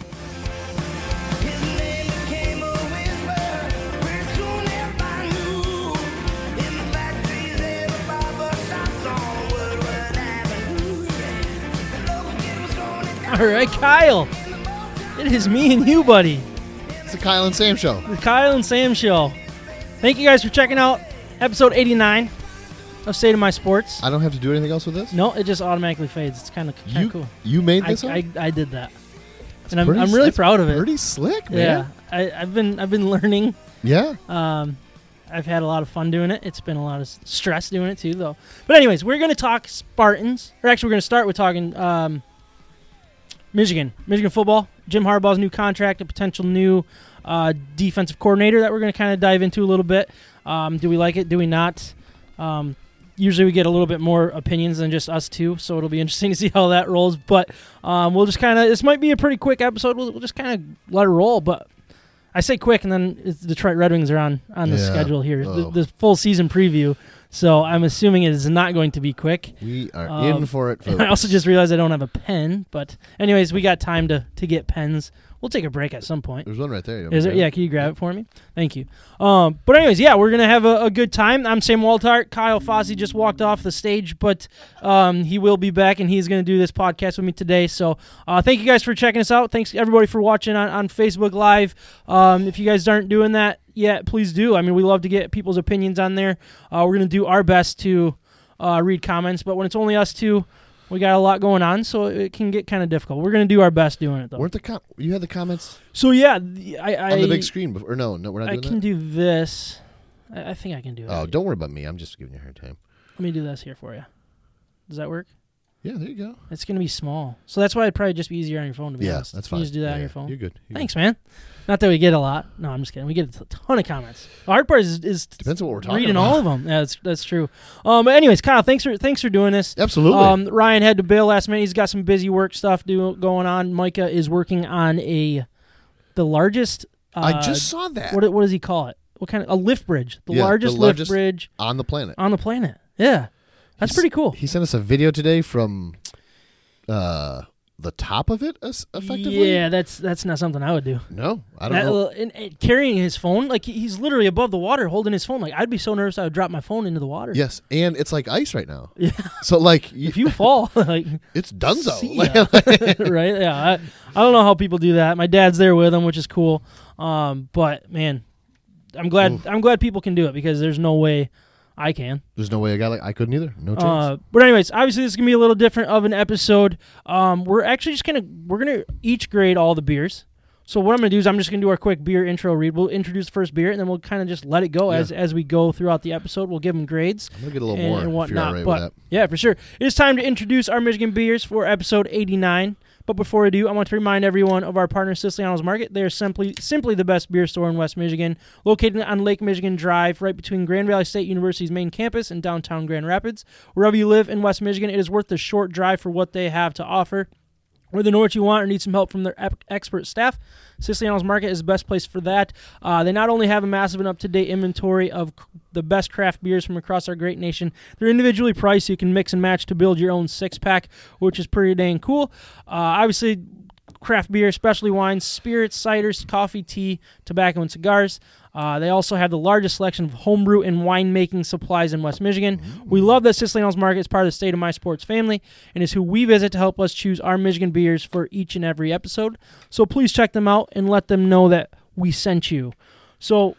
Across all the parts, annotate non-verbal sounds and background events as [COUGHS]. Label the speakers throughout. Speaker 1: His name became a whisper, where soon everybody knew. In the factories, everybody was shops on Woodward Avenue. The local kid was going to
Speaker 2: All right, Kyle. It is me and you, buddy.
Speaker 3: It's the Kyle and Sam show.
Speaker 2: The Kyle and Sam show. Thank you guys for checking out episode 89 of State of My Sports.
Speaker 3: I don't have to do anything else with this.
Speaker 2: No, it just automatically fades. It's kind of
Speaker 3: you
Speaker 2: cool.
Speaker 3: you made
Speaker 2: I,
Speaker 3: this. up?
Speaker 2: I, I did that. And I'm,
Speaker 3: Pretty-
Speaker 2: I'm really
Speaker 3: that's
Speaker 2: proud of it.
Speaker 3: Pretty slick,
Speaker 2: Yeah.
Speaker 3: man.
Speaker 2: I, I've been I've been [LAUGHS] learning.
Speaker 3: Yeah.
Speaker 2: Um, I've had a lot of fun doing it. It's been a lot of s- stress doing it too, though. But anyways, we're gonna talk Spartans. Or actually, we're gonna start with talking um, Michigan, Michigan football. Jim Harbaugh's new contract, a potential new uh, defensive coordinator that we're gonna kind of dive into a little bit. Um, do we like it? Do we not? Um, usually, we get a little bit more opinions than just us two, so it'll be interesting to see how that rolls. But um, we'll just kind of this might be a pretty quick episode. We'll, we'll just kind of let it roll, but I say quick, and then it's Detroit Red Wings are on on the
Speaker 3: Yeah.
Speaker 2: schedule here, the,
Speaker 3: Oh.
Speaker 2: the full season preview. So I'm assuming it is not going to be quick.
Speaker 3: We are
Speaker 2: Um,
Speaker 3: in
Speaker 2: [LAUGHS]
Speaker 3: for it, folks.
Speaker 2: I also just realized I don't have a pen, but anyways, we got time to to get pens. We'll take a break at some point.
Speaker 3: There's one right there. You want me
Speaker 2: Is
Speaker 3: to
Speaker 2: it? Yeah,
Speaker 3: grab
Speaker 2: can you grab it for me? Thank you. Um, but anyways, yeah, we're gonna have a, a good time. I'm Sam Waltart. Kyle Fossey just walked off the stage, but um, he will be back and he's gonna do this podcast with me today. So uh, thank you guys for checking us out. Thanks everybody for watching on, on Facebook Live. Um, if you guys aren't doing that yet, please do. I mean, we love to get people's opinions on there. Uh, we're gonna do our best to uh, read comments, but when it's only us two. We got a lot going on, so it can get kind of difficult. We're gonna do our best doing it though.
Speaker 3: Weren't the com- you had the comments
Speaker 2: So yeah, the- I, I
Speaker 3: on the big screen before? Or no, no, we're not
Speaker 2: I
Speaker 3: doing
Speaker 2: can
Speaker 3: that.
Speaker 2: do this. I, I think I can do it.
Speaker 3: oh, don't worry about me. I'm just giving you a hard time.
Speaker 2: Let me do this here for you. Does that work?
Speaker 3: Yeah, there you go.
Speaker 2: It's gonna be small, so that's why it'd probably just be easier on your phone. To be
Speaker 3: yeah,
Speaker 2: honest,
Speaker 3: that's
Speaker 2: You can
Speaker 3: fine.
Speaker 2: just do that
Speaker 3: Yeah,
Speaker 2: on
Speaker 3: yeah.
Speaker 2: your phone.
Speaker 3: You're good. You're
Speaker 2: Thanks, man. Not that we get a lot. No, I'm just kidding. We get a ton of comments. The hard part is, is
Speaker 3: Good. Depends on what we're talking
Speaker 2: reading
Speaker 3: about.
Speaker 2: all of them. Yeah, that's that's true. Um, but anyways, Kyle, thanks for thanks for doing this.
Speaker 3: Absolutely.
Speaker 2: Um, Ryan had to bail last minute. He's got some busy work stuff do, going on. Micah is working on a the largest. Uh,
Speaker 3: I just saw that
Speaker 2: what what does he call it? What kind of a lift bridge? The
Speaker 3: Yeah, the
Speaker 2: largest lift
Speaker 3: largest-
Speaker 2: bridge
Speaker 3: on the planet.
Speaker 2: on the planet. Yeah, that's
Speaker 3: He's-
Speaker 2: Uh, pretty cool.
Speaker 3: He sent us a video today from uh, the top of it, es- effectively.
Speaker 2: Yeah, that's that's not something I would do.
Speaker 3: No, I don't
Speaker 2: That
Speaker 3: know.
Speaker 2: little- and- and carrying his phone, like he- he's literally above the water holding his phone. Like I'd be so nervous I would drop my phone into the water.
Speaker 3: [LAUGHS] Yes, and it's like ice right now.
Speaker 2: Yeah.
Speaker 3: So like,
Speaker 2: If you fall, [LAUGHS]
Speaker 3: [LAUGHS]
Speaker 2: like
Speaker 3: it's dunzo.
Speaker 2: see
Speaker 3: Like,
Speaker 2: ya. right? Yeah, I, I don't know how people do that. My dad's there with him, which is cool. Um, but man, I'm glad I'm glad people can do it because there's no way I can.
Speaker 3: There's no way a guy like I couldn't either. No chance.
Speaker 2: Uh, but anyways, obviously this is gonna be a little different of an episode. Um, we're actually just gonna we're gonna each grade all the beers. So what I'm gonna do is I'm just gonna do our quick beer intro read. We'll introduce the first beer and then we'll kind of just let it go as as we go throughout the episode. We'll give them grades
Speaker 3: I'm gonna get a little
Speaker 2: and,
Speaker 3: more
Speaker 2: and
Speaker 3: if you're
Speaker 2: whatnot.
Speaker 3: all right
Speaker 2: but
Speaker 3: with
Speaker 2: yeah, for sure, it is time to introduce our Michigan beers for episode 89. But before I do, I want to remind everyone of our partner Siciliano's Market. They are simply simply the best beer store in West Michigan, located on Lake Michigan Drive, right between Grand Valley State University's main campus and downtown Grand Rapids. Wherever you live in West Michigan, it is worth the short drive for what they have to offer. Whether you know what you want or need some help from their ep- expert staff, Siciliano's Market is the best place for that. Uh, they not only have a massive and up to date inventory of c- the best craft beers from across our great nation, they're individually priced so you can mix and match to build your own six pack, which is pretty dang cool. Uh, obviously, craft beer, specialty wines, spirits, ciders, coffee, tea, tobacco, and cigars. Uh, they also have the largest selection of homebrew and winemaking supplies in West Michigan. We love that Siciliano's Market is part of the State of My Sports family and is who we visit to help us choose our Michigan beers for each and every episode. So please check them out and let them know that we sent you. So,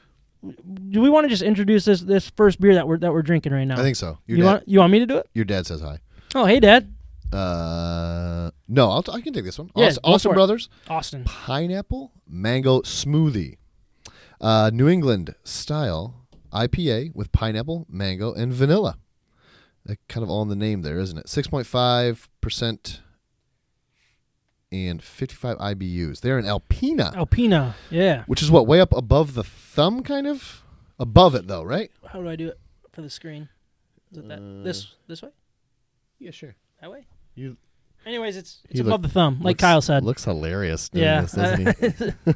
Speaker 2: do we want to just introduce this this first beer that we're that we're drinking right now?
Speaker 3: that. I think so. Your
Speaker 2: you
Speaker 3: dad,
Speaker 2: want you want me to do it?
Speaker 3: your dad says hi.
Speaker 2: Oh, hey, Dad.
Speaker 3: Uh, no, I'll t- I can take this one.
Speaker 2: Yeah,
Speaker 3: Aus-
Speaker 2: go
Speaker 3: Austin
Speaker 2: for it.
Speaker 3: Brothers
Speaker 2: Austin.
Speaker 3: pineapple mango smoothie. Uh, New England style IPA with pineapple, mango, and vanilla. Uh, kind of all in the name there, isn't it? 6.5% and 55 IBUs. They're in Alpena,
Speaker 2: Alpina. Yeah.
Speaker 3: which is what? Way up above the thumb, kind of? Above it, though, right?
Speaker 2: How do I do it for the screen? Is it that this this way?
Speaker 3: Uh, Yeah, sure.
Speaker 2: That way?
Speaker 3: You-
Speaker 2: Anyways, it's it's
Speaker 3: He
Speaker 2: above
Speaker 3: look-
Speaker 2: the thumb, like Kyle said.
Speaker 3: Looks hilarious. Doing
Speaker 2: yeah.
Speaker 3: This, doesn't
Speaker 2: [LAUGHS]
Speaker 3: he?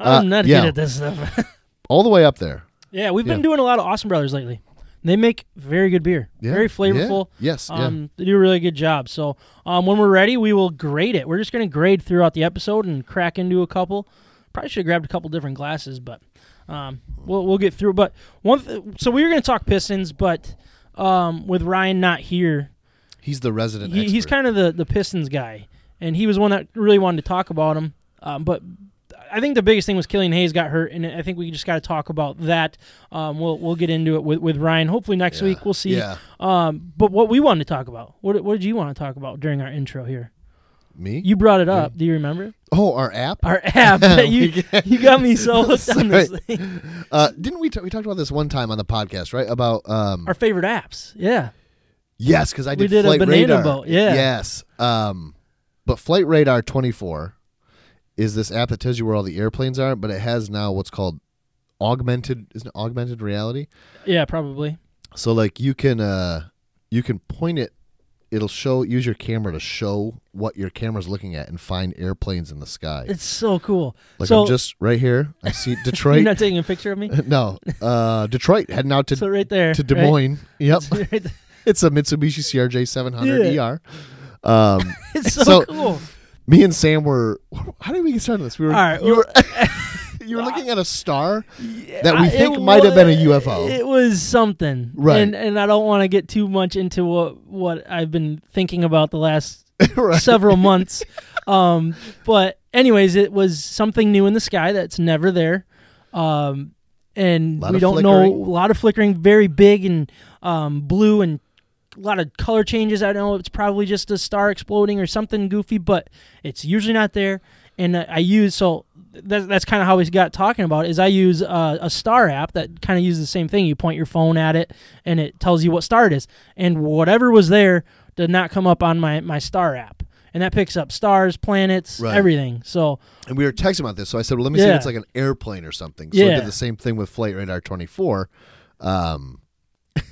Speaker 2: I'm not
Speaker 3: Uh, yeah.
Speaker 2: good at this
Speaker 3: [LAUGHS]
Speaker 2: stuff.
Speaker 3: All the way up there.
Speaker 2: yeah, we've been
Speaker 3: Yeah.
Speaker 2: doing a lot of Austin Brothers lately. They make very good beer.
Speaker 3: Yeah,
Speaker 2: Very
Speaker 3: yeah,
Speaker 2: flavorful.
Speaker 3: Yes. yeah.
Speaker 2: Um, They do a really good job. So um, when we're ready, we will grade it. We're just going to grade throughout the episode and crack into a couple. Probably should have grabbed a couple different glasses, but um, we'll we'll get through. But one, th- so we were going to talk Pistons, but um, with Ryan not here,
Speaker 3: He's the resident
Speaker 2: he, he's
Speaker 3: expert.
Speaker 2: kind of the the Pistons guy, and he was one that really wanted to talk about him. Um, but I think the biggest thing was Killian Hayes got hurt, and I think we just got to talk about that. Um, we'll we'll get into it with, with Ryan. Hopefully next
Speaker 3: Yeah.
Speaker 2: week we'll see.
Speaker 3: Yeah.
Speaker 2: Um, but what we wanted to talk about, what what did you want to talk about during our intro here?
Speaker 3: Me?
Speaker 2: You brought it up. Do you remember
Speaker 3: oh, our app?
Speaker 2: our [LAUGHS] app?
Speaker 3: [LAUGHS]
Speaker 2: that you you got me so hooked on this
Speaker 3: Sorry.
Speaker 2: thing.
Speaker 3: Uh, didn't we? T- we talked about this one time on the podcast, right? About um,
Speaker 2: Our favorite apps. Yeah.
Speaker 3: yes, because I did,
Speaker 2: we did a
Speaker 3: flight
Speaker 2: banana
Speaker 3: radar.
Speaker 2: boat, yeah.
Speaker 3: Yes. Um, but flight radar twenty four is this app that tells you where all the airplanes are, but it has now what's called augmented isn't it augmented reality.
Speaker 2: Yeah. Probably.
Speaker 3: So like you can uh, you can point it. It'll show use your camera to show what your camera's looking at and find airplanes in the sky.
Speaker 2: It's so cool.
Speaker 3: like
Speaker 2: so
Speaker 3: I'm just right here.
Speaker 2: [LAUGHS]
Speaker 3: I see
Speaker 2: you're
Speaker 3: Detroit.
Speaker 2: not taking a picture of me.
Speaker 3: [LAUGHS] no, uh, Detroit heading out to
Speaker 2: So right there
Speaker 3: to Des
Speaker 2: right? [LAUGHS]
Speaker 3: Moines. Yep. [LAUGHS]
Speaker 2: Right there.
Speaker 3: It's a Mitsubishi CRJ 700
Speaker 2: Yeah.
Speaker 3: ER. Um, [LAUGHS]
Speaker 2: It's so,
Speaker 3: So-
Speaker 2: cool.
Speaker 3: me and Sam were. [LAUGHS] How did we get started on this? We were.
Speaker 2: All right,
Speaker 3: you
Speaker 2: well-
Speaker 3: were. [LAUGHS] you were looking at
Speaker 2: [LAUGHS]
Speaker 3: a star that we
Speaker 2: I-
Speaker 3: think
Speaker 2: it
Speaker 3: might have been a
Speaker 2: wa-
Speaker 3: UFO.
Speaker 2: It was something,
Speaker 3: Right.
Speaker 2: And and I don't want to get too much into what what I've been thinking about the last
Speaker 3: [LAUGHS] Right.
Speaker 2: several months. Um, but anyways, it was something new in the sky that's never there. Um, and
Speaker 3: Lot
Speaker 2: we
Speaker 3: of
Speaker 2: don't know
Speaker 3: flickering.
Speaker 2: a lot of flickering, very big and um, blue and a lot of color changes. I know it's probably just a star exploding or something goofy, but it's usually not there. And I I use so that's, that's kind of how we got talking about it, is I use uh, a star app that kind of uses the same thing. You point your phone at it and it tells you what star it is, and whatever was there did not come up on my my star app, and that picks up stars, planets,
Speaker 3: Right.
Speaker 2: everything. So
Speaker 3: and we were texting about this, so I said, "Well, let me see
Speaker 2: Yeah.
Speaker 3: if it's like an airplane or something." So I
Speaker 2: Yeah.
Speaker 3: did the same thing with Flight Radar 24. Um, [LAUGHS]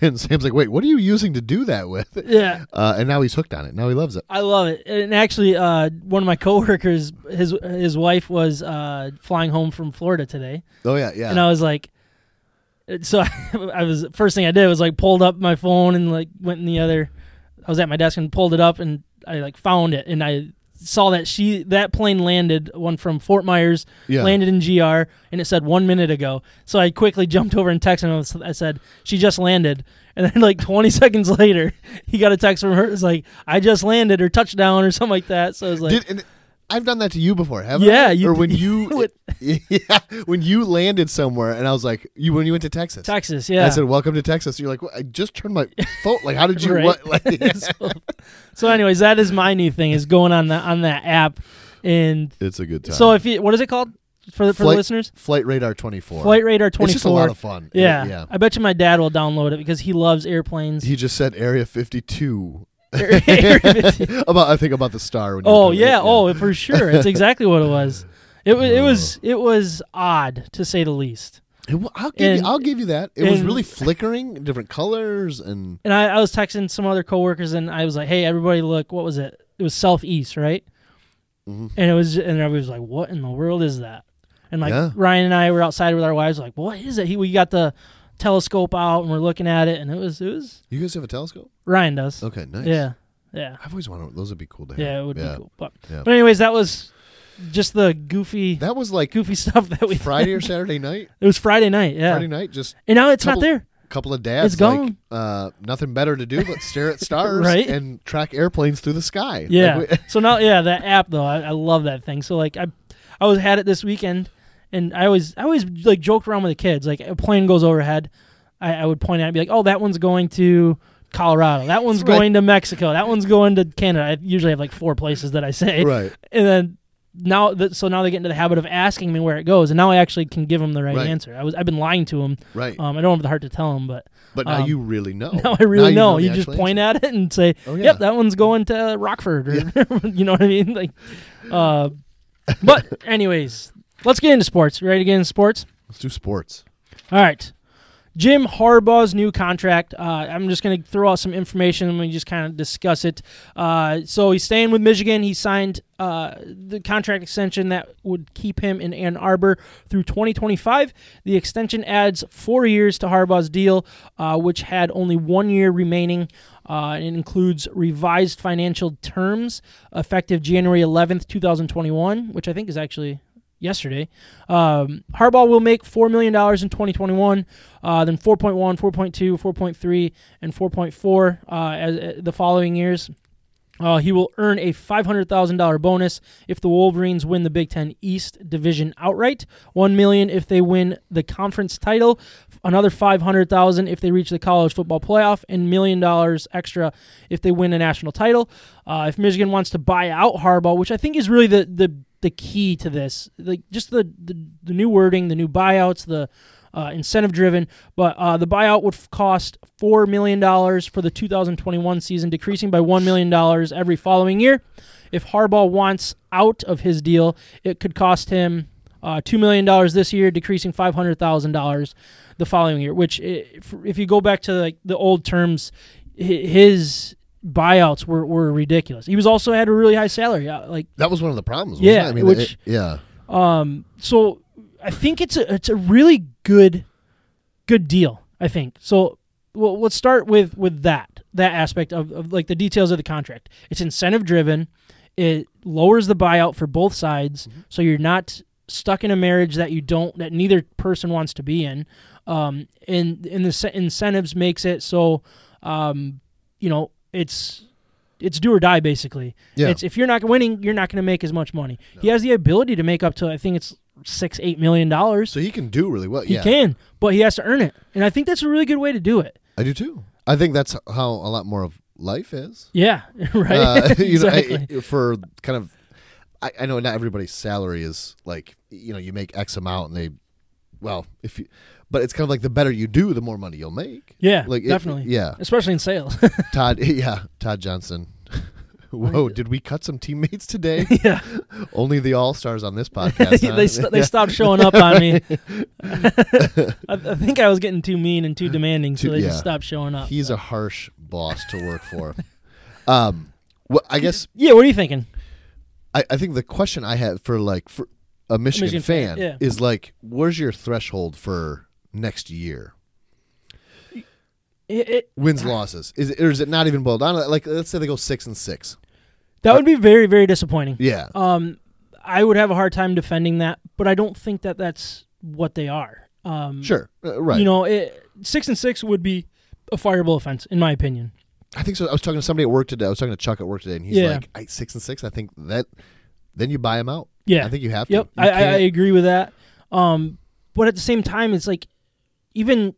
Speaker 3: and Sam's like, "Wait, what are you using to do that with?" [LAUGHS]
Speaker 2: yeah,
Speaker 3: Uh, and now he's hooked on it. Now he loves it.
Speaker 2: I love it. And actually, uh, one of my coworkers, his his wife was uh, flying home from Florida today,
Speaker 3: Oh yeah, yeah.
Speaker 2: and I was like, so [LAUGHS] I, was first thing I did was like pulled up my phone and like went in the other. I was at my desk and pulled it up and I like found it and I saw that she that plane landed one from Fort Myers
Speaker 3: Yeah.
Speaker 2: landed in GR and it said one minute ago. So I quickly [LAUGHS] jumped over and texted him. I said she just landed, and then like 20 [LAUGHS] seconds later he got a text from her. It's like I just landed or touchdown or something like that. So I was like,
Speaker 3: Did, and I've done that to you before, haven't I?
Speaker 2: Yeah, you
Speaker 3: or
Speaker 2: [LAUGHS]
Speaker 3: when
Speaker 2: did.
Speaker 3: you, [LAUGHS] yeah, when you landed somewhere, and I was like, you when you went to Texas.
Speaker 2: Texas, yeah.
Speaker 3: I said, "Welcome to Texas." You're like, "What? "I just turned my phone. Like, how did you?
Speaker 2: [LAUGHS] Right.
Speaker 3: What? Like,
Speaker 2: so, so anyways, that is my new thing is going on the, on that app, and
Speaker 3: It's a good time.
Speaker 2: so if you what is it called for the, for the
Speaker 3: Flight-
Speaker 2: listeners?
Speaker 3: Flight Radar 24.
Speaker 2: Flight Radar
Speaker 3: It's
Speaker 2: twenty
Speaker 3: just a lot
Speaker 2: four.
Speaker 3: of fun.
Speaker 2: Yeah.
Speaker 3: yeah.
Speaker 2: I bet you my dad will download it because he loves airplanes. [LAUGHS]
Speaker 3: He just said Area 52
Speaker 2: oh
Speaker 3: [LAUGHS] about I think about the star. When you were doing it,
Speaker 2: yeah, oh for sure, it's exactly what it was. It was it was it was odd to say the least.
Speaker 3: It wa- I'll give
Speaker 2: And-
Speaker 3: you. I'll give you that. It was
Speaker 2: and-
Speaker 3: really flickering, different colors, and
Speaker 2: And I, I was texting some other coworkers and I was like, hey, everybody, look, what was it? It was southeast, right?
Speaker 3: Mm-hmm.
Speaker 2: And it was and everybody was like, what in the world is that? And like
Speaker 3: Yeah.
Speaker 2: Ryan and I were outside with our wives, like, what is it? He, we got the telescope out and we're looking at it, and it was it was
Speaker 3: you guys have a telescope.
Speaker 2: Ryan does.
Speaker 3: Okay, Oh, nice.
Speaker 2: Yeah, yeah.
Speaker 3: I've always wanted those. Would be cool to have.
Speaker 2: Yeah, it would be cool. But,
Speaker 3: Yeah.
Speaker 2: but anyways, that was just the goofy
Speaker 3: That was like
Speaker 2: [LAUGHS] goofy stuff that we
Speaker 3: Friday or Saturday night.
Speaker 2: It was Friday night, yeah.
Speaker 3: Friday night, just
Speaker 2: and now it's not
Speaker 3: couple-
Speaker 2: there.
Speaker 3: couple of dads
Speaker 2: It's gone.
Speaker 3: like uh, nothing better to do but stare
Speaker 2: [LAUGHS]
Speaker 3: at stars
Speaker 2: Right?
Speaker 3: and track airplanes through the sky.
Speaker 2: Yeah. [LAUGHS]
Speaker 3: [LAUGHS] Like, we-
Speaker 2: so now, yeah, that app though, I, I love that thing. So like, I, I was had it this weekend, and I always, I always like joked around with the kids. Like a plane goes overhead, I, I would point out and be like, "Oh, that one's going to Colorado. That one's
Speaker 3: Right.
Speaker 2: going to Mexico. That one's going to Canada. I usually have like four places that I say.
Speaker 3: Right.
Speaker 2: And then now, that, so now they get into the habit of asking me where it goes, and now I actually can give them the right,
Speaker 3: Right.
Speaker 2: answer. I was I've been lying to them.
Speaker 3: Right.
Speaker 2: Um, I don't have the heart to tell them, but
Speaker 3: but now
Speaker 2: um,
Speaker 3: you really
Speaker 2: [LAUGHS]
Speaker 3: know.
Speaker 2: now I really know.
Speaker 3: the
Speaker 2: You just
Speaker 3: actual
Speaker 2: point at it and say,
Speaker 3: Oh, yeah.
Speaker 2: "Yep, that one's going to Rockford," or [LAUGHS] you know what I mean. Like, uh,
Speaker 3: [LAUGHS]
Speaker 2: but anyways, let's get into sports. You ready to get into sports?
Speaker 3: answer. Let's do sports.
Speaker 2: All right. Jim Harbaugh's new contract. Uh, I'm just going to throw out some information and we just kind of discuss it. Uh, so he's staying with Michigan. He signed uh, the contract extension that would keep him in Ann Arbor through 2025. The extension adds four years to Harbaugh's deal, uh, which had only one year remaining. Uh, it includes revised financial terms effective January 11th, 2021, which I think is actually yesterday. Um, Harbaugh will make $4 million in 2021, uh, then 4.1, 4.2, 4.3, and 4.4 uh, as, uh, the following years. Uh, he will earn a $500,000 bonus if the Wolverines win the Big Ten East Division outright. $1 million if they win the conference title. Another $500,000 if they reach the college football playoff. And million dollars extra if they win a national title. Uh, if Michigan wants to buy out Harbaugh, which I think is really the, the, the key to this, like just the, the, the new wording, the new buyouts, the uh, incentive driven, but uh, the buyout would f- cost $4 million for the 2021 season, decreasing by $1 million every following year. If Harbaugh wants out of his deal, it could cost him uh, $2 million this year, decreasing $500,000 the following year, which, i- if, if you go back to like the old terms, hi- his buyouts were, were ridiculous. He was also had a really high salary. uh, Like,
Speaker 3: That was one of the problems. Wasn't
Speaker 2: Yeah,
Speaker 3: it? I mean,
Speaker 2: which-
Speaker 3: it- yeah.
Speaker 2: so I think it's a it's a really good good deal. I think so. Well, let's start with with that that aspect of, of like the details of the contract. It's incentive driven. It lowers the buyout for both sides, so you're not stuck in a marriage that you don't that neither person wants to be in. Um, and and the se- incentives makes it so, um, you know, it's it's do or die basically.
Speaker 3: Yeah.
Speaker 2: It's if you're not winning, you're not going to make as much money. He has the ability to make up to I think it's six eight million dollars.
Speaker 3: So he can do really well.
Speaker 2: He
Speaker 3: yeah.
Speaker 2: can, but he has to earn it, and I think that's a really good way to do it.
Speaker 3: I do too. I think that's how a lot more of life
Speaker 2: [LAUGHS]
Speaker 3: is.
Speaker 2: Yeah, right.
Speaker 3: Uh, [LAUGHS] you know, I-
Speaker 2: [LAUGHS] exactly.
Speaker 3: for kind of, I, I know not everybody's salary is like you know you make X amount and they, well if you, but it's kind of like the better you do, the more money you'll make.
Speaker 2: yeah,
Speaker 3: like it-
Speaker 2: definitely. [LAUGHS]
Speaker 3: yeah.
Speaker 2: especially in sales.
Speaker 3: Todd, [LAUGHS] yeah, Todd Johnson. [LAUGHS] Whoa, did we cut some
Speaker 2: [LAUGHS]
Speaker 3: teammates today?
Speaker 2: yeah,
Speaker 3: Only the all stars on this podcast.
Speaker 2: [LAUGHS]
Speaker 3: huh? [LAUGHS]
Speaker 2: they st- they stopped showing up on me. [LAUGHS] I, I think I was getting too mean and too demanding, so
Speaker 3: Too-
Speaker 2: they
Speaker 3: yeah.
Speaker 2: just stopped showing up.
Speaker 3: He's a harsh boss to
Speaker 2: [LAUGHS]
Speaker 3: work for. um, well, I guess
Speaker 2: yeah, what are you thinking?
Speaker 3: I, I think the question I had for like for a Michigan,
Speaker 2: Michigan fan,
Speaker 3: fan,
Speaker 2: yeah.
Speaker 3: is like, where's your threshold for next year?
Speaker 2: It- it-
Speaker 3: Wins losses is it, or is it not even boiled down? to that? Like, let's say they go six and six.
Speaker 2: that would be very very disappointing.
Speaker 3: Yeah,
Speaker 2: Um, I would have a hard time defending that, but I don't think that that's what they are. Um,
Speaker 3: sure, Uh, right.
Speaker 2: You know, it, six and six would be a fireable offense, in my opinion.
Speaker 3: I think so. I was talking to somebody at work today. I was talking to Chuck at work today, and he's
Speaker 2: Yeah.
Speaker 3: like, I, six and six. I think that then you buy him out.
Speaker 2: Yeah.
Speaker 3: I think you have to.
Speaker 2: Yep,
Speaker 3: You
Speaker 2: I, I, I
Speaker 3: can't-
Speaker 2: agree with that. Um, but at the same time, it's like even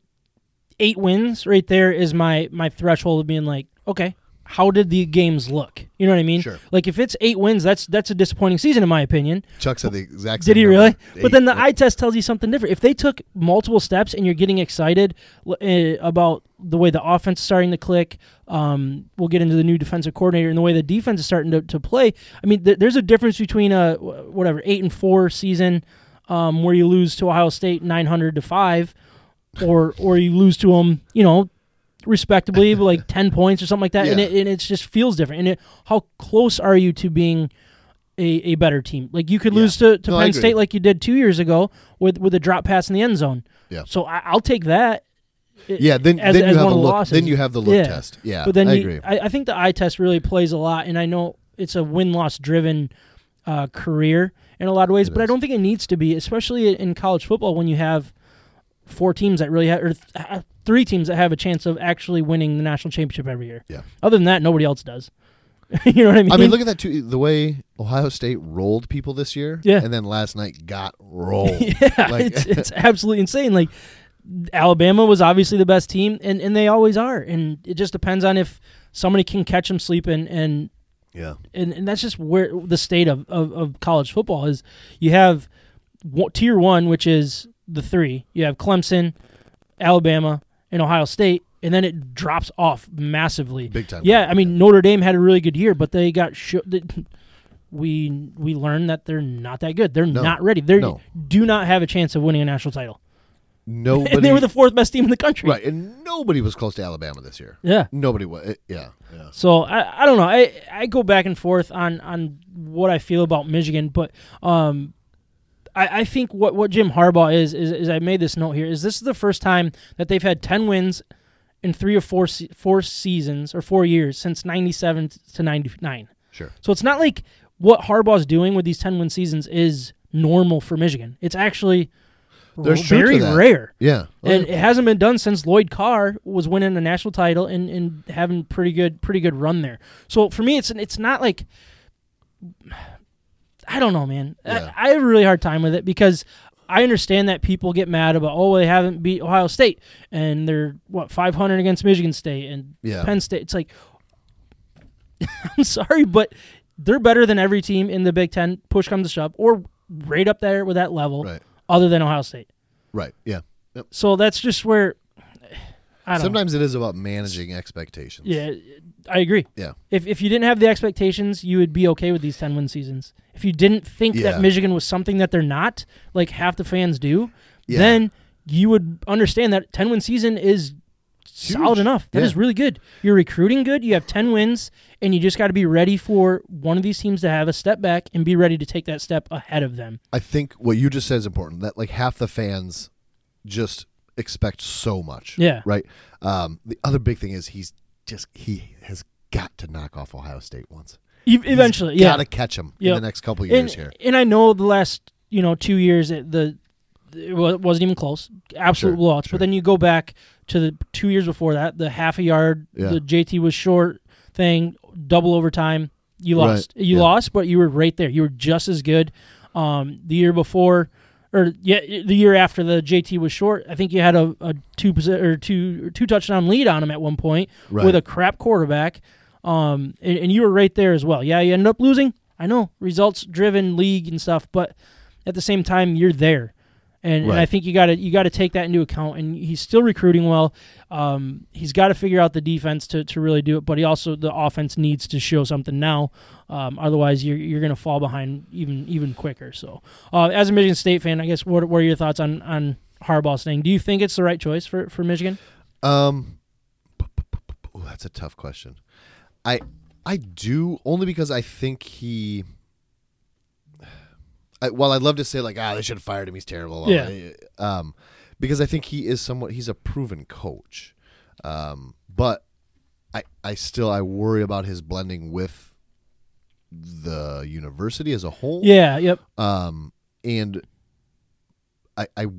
Speaker 2: eight wins right there is my my threshold of being like, okay, how did the games look? You know what I mean?
Speaker 3: Sure.
Speaker 2: Like if it's eight wins, that's that's a disappointing season in my opinion.
Speaker 3: Chuck said the exact. same
Speaker 2: Did he
Speaker 3: number.
Speaker 2: really?
Speaker 3: Eight.
Speaker 2: But then the eye test tells you something different. If they took multiple steps and you're getting excited l- eh, about the way the offense is starting to click, um, we'll get into the new defensive coordinator and the way the defense is starting to, to play. I mean, th- there's a difference between a wh- whatever eight and four season um, where you lose to Ohio State 900 to five, or or you lose to them, you know, respectably, but like 10 points or something like that. And,
Speaker 3: Yeah.
Speaker 2: it, and it just feels different. And it, how close are you to being a, a better team? Like you could lose to, to
Speaker 3: No, I
Speaker 2: Penn
Speaker 3: agree.
Speaker 2: State like you did two years ago with, with a drop pass in the end zone.
Speaker 3: Yeah.
Speaker 2: So I, I'll take that.
Speaker 3: yeah. Then
Speaker 2: as-
Speaker 3: then
Speaker 2: as
Speaker 3: you have
Speaker 2: one
Speaker 3: the
Speaker 2: of the
Speaker 3: look.
Speaker 2: losses.
Speaker 3: Then you have the look
Speaker 2: Yeah.
Speaker 3: test. Yeah,
Speaker 2: But then
Speaker 3: I
Speaker 2: you,
Speaker 3: agree.
Speaker 2: I, I think the eye test really plays a lot. And I know it's a win loss driven uh, career in a lot of ways, but I
Speaker 3: is.
Speaker 2: don't think it needs to be, especially in college football when you have four teams that really have, or th- uh, three teams that have a chance of actually winning the national championship every year.
Speaker 3: yeah.
Speaker 2: Other than that, nobody else does. [LAUGHS] you know what I mean?
Speaker 3: I mean, look at that too. The way Ohio State rolled people this year,
Speaker 2: Yeah. [LAUGHS]
Speaker 3: and then last night got rolled.
Speaker 2: yeah,
Speaker 3: like,
Speaker 2: it's it's absolutely insane. Like Alabama was obviously the best team, and, and they always are. And it just depends on if somebody can catch them sleeping and
Speaker 3: Yeah.
Speaker 2: and, and that's just where the state of, of, of college football is. You have wo- tier one, which is the three. You have Clemson, Alabama, and Ohio State, and then it drops off massively.
Speaker 3: Big time.
Speaker 2: Yeah, I mean Notre Dame had a really good year, but they got sho- they- we we learned that they're not that good. They're
Speaker 3: No.
Speaker 2: not ready. They
Speaker 3: No.
Speaker 2: do not have a chance of winning a national title.
Speaker 3: Nobody.
Speaker 2: and [LAUGHS] they were the fourth best team in the country.
Speaker 3: right, and nobody was close to Alabama this year.
Speaker 2: Yeah.
Speaker 3: Nobody was. Yeah. Yeah.
Speaker 2: So I, I don't know. I, I go back and forth on, on what I feel about Michigan, but um, I, I think what, what Jim Harbaugh is, is is I made this note here is this is the first time that they've had ten wins in three or four se- four seasons or four years since ninety seven to ninety nine.
Speaker 3: Sure.
Speaker 2: So it's not like what Harbaugh's doing with these ten win seasons is normal for Michigan. It's actually
Speaker 3: There's truth
Speaker 2: very
Speaker 3: to that.
Speaker 2: rare.
Speaker 3: Yeah.
Speaker 2: And it hasn't been done since Lloyd Carr was winning a national title and, and having pretty good pretty good run there. So for me, it's it's not like I don't know, man.
Speaker 3: Yeah.
Speaker 2: I, I have a really hard time with it because I understand that people get mad about oh they haven't beat Ohio State and they're what five hundred against Michigan State and
Speaker 3: Yeah.
Speaker 2: Penn State. It's like [LAUGHS] I'm sorry, but they're better than every team in the Big Ten. Push comes to shove, or right up there with that level,
Speaker 3: Right.
Speaker 2: other than Ohio State.
Speaker 3: Right. Yeah. Yep.
Speaker 2: So that's just where I don't
Speaker 3: Sometimes it is about managing expectations.
Speaker 2: know. Yeah, I agree.
Speaker 3: Yeah.
Speaker 2: If if you didn't have the expectations, you would be okay with these 10 win seasons. If you didn't think
Speaker 3: Yeah.
Speaker 2: that Michigan was something that they're not, like half the fans do,
Speaker 3: Yeah.
Speaker 2: then you would understand that 10 win season is solid
Speaker 3: Huge.
Speaker 2: enough. That is
Speaker 3: Yeah.
Speaker 2: really good. You're recruiting good, you have 10 wins, and you just got to be ready for one of these teams to have a step back and be ready to take that step ahead of them.
Speaker 3: I think what you just said is important. That like half the fans just expect so much.
Speaker 2: Yeah.
Speaker 3: Right. Um, the other big thing is he's just he has got to knock off Ohio State once.
Speaker 2: E- Eventually, yeah.
Speaker 3: Got to catch him
Speaker 2: Yep.
Speaker 3: in the next couple
Speaker 2: and,
Speaker 3: years here.
Speaker 2: and I know the last you know two years it, the it wa- wasn't even close, absolute
Speaker 3: Sure,
Speaker 2: blowouts.
Speaker 3: sure.
Speaker 2: But then you go back to the two years before that, the half a yard,
Speaker 3: Yeah.
Speaker 2: the JT was short thing, double overtime. You
Speaker 3: Right,
Speaker 2: lost. You
Speaker 3: yeah.
Speaker 2: lost, but you were right there. You were just as good. Um, the year before, or yeah, the year after the JT was short, I think you had a, a two posi- or two two touchdown lead on him at one point
Speaker 3: Right.
Speaker 2: with a crap quarterback. Um, and, and you were right there as well. Yeah, you ended up losing. I know results driven league and stuff, but at the same time, you're there. And, and I
Speaker 3: Right.
Speaker 2: think you got to you got to take that into account. And he's still recruiting well. Um, he's got to figure out the defense to, to really do it, but he also the offense needs to show something now. Um, otherwise, you're you're going to fall behind even even quicker. So, uh, as a Michigan State fan, I guess what, what are your thoughts on on Harbaugh staying? Do you think it's the right choice for for Michigan?
Speaker 3: Um, ooh, that's a tough question. I I do only because I think he. I, while I'd love to say like ah they should have fired him he's terrible
Speaker 2: Yeah.
Speaker 3: um because I think he is somewhat he's a proven coach um but I I still I worry about his blending with the university as a whole
Speaker 2: Yeah. Yep.
Speaker 3: um, and I, I, you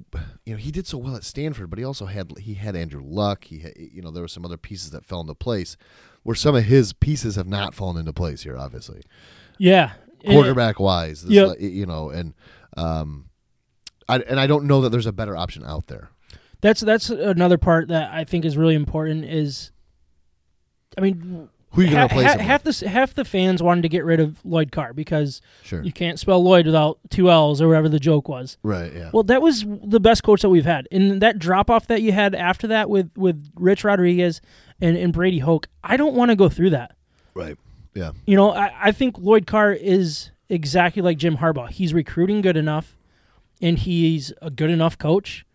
Speaker 3: know, he did so well at Stanford, but he also had he had Andrew Luck. He, had, you know, there were some other pieces that fell into place, where some of his pieces have not fallen into place here, obviously
Speaker 2: Yeah. And-
Speaker 3: quarterback wise. This,
Speaker 2: Yep.
Speaker 3: li- you know, and um, I and I don't know that there's a better option out there.
Speaker 2: That's that's another part that I think is really important. Is, I mean,
Speaker 3: Who are you
Speaker 2: ha-
Speaker 3: going to replace
Speaker 2: ha-
Speaker 3: him? with?
Speaker 2: half the s- half the fans wanted to get rid of Lloyd Carr because
Speaker 3: sure,
Speaker 2: you can't spell Lloyd without two L's or whatever the joke was.
Speaker 3: right? Yeah,
Speaker 2: Well, that was the best coach that we've had, and that drop off that you had after that with with Rich Rodriguez and and Brady Hoke. I don't want to go through that.
Speaker 3: right. Yeah,
Speaker 2: You know, I, I think Lloyd Carr is exactly like Jim Harbaugh. He's recruiting good enough, and he's a good enough coach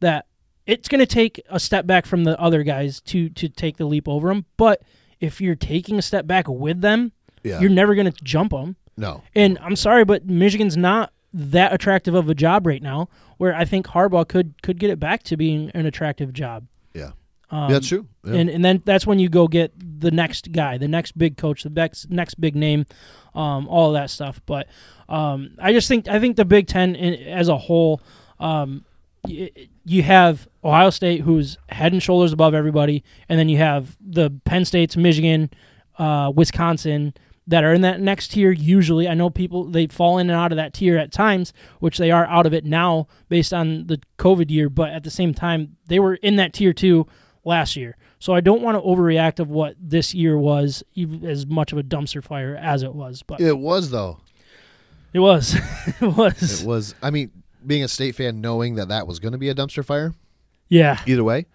Speaker 2: that it's going to take a step back from the other guys to to take the leap over him. But if you're taking a step back with them,
Speaker 3: yeah.
Speaker 2: you're never going to jump them.
Speaker 3: no,
Speaker 2: And I'm sorry, but Michigan's not that attractive of a job right now. Where I think Harbaugh could could get it back to being an attractive job.
Speaker 3: yeah, Yeah, that's true. Yeah.
Speaker 2: Um, And and then that's when you go get the next guy, the next big coach, the next next big name, um, all of that stuff. But um, I just think I think the Big Ten in, as a whole, um, y- you have Ohio State who's head and shoulders above everybody, and then you have the Penn States, Michigan, uh, Wisconsin, that are in that next tier usually i know people they fall in and out of that tier at times which they are out of it now based on the covid year but at the same time they were in that tier two last year so i don't want to overreact of what this year was ev- as much of a dumpster fire as it was but
Speaker 3: It was though.
Speaker 2: it was [LAUGHS] it was
Speaker 3: It was. I mean, being a state fan, knowing that that was going to be a dumpster fire.
Speaker 2: yeah
Speaker 3: Either way,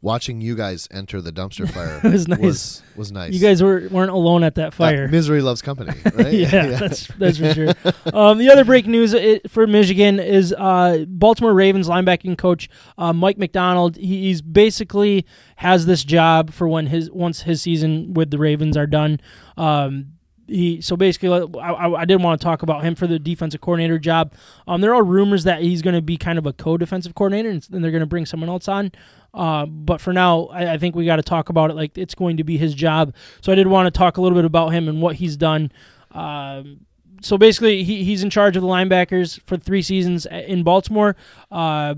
Speaker 3: watching you guys enter the
Speaker 2: [LAUGHS]
Speaker 3: dumpster fire
Speaker 2: It was nice.
Speaker 3: Was, was nice.
Speaker 2: you guys were, weren't alone at that
Speaker 3: Uh,
Speaker 2: fire
Speaker 3: misery
Speaker 2: [LAUGHS]
Speaker 3: loves company, right?
Speaker 2: yeah, that's that's for sure. Um, the other breaking news it, for Michigan is uh, Baltimore Ravens linebacking coach uh, Mike McDonald. He, he's basically has this job for when his once his season with the Ravens are done. Um, he so basically, uh, I, I, I did want to talk about him for the defensive coordinator job. Um, there are rumors that he's going to be kind of a co-defensive coordinator, and, s- and they're going to bring someone else on. Uh, but for now, I, I think we got to talk about it like it's going to be his job. So I did want to talk a little bit about him and what he's done. Um, so basically, he, he's in charge of the linebackers for three seasons a- in Baltimore. Uh,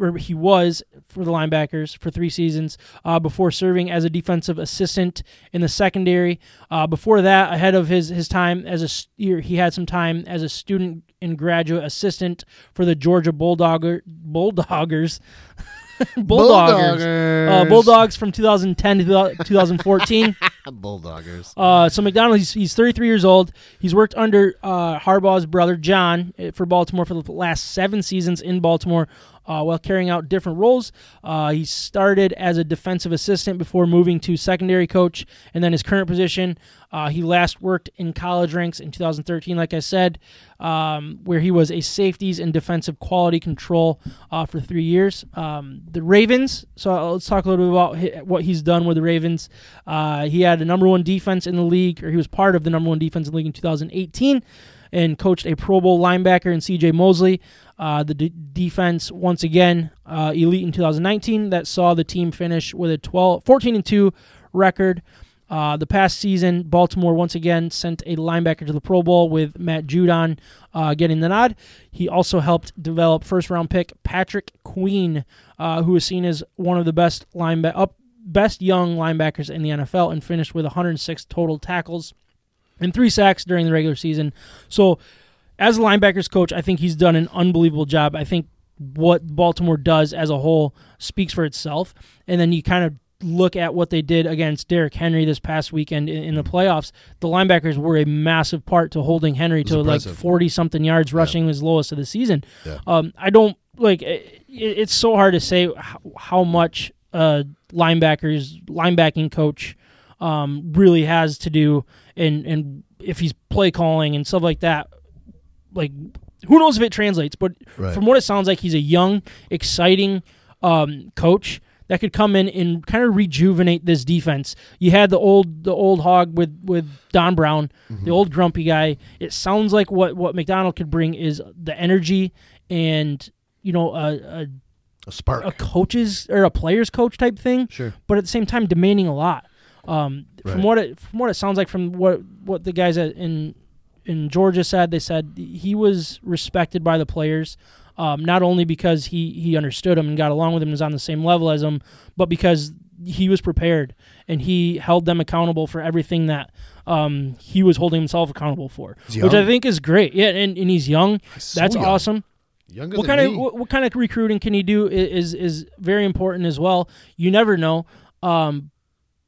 Speaker 2: or he was for the linebackers for three seasons uh, before serving as a defensive assistant in the secondary. Uh, before that, ahead of his, his time as a s- year, he had some time as a student and graduate assistant for the Georgia Bulldogger, Bulldoggers. [LAUGHS] Bulldoggers. Uh, Bulldogs from 2010 to 2014.
Speaker 3: Bulldoggers.
Speaker 2: Uh, so McDonald, he's, he's 33 years old. He's worked under uh, Harbaugh's brother John eh, for Baltimore for the last seven seasons in Baltimore, uh, while carrying out different roles. Uh, he started as a defensive assistant before moving to secondary coach, and then his current position. Uh, he last worked in college ranks in 2013, like I said, um, where he was a safeties and defensive quality control uh, for three years. Um, the Ravens. So uh, let's talk a little bit about hi- what he's done with the Ravens. Uh, he had a number one defense in the league, or he was part of the number one defense in the league in 2018, and coached a Pro Bowl linebacker in C.J. Mosley. Uh, the d- defense once again uh, elite in 2019 that saw the team finish with a 12, 14 and two record. Uh, the past season, Baltimore once again sent a linebacker to the Pro Bowl with Matt Judon uh, getting the nod. He also helped develop first-round pick Patrick Queen, uh, who is seen as one of the best lineback up best young linebackers in the NFL, and finished with 106 total tackles and three sacks during the regular season. So, as a linebackers coach, I think he's done an unbelievable job. I think what Baltimore does as a whole speaks for itself. And then you kind of look at what they did against Derrick Henry this past weekend in, in the playoffs. The linebackers were a massive part to holding Henry to like
Speaker 3: impressive.
Speaker 2: 40 something yards rushing his lowest of the season.
Speaker 3: Yeah.
Speaker 2: Um, I don't like it, it- it's so hard to say how, how much uh, linebackers linebacking coach um, really has to do and and if he's play calling and stuff like that like who knows if it translates but
Speaker 3: Right.
Speaker 2: from what it sounds like he's a young exciting um, coach that could come in and kind of rejuvenate this defense you had the old the old hog with with don brown the old grumpy guy it sounds like what what mcdonald could bring is the energy and you know a,
Speaker 3: a
Speaker 2: a, a
Speaker 3: spark.
Speaker 2: coach's or a player's coach type thing
Speaker 3: Sure.
Speaker 2: but at the same time demanding a lot. Um, From
Speaker 3: Right.
Speaker 2: what it from what it sounds like from what what the guys at, in in Georgia said, they said he was respected by the players, um, not only because he he understood them and got along with them and was on the same level as them, but because he was prepared and he held them accountable for everything that um, he was holding himself accountable for,
Speaker 3: He's
Speaker 2: which I
Speaker 3: young.
Speaker 2: think is great. Yeah, and, and he's young.
Speaker 3: so
Speaker 2: That's
Speaker 3: young.
Speaker 2: awesome
Speaker 3: Younger
Speaker 2: what
Speaker 3: than
Speaker 2: kind of
Speaker 3: me.
Speaker 2: what, what kind of recruiting can he do i- is is very important as well. You never know. Um,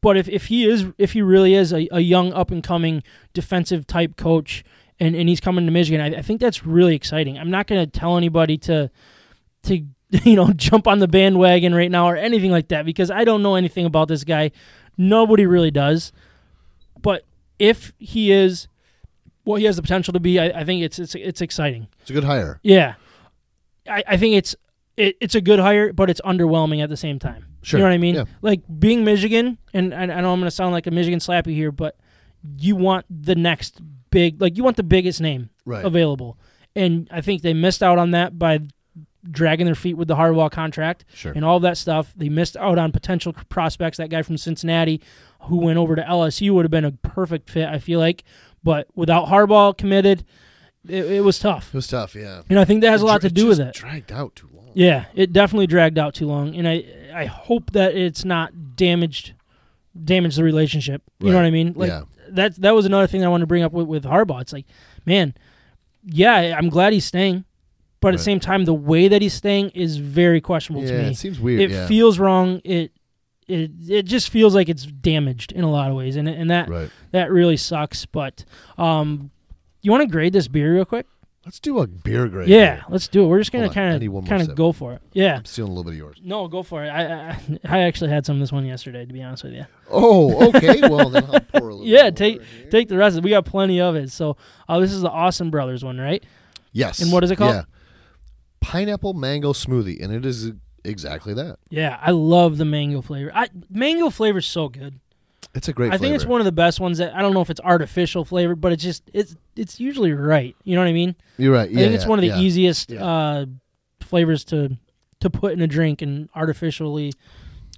Speaker 2: but if, if he is if he really is a, a young up and coming defensive type coach and, and he's coming to Michigan, I, I think that's really exciting. I'm not going to tell anybody to to [LAUGHS] you know jump on the bandwagon right now or anything like that because I don't know anything about this guy. Nobody really does. But if he is what he has the potential to be, I, I think it's it's it's exciting.
Speaker 3: It's a good hire.
Speaker 2: Yeah, I, I think it's it, it's a good hire, but it's underwhelming at the same time.
Speaker 3: Sure.
Speaker 2: You know what I mean?
Speaker 3: Yeah.
Speaker 2: Like being Michigan, and, and I know I'm going to sound like a Michigan slappy here, but you want the next big, like you want the biggest name
Speaker 3: Right.
Speaker 2: available, and I think they missed out on that by dragging their feet with the Hardwall contract
Speaker 3: Sure.
Speaker 2: and all that stuff. They missed out on potential prospects. That guy from Cincinnati who went over to LSU would have been a perfect fit, I feel like, but without Harbaugh committed, it, it was tough.
Speaker 3: It was tough. Yeah.
Speaker 2: And I think that has a lot to do with
Speaker 3: just
Speaker 2: it.
Speaker 3: Dragged out too long.
Speaker 2: Yeah, it definitely dragged out too long, and I I hope that it's not damaged damaged the relationship. You know
Speaker 3: Right.
Speaker 2: what I mean? Like
Speaker 3: Yeah.
Speaker 2: that that was another thing I wanted to bring up with, with Harbaugh. It's like, man, yeah, I'm glad he's staying, but at
Speaker 3: Right.
Speaker 2: the same time, the way that he's staying is very questionable to
Speaker 3: yeah,
Speaker 2: me.
Speaker 3: it seems weird.
Speaker 2: it
Speaker 3: yeah,
Speaker 2: feels wrong. It it it just feels like it's damaged in a lot of ways, and and that
Speaker 3: right.
Speaker 2: that really sucks. But um, you want to grade this beer real quick?
Speaker 3: Let's do a beer grade.
Speaker 2: yeah,
Speaker 3: here.
Speaker 2: let's do it. We're just gonna
Speaker 3: Hold on, I
Speaker 2: kind
Speaker 3: need
Speaker 2: of
Speaker 3: one more
Speaker 2: kind of
Speaker 3: sip.
Speaker 2: go for it. Yeah.
Speaker 3: I'm stealing a little bit
Speaker 2: [LAUGHS]
Speaker 3: of yours.
Speaker 2: No, go for it. I, I I actually had some of this one yesterday, to be honest with you.
Speaker 3: Oh, okay. well, then I'll pour a little.
Speaker 2: Yeah,
Speaker 3: more
Speaker 2: take
Speaker 3: here.
Speaker 2: take the rest. of it. We got plenty of it. So, uh, this is the Awesome Brothers one, right?
Speaker 3: Yes.
Speaker 2: and what is it called?
Speaker 3: Yeah. Pineapple mango smoothie, and it is exactly that.
Speaker 2: Yeah, I love the mango flavor. I mango flavor's so good.
Speaker 3: It's a great.
Speaker 2: I think it's one of the best ones that I don't know if it's artificial flavor, but it's just it's it's usually right. You know what I mean?
Speaker 3: You're right.
Speaker 2: I
Speaker 3: Yeah,
Speaker 2: think it's
Speaker 3: yeah,
Speaker 2: one of the
Speaker 3: yeah.
Speaker 2: easiest
Speaker 3: Yeah.
Speaker 2: uh, flavors to to put in a drink and artificially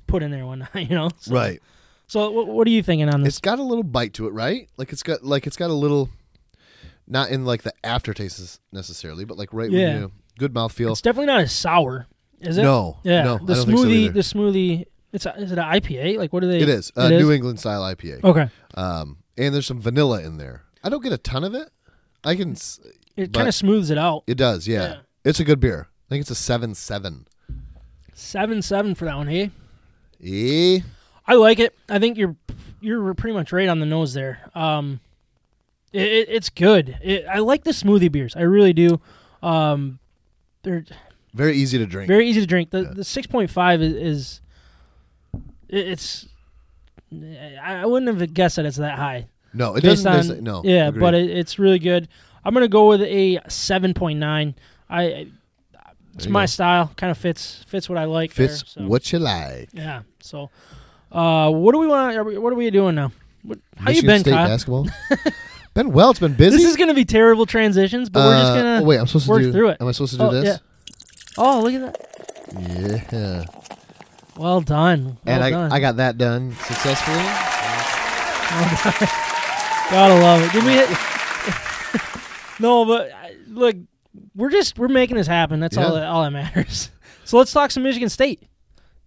Speaker 2: put in there one. [LAUGHS] You know? So,
Speaker 3: Right.
Speaker 2: So, wh- what are you thinking on this?
Speaker 3: It's got a little bite to it, right? Like it's got like it's got a little, not in like the aftertaste is- necessarily, but like right
Speaker 2: Yeah.
Speaker 3: when you good mouthfeel.
Speaker 2: It's definitely not as sour, is it?
Speaker 3: No.
Speaker 2: Yeah.
Speaker 3: No.
Speaker 2: the
Speaker 3: I don't think so
Speaker 2: smoothie.
Speaker 3: either.
Speaker 2: the smoothie. It's a, is it an IPA? Like what do they?
Speaker 3: it is. Uh,
Speaker 2: it
Speaker 3: New
Speaker 2: is? Oh.
Speaker 3: England style IPA.
Speaker 2: Okay.
Speaker 3: Um, and there's some vanilla in there. I don't get a ton of it. I can. s-
Speaker 2: It
Speaker 3: But-
Speaker 2: kind of smooths it out.
Speaker 3: It does. Yeah.
Speaker 2: Yeah.
Speaker 3: It's a good beer. I think it's a seven seven.
Speaker 2: Seven seven for that one. Hey,
Speaker 3: Eh.
Speaker 2: I like it. I think you're you're pretty much right on the nose there. Um, it, it, it's good. It, I like the smoothie beers. I really do. Um, they're
Speaker 3: Very easy to drink.
Speaker 2: very easy to drink. The the six point five is, is it, it's. I I wouldn't have guessed that it's that high.
Speaker 3: no, it
Speaker 2: based
Speaker 3: doesn't.
Speaker 2: on
Speaker 3: taste- no.
Speaker 2: yeah,
Speaker 3: agreed.
Speaker 2: but it, it's really good. I'm gonna go with a 7.9. I it's
Speaker 3: you
Speaker 2: my
Speaker 3: go.
Speaker 2: style, kind of fits fits what I like.
Speaker 3: fits
Speaker 2: there, so.
Speaker 3: what you like.
Speaker 2: Yeah. So, uh, what do we want? Are we, what are we doing now? What, how you
Speaker 3: Michigan
Speaker 2: been,
Speaker 3: State
Speaker 2: Kyle? [LAUGHS]
Speaker 3: basketball. been well. It's been busy.
Speaker 2: This is gonna be terrible transitions, but we're just
Speaker 3: Uh,
Speaker 2: gonna
Speaker 3: oh, wait. I'm supposed
Speaker 2: work
Speaker 3: to do.
Speaker 2: through it.
Speaker 3: Am I supposed to do
Speaker 2: Oh,
Speaker 3: this?
Speaker 2: Oh, look at that!
Speaker 3: Yeah.
Speaker 2: Well done. Well
Speaker 3: And I,
Speaker 2: done.
Speaker 3: I got that done successfully.
Speaker 2: Gotta love it. Did we hit? [LAUGHS] no, but I- look, we're just we're making this happen. That's all
Speaker 3: Yeah.
Speaker 2: that all that matters. [LAUGHS] So let's talk some Michigan State.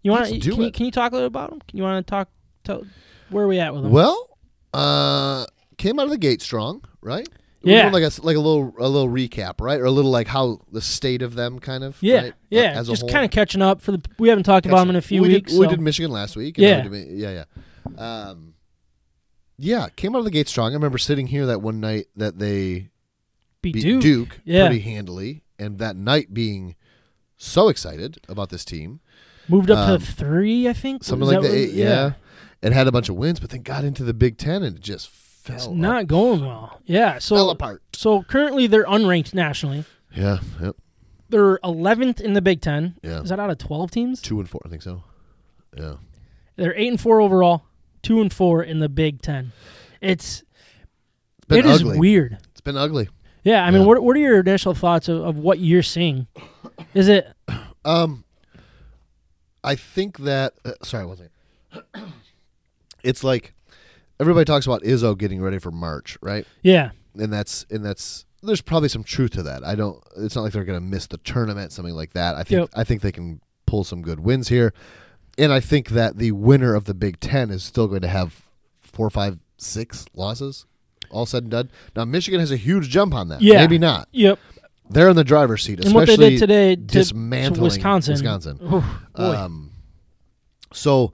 Speaker 2: You want
Speaker 3: Let's
Speaker 2: to?
Speaker 3: do
Speaker 2: Can, you-
Speaker 3: it.
Speaker 2: can you talk a little about them? Can you want to talk? Tell, where are we at with them?
Speaker 3: Well, uh, came out of the gate strong, right? We're
Speaker 2: Yeah.
Speaker 3: doing like a s- like a little a little recap, right, or a little like how the state of them, kind of.
Speaker 2: yeah,
Speaker 3: right?
Speaker 2: yeah.
Speaker 3: Uh, as a
Speaker 2: just
Speaker 3: whole.
Speaker 2: kind of catching up for the. We haven't talked about them in a few
Speaker 3: we
Speaker 2: weeks.
Speaker 3: Did, We
Speaker 2: so-
Speaker 3: did Michigan last week. and then
Speaker 2: Yeah.
Speaker 3: we did Mi- yeah, yeah. Um, yeah, came out of the gate strong. I remember sitting here that one night that they
Speaker 2: beat
Speaker 3: beat
Speaker 2: Duke.
Speaker 3: Duke,
Speaker 2: Yeah.
Speaker 3: pretty handily, and that night being so excited about this team,
Speaker 2: Moved up
Speaker 3: Um,
Speaker 2: to three, I think.
Speaker 3: something
Speaker 2: Is
Speaker 3: like that.
Speaker 2: what-
Speaker 3: It- yeah. Oh, it had a bunch of wins, but then got into the Big Ten and it just fell
Speaker 2: It's
Speaker 3: up-
Speaker 2: not going well. Yeah. So
Speaker 3: fell apart.
Speaker 2: so currently they're unranked nationally.
Speaker 3: Yeah, yep.
Speaker 2: They're 11th in the Big Ten.
Speaker 3: Yeah.
Speaker 2: Is that out of 12 teams?
Speaker 3: two and four, I think so. Yeah,
Speaker 2: They're eight and four overall, two and four in the Big Ten. It's
Speaker 3: been
Speaker 2: it is
Speaker 3: ugly.
Speaker 2: weird.
Speaker 3: it's been ugly.
Speaker 2: Yeah, I mean,
Speaker 3: Yeah.
Speaker 2: what what are your initial thoughts of, of what you're seeing? Is it
Speaker 3: Um, I think that uh, sorry, one second. [COUGHS] it's like everybody talks about Izzo getting ready for March, right?
Speaker 2: yeah
Speaker 3: And that's and that's there's probably some truth to that. I don't. It's not like they're going to miss the tournament, something like that. I think
Speaker 2: Yep.
Speaker 3: I think they can pull some good wins here, and I think that the winner of the Big Ten is still going to have four, five, six losses. All said and done. Now Michigan has a huge jump on that.
Speaker 2: Yeah.
Speaker 3: Maybe not.
Speaker 2: yep
Speaker 3: They're in the driver's seat,
Speaker 2: and what
Speaker 3: especially
Speaker 2: they did today to,
Speaker 3: dismantling
Speaker 2: to Wisconsin
Speaker 3: Wisconsin.
Speaker 2: Oh, boy.
Speaker 3: Um, so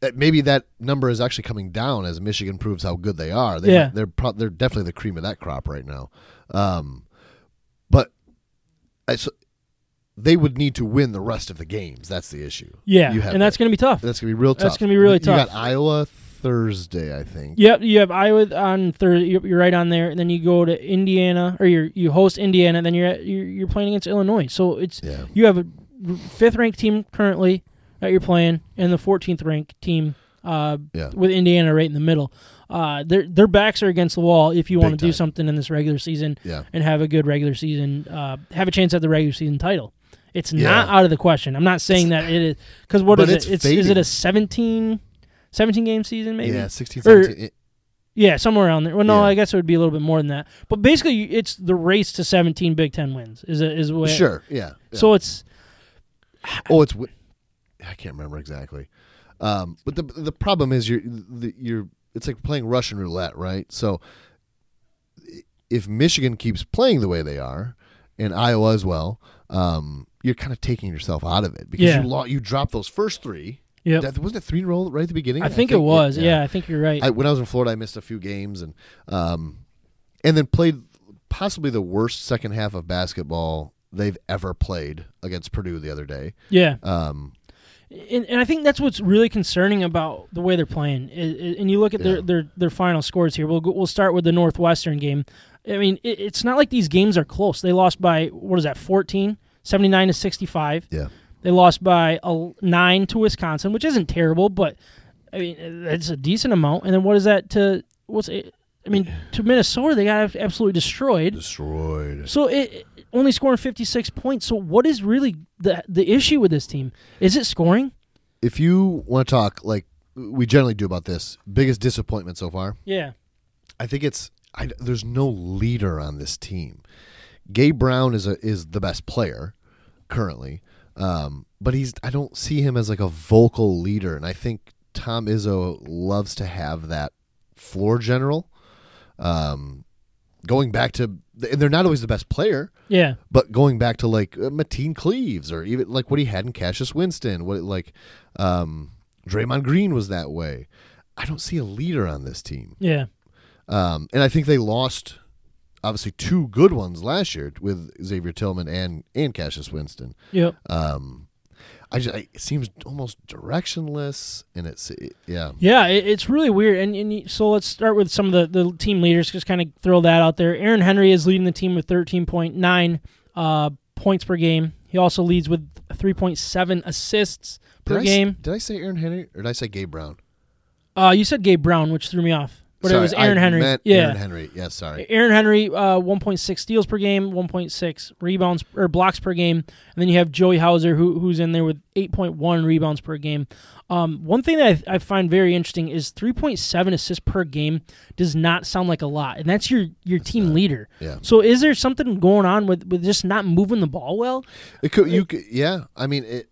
Speaker 3: that maybe that number is actually coming down as Michigan proves how good they are. They,
Speaker 2: Yeah.
Speaker 3: they're pro- they're definitely the cream of that crop right now. Um, but I, so they would need to win the rest of the games. That's the issue.
Speaker 2: yeah
Speaker 3: you have
Speaker 2: and that's going to be tough.
Speaker 3: That's gonna be real tough.
Speaker 2: That's gonna be really
Speaker 3: You- You
Speaker 2: tough.
Speaker 3: got Iowa Thursday, I think.
Speaker 2: Yep, you have Iowa on Thursday. You're you're right on there, and then you go to Indiana, or you you host Indiana, and then you're at, you're, you're playing against Illinois. So it's
Speaker 3: Yeah.
Speaker 2: you have a fifth ranked team currently that you're playing, and the 14th ranked team uh,
Speaker 3: Yeah.
Speaker 2: with Indiana right in the middle. Uh, their their backs are against the wall. If you want to do
Speaker 3: time.
Speaker 2: something in this regular season
Speaker 3: Yeah.
Speaker 2: and have a good regular season, uh, have a chance at the regular season title. It's not
Speaker 3: Yeah.
Speaker 2: out of the question. I'm not saying that it is because what
Speaker 3: But
Speaker 2: is
Speaker 3: it's
Speaker 2: it? It's, is it
Speaker 3: fading.
Speaker 2: a 17, 17 game season maybe?
Speaker 3: Yeah, eh, 16,
Speaker 2: Or-
Speaker 3: 17. It-
Speaker 2: Yeah, somewhere around there. Well, no,
Speaker 3: Yeah.
Speaker 2: I guess it would be a little bit more than that. But basically, you- it's the race to 17 Big Ten wins. Is it is what?
Speaker 3: sure. Yeah. yeah.
Speaker 2: So it's
Speaker 3: Oh, it's. Wi- I can't remember exactly. Um, but the the problem is you're the, you're it's like playing Russian roulette, right? So if Michigan keeps playing the way they are, and Iowa as well, um, you're kind of taking yourself out of it because
Speaker 2: Yeah.
Speaker 3: you lo- you dropped those first three.
Speaker 2: Yep.
Speaker 3: That, wasn't it three in a row right at the beginning?
Speaker 2: I think it was. Yeah. I think you're right.
Speaker 3: I, when I was in Florida, I missed a few games and um, and then played possibly the worst second half of basketball they've ever played against Purdue the other day.
Speaker 2: yeah.
Speaker 3: Um,
Speaker 2: and, and I think that's what's really concerning about the way they're playing. I- I- And you look at
Speaker 3: Yeah.
Speaker 2: their, their their final scores here. We'll go, we'll start with the Northwestern game. I mean, it, it's not like these games are close. They lost by what is that 14, 79 to 65.
Speaker 3: yeah,
Speaker 2: They lost by a, 9 to Wisconsin, which isn't terrible, but I mean, that's a decent amount. And then what is that to what's it, I mean, to Minnesota, they got absolutely destroyed.
Speaker 3: destroyed.
Speaker 2: So it it- only scoring 56 points. So what is really the the issue with this team? Is it scoring?
Speaker 3: If you want to talk like we generally do about this, biggest disappointment so far.
Speaker 2: Yeah.
Speaker 3: I think it's I, there's no leader on this team. Gabe Brown is a, is the best player currently, um, but he's I don't see him as like a vocal leader, and I think Tom Izzo loves to have that floor general. Um, going back to and they're not always the best player,
Speaker 2: Yeah.
Speaker 3: but going back to like uh, Mateen Cleaves or even like what he had in Cassius Winston, what like um, Draymond Green was that way. I don't see a leader on this team.
Speaker 2: Yeah.
Speaker 3: Um, and I think they lost obviously two good ones last year with Xavier Tillman and and Cassius Winston.
Speaker 2: Yep.
Speaker 3: Um, I just I, it seems almost directionless, and it's it- yeah.
Speaker 2: Yeah, it, it's really weird. And, and you- so let's start with some of the, the team leaders. Just kind of throw that out there. Aaron Henry is leading the team with 13.9 uh, points per game. He also leads with 3.7 assists per
Speaker 3: did I,
Speaker 2: game.
Speaker 3: s- did I say Aaron Henry or did I say Gabe Brown?
Speaker 2: Uh, you said Gabe Brown, which threw me off, but
Speaker 3: Sorry,
Speaker 2: it was Aaron
Speaker 3: I
Speaker 2: Henry.
Speaker 3: meant
Speaker 2: yeah.
Speaker 3: Aaron Henry. Yeah, sorry.
Speaker 2: Aaron Henry, uh, 1.6 steals per game, 1.6 rebounds or blocks per game, and then you have Joey Hauser, who who's in there with 8.1 rebounds per game. Um, one thing that I, I find very interesting is 3.7 assists per game does not sound like a lot, and that's your your team leader.
Speaker 3: Yeah.
Speaker 2: So is there something going on with with just not moving the ball well?
Speaker 3: It could you could, yeah. I mean it.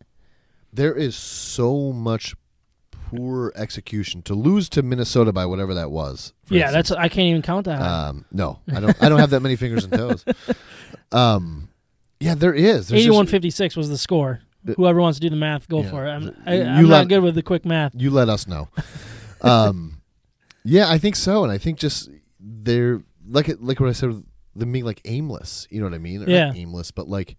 Speaker 3: There is so much poor execution to lose to Minnesota by whatever that was. for
Speaker 2: yeah,
Speaker 3: instance.
Speaker 2: that's I can't even count that. high.
Speaker 3: Um, no, I don't. I don't have that many fingers
Speaker 2: [LAUGHS]
Speaker 3: and toes. Um, yeah, there is. There's just-
Speaker 2: 81.56 was the score. Whoever wants to do the math, go
Speaker 3: Yeah.
Speaker 2: for it. I'm,
Speaker 3: You
Speaker 2: I, I'm
Speaker 3: let-
Speaker 2: not good with the quick math.
Speaker 3: you let us know. Um, yeah, I think so, and I think just they're like it- like what I said, with them being like aimless. You know what I mean? Or not
Speaker 2: Yeah.
Speaker 3: aimless, but like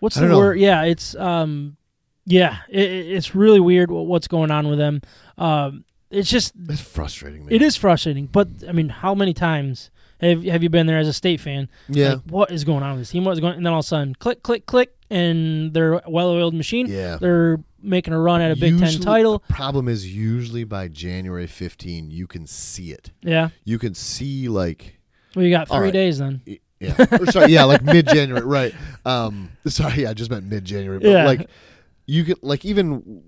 Speaker 2: What's
Speaker 3: I
Speaker 2: the
Speaker 3: don't know.
Speaker 2: word? Yeah, it's um, yeah, it, it- it's really weird what, what's going on with them. Um, it's just
Speaker 3: it's frustrating. Man.
Speaker 2: it is frustrating, but I mean, how many times have have you been there as a state fan?
Speaker 3: Yeah.
Speaker 2: Like, what is going on with this team? What's going? And then all of a sudden, click, click, click, and they're a well-oiled machine.
Speaker 3: Yeah.
Speaker 2: they're making a run at a Big Ten
Speaker 3: Usually-
Speaker 2: title.
Speaker 3: The problem is usually by January 15, you can see it.
Speaker 2: Yeah,
Speaker 3: You can see like
Speaker 2: well, you got
Speaker 3: All
Speaker 2: three
Speaker 3: right.
Speaker 2: days then.
Speaker 3: Y-
Speaker 2: [LAUGHS]
Speaker 3: yeah or sorry yeah like mid January right um sorry yeah I just meant mid January but
Speaker 2: Yeah.
Speaker 3: like you could like even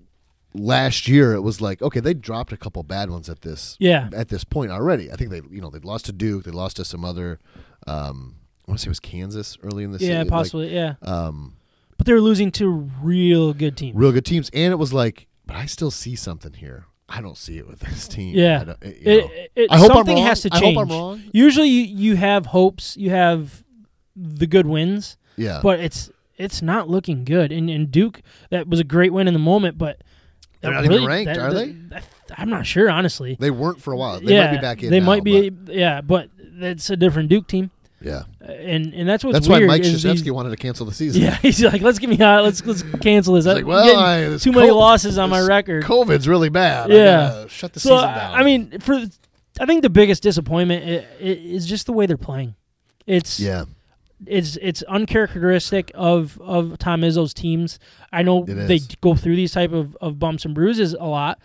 Speaker 3: last year it was like okay they dropped a couple bad ones at this
Speaker 2: Yeah.
Speaker 3: at this point already I think they you know they lost to Duke they lost to some other um I want to say it was Kansas early in the
Speaker 2: Yeah,
Speaker 3: season, like,
Speaker 2: possibly. yeah,
Speaker 3: um
Speaker 2: but they're losing to real good teams.
Speaker 3: real good teams and it was like but I still see something here I don't see it with this team
Speaker 2: Yeah.
Speaker 3: I, don't, it- you know.
Speaker 2: It, it,
Speaker 3: I hope I'm
Speaker 2: something
Speaker 3: wrong.
Speaker 2: has to
Speaker 3: I
Speaker 2: change.
Speaker 3: hope I'm wrong.
Speaker 2: Usually, you, you have hopes, you have the good wins,
Speaker 3: yeah
Speaker 2: but it's it's not looking good. And, and Duke, that was a great win in the moment, but
Speaker 3: They're
Speaker 2: that
Speaker 3: not even ranked, are they?
Speaker 2: that- I'm not sure, honestly.
Speaker 3: they weren't for a while they
Speaker 2: yeah,
Speaker 3: might be back in
Speaker 2: They
Speaker 3: now,
Speaker 2: might be, yeah, but that's a different Duke team,
Speaker 3: but- yeah
Speaker 2: and and that's what's
Speaker 3: that's why
Speaker 2: weird.
Speaker 3: Mike
Speaker 2: is these-
Speaker 3: Krzyzewski wanted to cancel the season
Speaker 2: yeah, [LAUGHS] he's like, let's get me out. Let's let's cancel this.
Speaker 3: It's
Speaker 2: I'm
Speaker 3: like, well,
Speaker 2: getting
Speaker 3: I, this
Speaker 2: too many
Speaker 3: co-
Speaker 2: losses on my
Speaker 3: this
Speaker 2: record.
Speaker 3: COVID's really bad.
Speaker 2: Yeah.
Speaker 3: I gotta shut the
Speaker 2: so
Speaker 3: season
Speaker 2: I-
Speaker 3: down.
Speaker 2: I mean, for I think the biggest disappointment i- i- is just the way they're playing. It's
Speaker 3: yeah,
Speaker 2: it's it's uncharacteristic of of Tom Izzo's teams. I know
Speaker 3: It
Speaker 2: they
Speaker 3: is.
Speaker 2: go through these type of, of bumps and bruises a lot,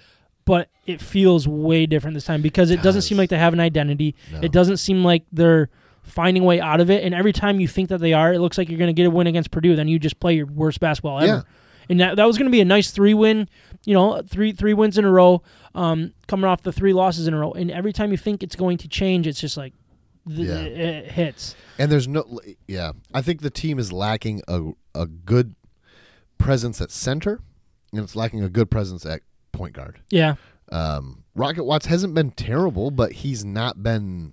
Speaker 2: but it feels way different this time because it doesn't
Speaker 3: Does.
Speaker 2: seem like they have an identity.
Speaker 3: No.
Speaker 2: It doesn't seem like they're finding a way out of it. And every time you think that they are, it looks like you're going to get a win against Purdue. Then you just play your worst basketball ever.
Speaker 3: Yeah.
Speaker 2: And that, that was going to be a nice three win, you know, three three wins in a row, um, coming off the three losses in a row. And every time you think it's going to change, it's just like th-
Speaker 3: Yeah.
Speaker 2: it, it hits.
Speaker 3: and there's no. Yeah, I think the team is lacking a a good presence at center, and it's lacking a good presence at point guard.
Speaker 2: Yeah.
Speaker 3: Um, Rocket Watts hasn't been terrible, but he's not been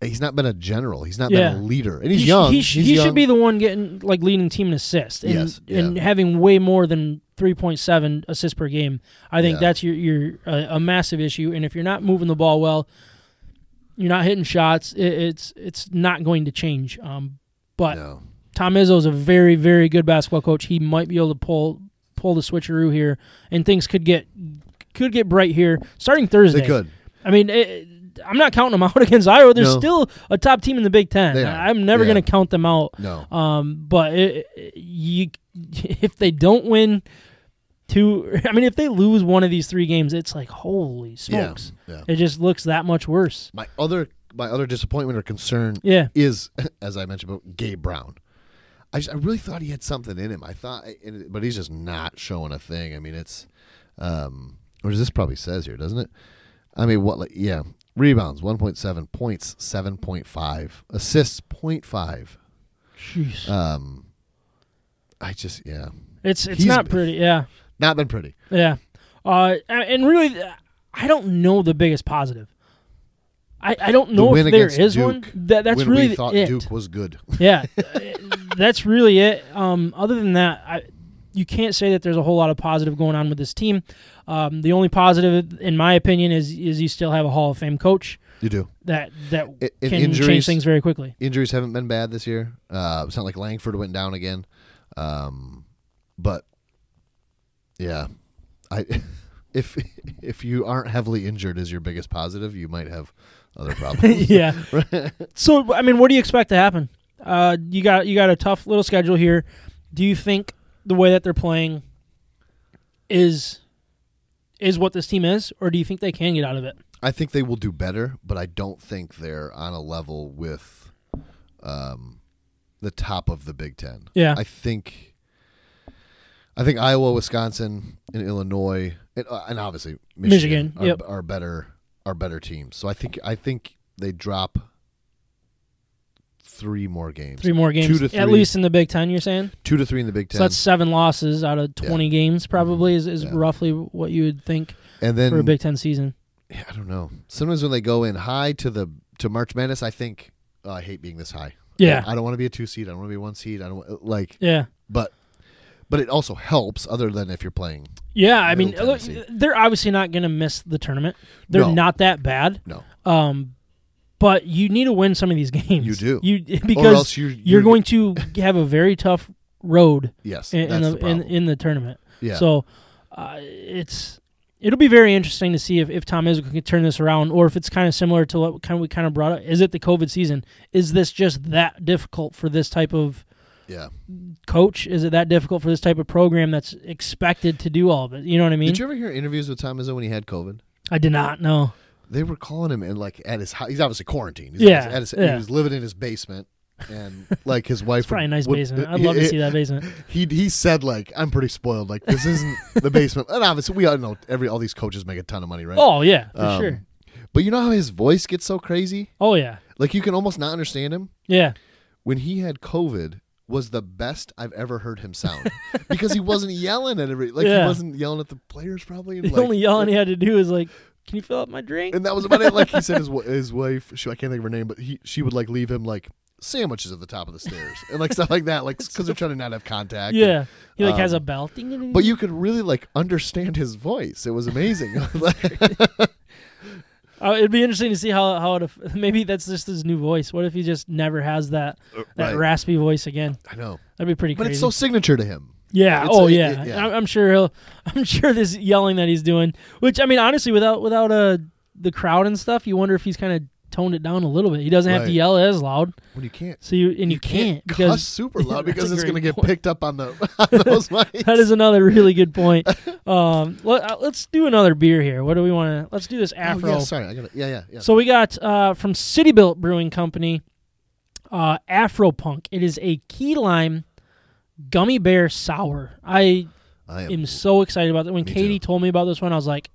Speaker 3: he's not been a general. He's not
Speaker 2: Yeah.
Speaker 3: been a leader, and he's
Speaker 2: he sh-
Speaker 3: young.
Speaker 2: He, sh-
Speaker 3: He's
Speaker 2: he
Speaker 3: young.
Speaker 2: should be the one getting like leading team in assists and,
Speaker 3: Yes, yeah.
Speaker 2: and having way more than 3.7 assists per game. I think
Speaker 3: Yeah.
Speaker 2: that's your your uh, a massive issue. And if you're not moving the ball well, you're not hitting shots. It, it's it's not going to change. Um, but
Speaker 3: No.
Speaker 2: Tom Izzo's a very very good basketball coach. He might be able to pull pull the switcheroo here, and things could get could get bright here starting Thursday.
Speaker 3: They could.
Speaker 2: I mean, it, I'm not counting them [LAUGHS] out against Iowa. They're
Speaker 3: No.
Speaker 2: still a top team in the Big Ten.
Speaker 3: They are.
Speaker 2: I'm never
Speaker 3: Yeah.
Speaker 2: going to count them out.
Speaker 3: No.
Speaker 2: Um, but it, it- you, [LAUGHS] if they don't win two, [LAUGHS] I mean, if they lose one of these three games, it's like holy
Speaker 3: Yeah.
Speaker 2: smokes!
Speaker 3: Yeah.
Speaker 2: It just looks that much worse.
Speaker 3: My other my other disappointment or concern
Speaker 2: Yeah,
Speaker 3: is, [LAUGHS] as I mentioned, about Gabe Brown. I, just, I really thought he had something in him. I thought, and it- but he's just not showing a thing. I mean, it's, um, or this probably says here, doesn't it? I mean, what? Like, yeah, rebounds one point seven points, seven point five assists, 0.5.
Speaker 2: Jeez.
Speaker 3: Um, I just, yeah,
Speaker 2: it's it's
Speaker 3: he's-
Speaker 2: not pretty. Yeah,
Speaker 3: not been pretty.
Speaker 2: yeah. Uh, and- and really, I don't know the biggest positive. I, I don't know
Speaker 3: win
Speaker 2: if there
Speaker 3: against
Speaker 2: is one.
Speaker 3: Duke,
Speaker 2: That that's
Speaker 3: when
Speaker 2: really
Speaker 3: we thought
Speaker 2: it.
Speaker 3: Duke was good. [LAUGHS]
Speaker 2: yeah, uh, that's really it. Um, other than that, I, you can't say that there's a whole lot of positive going on with this team. Um, the only positive, in my opinion, is is you still have a Hall of Fame coach
Speaker 3: you do.
Speaker 2: that that
Speaker 3: I-
Speaker 2: can
Speaker 3: in
Speaker 2: change
Speaker 3: injuries-
Speaker 2: things very
Speaker 3: [LAUGHS]
Speaker 2: quickly. [LAUGHS]
Speaker 3: Injuries haven't been bad this year. Uh, it's not like Langford went down again. Um, but yeah, I [LAUGHS] if if you aren't heavily injured as your biggest positive, you might have other
Speaker 2: [LAUGHS]
Speaker 3: problems.
Speaker 2: yeah. So I mean, what do you expect to happen? Uh, you got you got a tough little schedule here. Do you think the way that they're playing is is what this team is, or do you think they can get out of it?
Speaker 3: I think they will do better, but I don't think they're on a level with um, the top of the Big Ten.
Speaker 2: Yeah.
Speaker 3: I think I think Iowa, Wisconsin, and Illinois, and, uh, and obviously Michigan,
Speaker 2: Michigan,
Speaker 3: are,
Speaker 2: yep.
Speaker 3: are better are better teams. So I think I think they drop three more games,
Speaker 2: Three more games,
Speaker 3: Two to three,
Speaker 2: at least in the Big Ten. You're saying?
Speaker 3: two to three in the Big Ten,
Speaker 2: So that's seven losses out of
Speaker 3: Yeah.
Speaker 2: 20 games, probably, is, is
Speaker 3: Yeah.
Speaker 2: roughly what you would think
Speaker 3: and then
Speaker 2: for a Big Ten season.
Speaker 3: Yeah, I don't know. Sometimes when they go in high to the to March Madness, I think oh, I hate being this high.
Speaker 2: Yeah.
Speaker 3: I don't want to be a two seed. I don't want to be a one seed. I don't like,
Speaker 2: Yeah.
Speaker 3: but but it also helps other than if you're playing.
Speaker 2: Yeah, I mean,
Speaker 3: Middle
Speaker 2: look,
Speaker 3: Tennessee.
Speaker 2: they're obviously not going to miss the tournament. They're
Speaker 3: No.
Speaker 2: not that bad.
Speaker 3: No,
Speaker 2: Um, but you need to win some of these [LAUGHS] games.
Speaker 3: You do.
Speaker 2: You
Speaker 3: or
Speaker 2: because
Speaker 3: else you're
Speaker 2: you're going to have a very tough road
Speaker 3: yes.
Speaker 2: in, in,
Speaker 3: that's
Speaker 2: the,
Speaker 3: the,
Speaker 2: in,
Speaker 3: problem.
Speaker 2: in the tournament.
Speaker 3: yeah.
Speaker 2: So uh, it's it'll be very interesting to see if, if Tom Izzo can turn this around, or if it's kind of similar to what kind of we kind of brought up. Is it the COVID season? Is this just that difficult for this type of
Speaker 3: yeah.
Speaker 2: coach? Is it that difficult for this type of program that's expected to do all of it? You know what I mean?
Speaker 3: Did you ever hear interviews with Tom Izzo when he had COVID?
Speaker 2: I did not know.
Speaker 3: They were calling him and like at his house. He's obviously quarantined. He's
Speaker 2: Yeah,
Speaker 3: at his,
Speaker 2: yeah.
Speaker 3: He was living in his basement, and
Speaker 2: [LAUGHS]
Speaker 3: like his wife.
Speaker 2: Probably a
Speaker 3: would-
Speaker 2: nice
Speaker 3: would-
Speaker 2: basement. I'd love to see that
Speaker 3: [LAUGHS]
Speaker 2: basement.
Speaker 3: he he said like I'm pretty spoiled. Like
Speaker 2: [LAUGHS]
Speaker 3: this isn't the basement. And obviously we all know every all these coaches make a ton of money, right?
Speaker 2: Oh yeah, for
Speaker 3: Um,
Speaker 2: sure.
Speaker 3: But you know how his voice gets so crazy?
Speaker 2: Oh yeah,
Speaker 3: Like you can almost not understand him.
Speaker 2: yeah,
Speaker 3: When he had COVID was the best I've ever heard him
Speaker 2: [LAUGHS]
Speaker 3: sound because he wasn't yelling at every like
Speaker 2: Yeah.
Speaker 3: he wasn't yelling at the players probably.
Speaker 2: The
Speaker 3: and, like-
Speaker 2: only yelling he had to do is like, "Can you fill up my drink?"
Speaker 3: and that was about it. Like he said, his wi- his wife, she, I can't think of her name, but he she would like leave him like sandwiches at the top of the stairs and like stuff like that,
Speaker 2: [LAUGHS]
Speaker 3: like because they're trying to not have contact.
Speaker 2: yeah, he like has
Speaker 3: um,
Speaker 2: a belt.
Speaker 3: but you could really like understand his voice. It was amazing. [LAUGHS]
Speaker 2: Uh, it'd be interesting to see how how it [LAUGHS] aff- maybe that's just his new voice. What if he just never has that that
Speaker 3: Uh, Right.
Speaker 2: raspy voice again?
Speaker 3: I know,
Speaker 2: That'd be pretty
Speaker 3: but
Speaker 2: crazy.
Speaker 3: it's so signature to him.
Speaker 2: yeah.
Speaker 3: it's-
Speaker 2: Oh
Speaker 3: it-
Speaker 2: yeah.
Speaker 3: it- yeah.
Speaker 2: I, I'm sure he'll. [LAUGHS] I'm sure this yelling that he's doing, which I mean, honestly, without without uh the crowd and stuff, you wonder if he's kind of toned it down a little bit. He doesn't have to
Speaker 3: Right.
Speaker 2: yell as loud.
Speaker 3: When you can't
Speaker 2: So you and you, can't, because [LAUGHS]
Speaker 3: cuss super loud
Speaker 2: That's
Speaker 3: because
Speaker 2: a
Speaker 3: it's going to
Speaker 2: great
Speaker 3: get
Speaker 2: point.
Speaker 3: picked up on the [LAUGHS]
Speaker 2: [LAUGHS]
Speaker 3: on those mics.
Speaker 2: that is another really good
Speaker 3: [LAUGHS]
Speaker 2: point. Um, let, uh, let's do another beer here. What do we want to? Let's do this
Speaker 3: oh,
Speaker 2: Afro.
Speaker 3: yeah, sorry, I got it. Yeah, yeah, yeah.
Speaker 2: So we got uh, from City Built Brewing Company, uh, Afro Punk. It is a key lime gummy bear sour. I
Speaker 3: I am.
Speaker 2: am so excited about that. When
Speaker 3: Me
Speaker 2: Katie told me about this one, I was like,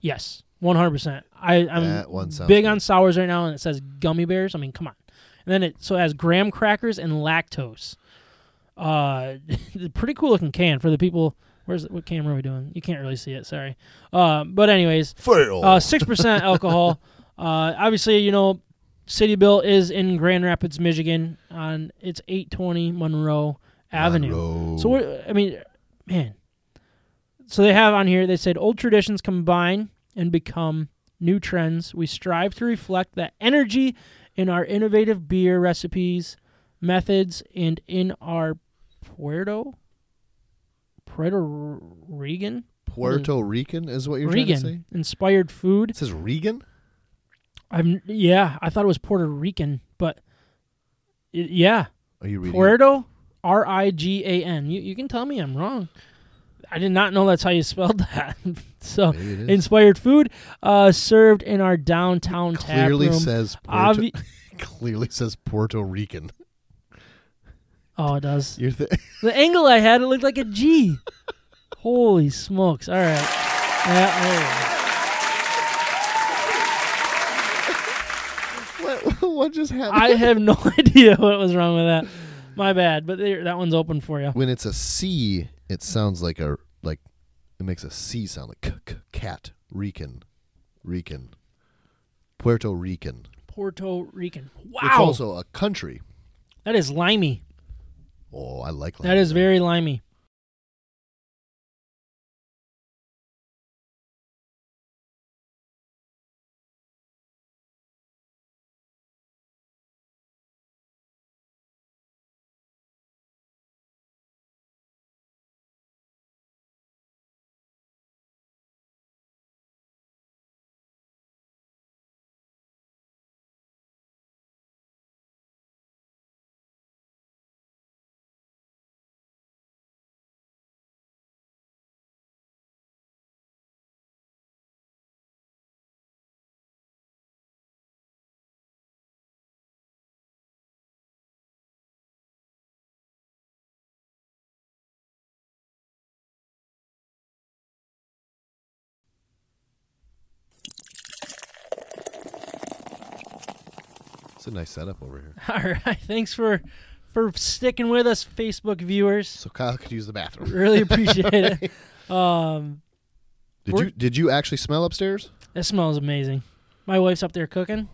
Speaker 2: yes, one hundred percent. I
Speaker 3: That one
Speaker 2: I'm
Speaker 3: sounds
Speaker 2: big
Speaker 3: good.
Speaker 2: on sours right now, and it says gummy bears. I mean, come on. And then it so it has graham [LAUGHS] crackers and lactose. Uh, pretty cool looking can for the people Where's what camera are we doing? You can't really see it. Sorry. Uh, but anyways,
Speaker 3: Fail.
Speaker 2: uh, six percent
Speaker 3: [LAUGHS]
Speaker 2: alcohol. uh, obviously, you know, City Bill is in Grand Rapids, Michigan, on it's eight twenty Monroe Avenue.
Speaker 3: Monroe.
Speaker 2: So what, I mean, man. So they have on here. They said old traditions combine and become new trends. We strive to reflect that energy in our innovative beer recipes, methods, and in our Puerto Puerto Rican
Speaker 3: Puerto Rican is what you're trying to say?
Speaker 2: Regan inspired food.
Speaker 3: It says Regan?
Speaker 2: I'm yeah. I thought it was Puerto Rican, but it, yeah,
Speaker 3: Are you reading? it?
Speaker 2: Puerto R I G A N. You you can tell me I'm wrong. I did not know that's how you spelled [LAUGHS] that. so
Speaker 3: Maybe it is.
Speaker 2: inspired food uh, served in our downtown tap
Speaker 3: clearly
Speaker 2: room.
Speaker 3: says Puerto,
Speaker 2: Obvi-
Speaker 3: clearly says Puerto Rican.
Speaker 2: oh, it
Speaker 3: [LAUGHS]
Speaker 2: does.
Speaker 3: You're th-
Speaker 2: The angle I had, it looked like a G. Holy smokes! All right. Yeah,
Speaker 3: what, what just
Speaker 2: oh.
Speaker 3: happened?
Speaker 2: I have no [LAUGHS] idea what was wrong with that. My bad, but there, that one's open for you.
Speaker 3: when it's a C, it sounds like a like it makes a C sound like k- k- cat Rican, Rican, Puerto Rican.
Speaker 2: Puerto Rican. Wow,
Speaker 3: It's also a country.
Speaker 2: that is limey.
Speaker 3: Oh, I like
Speaker 2: That is very limey. [LAUGHS]
Speaker 3: It's a nice setup over here.
Speaker 2: All right, thanks for for sticking with us, Facebook viewers.
Speaker 3: So Kyle could use the bathroom.
Speaker 2: [LAUGHS] Really appreciate
Speaker 3: [LAUGHS]
Speaker 2: it. Um,
Speaker 3: Did
Speaker 2: We're-
Speaker 3: you did you actually smell upstairs?
Speaker 2: that smells amazing. My wife's up there cooking.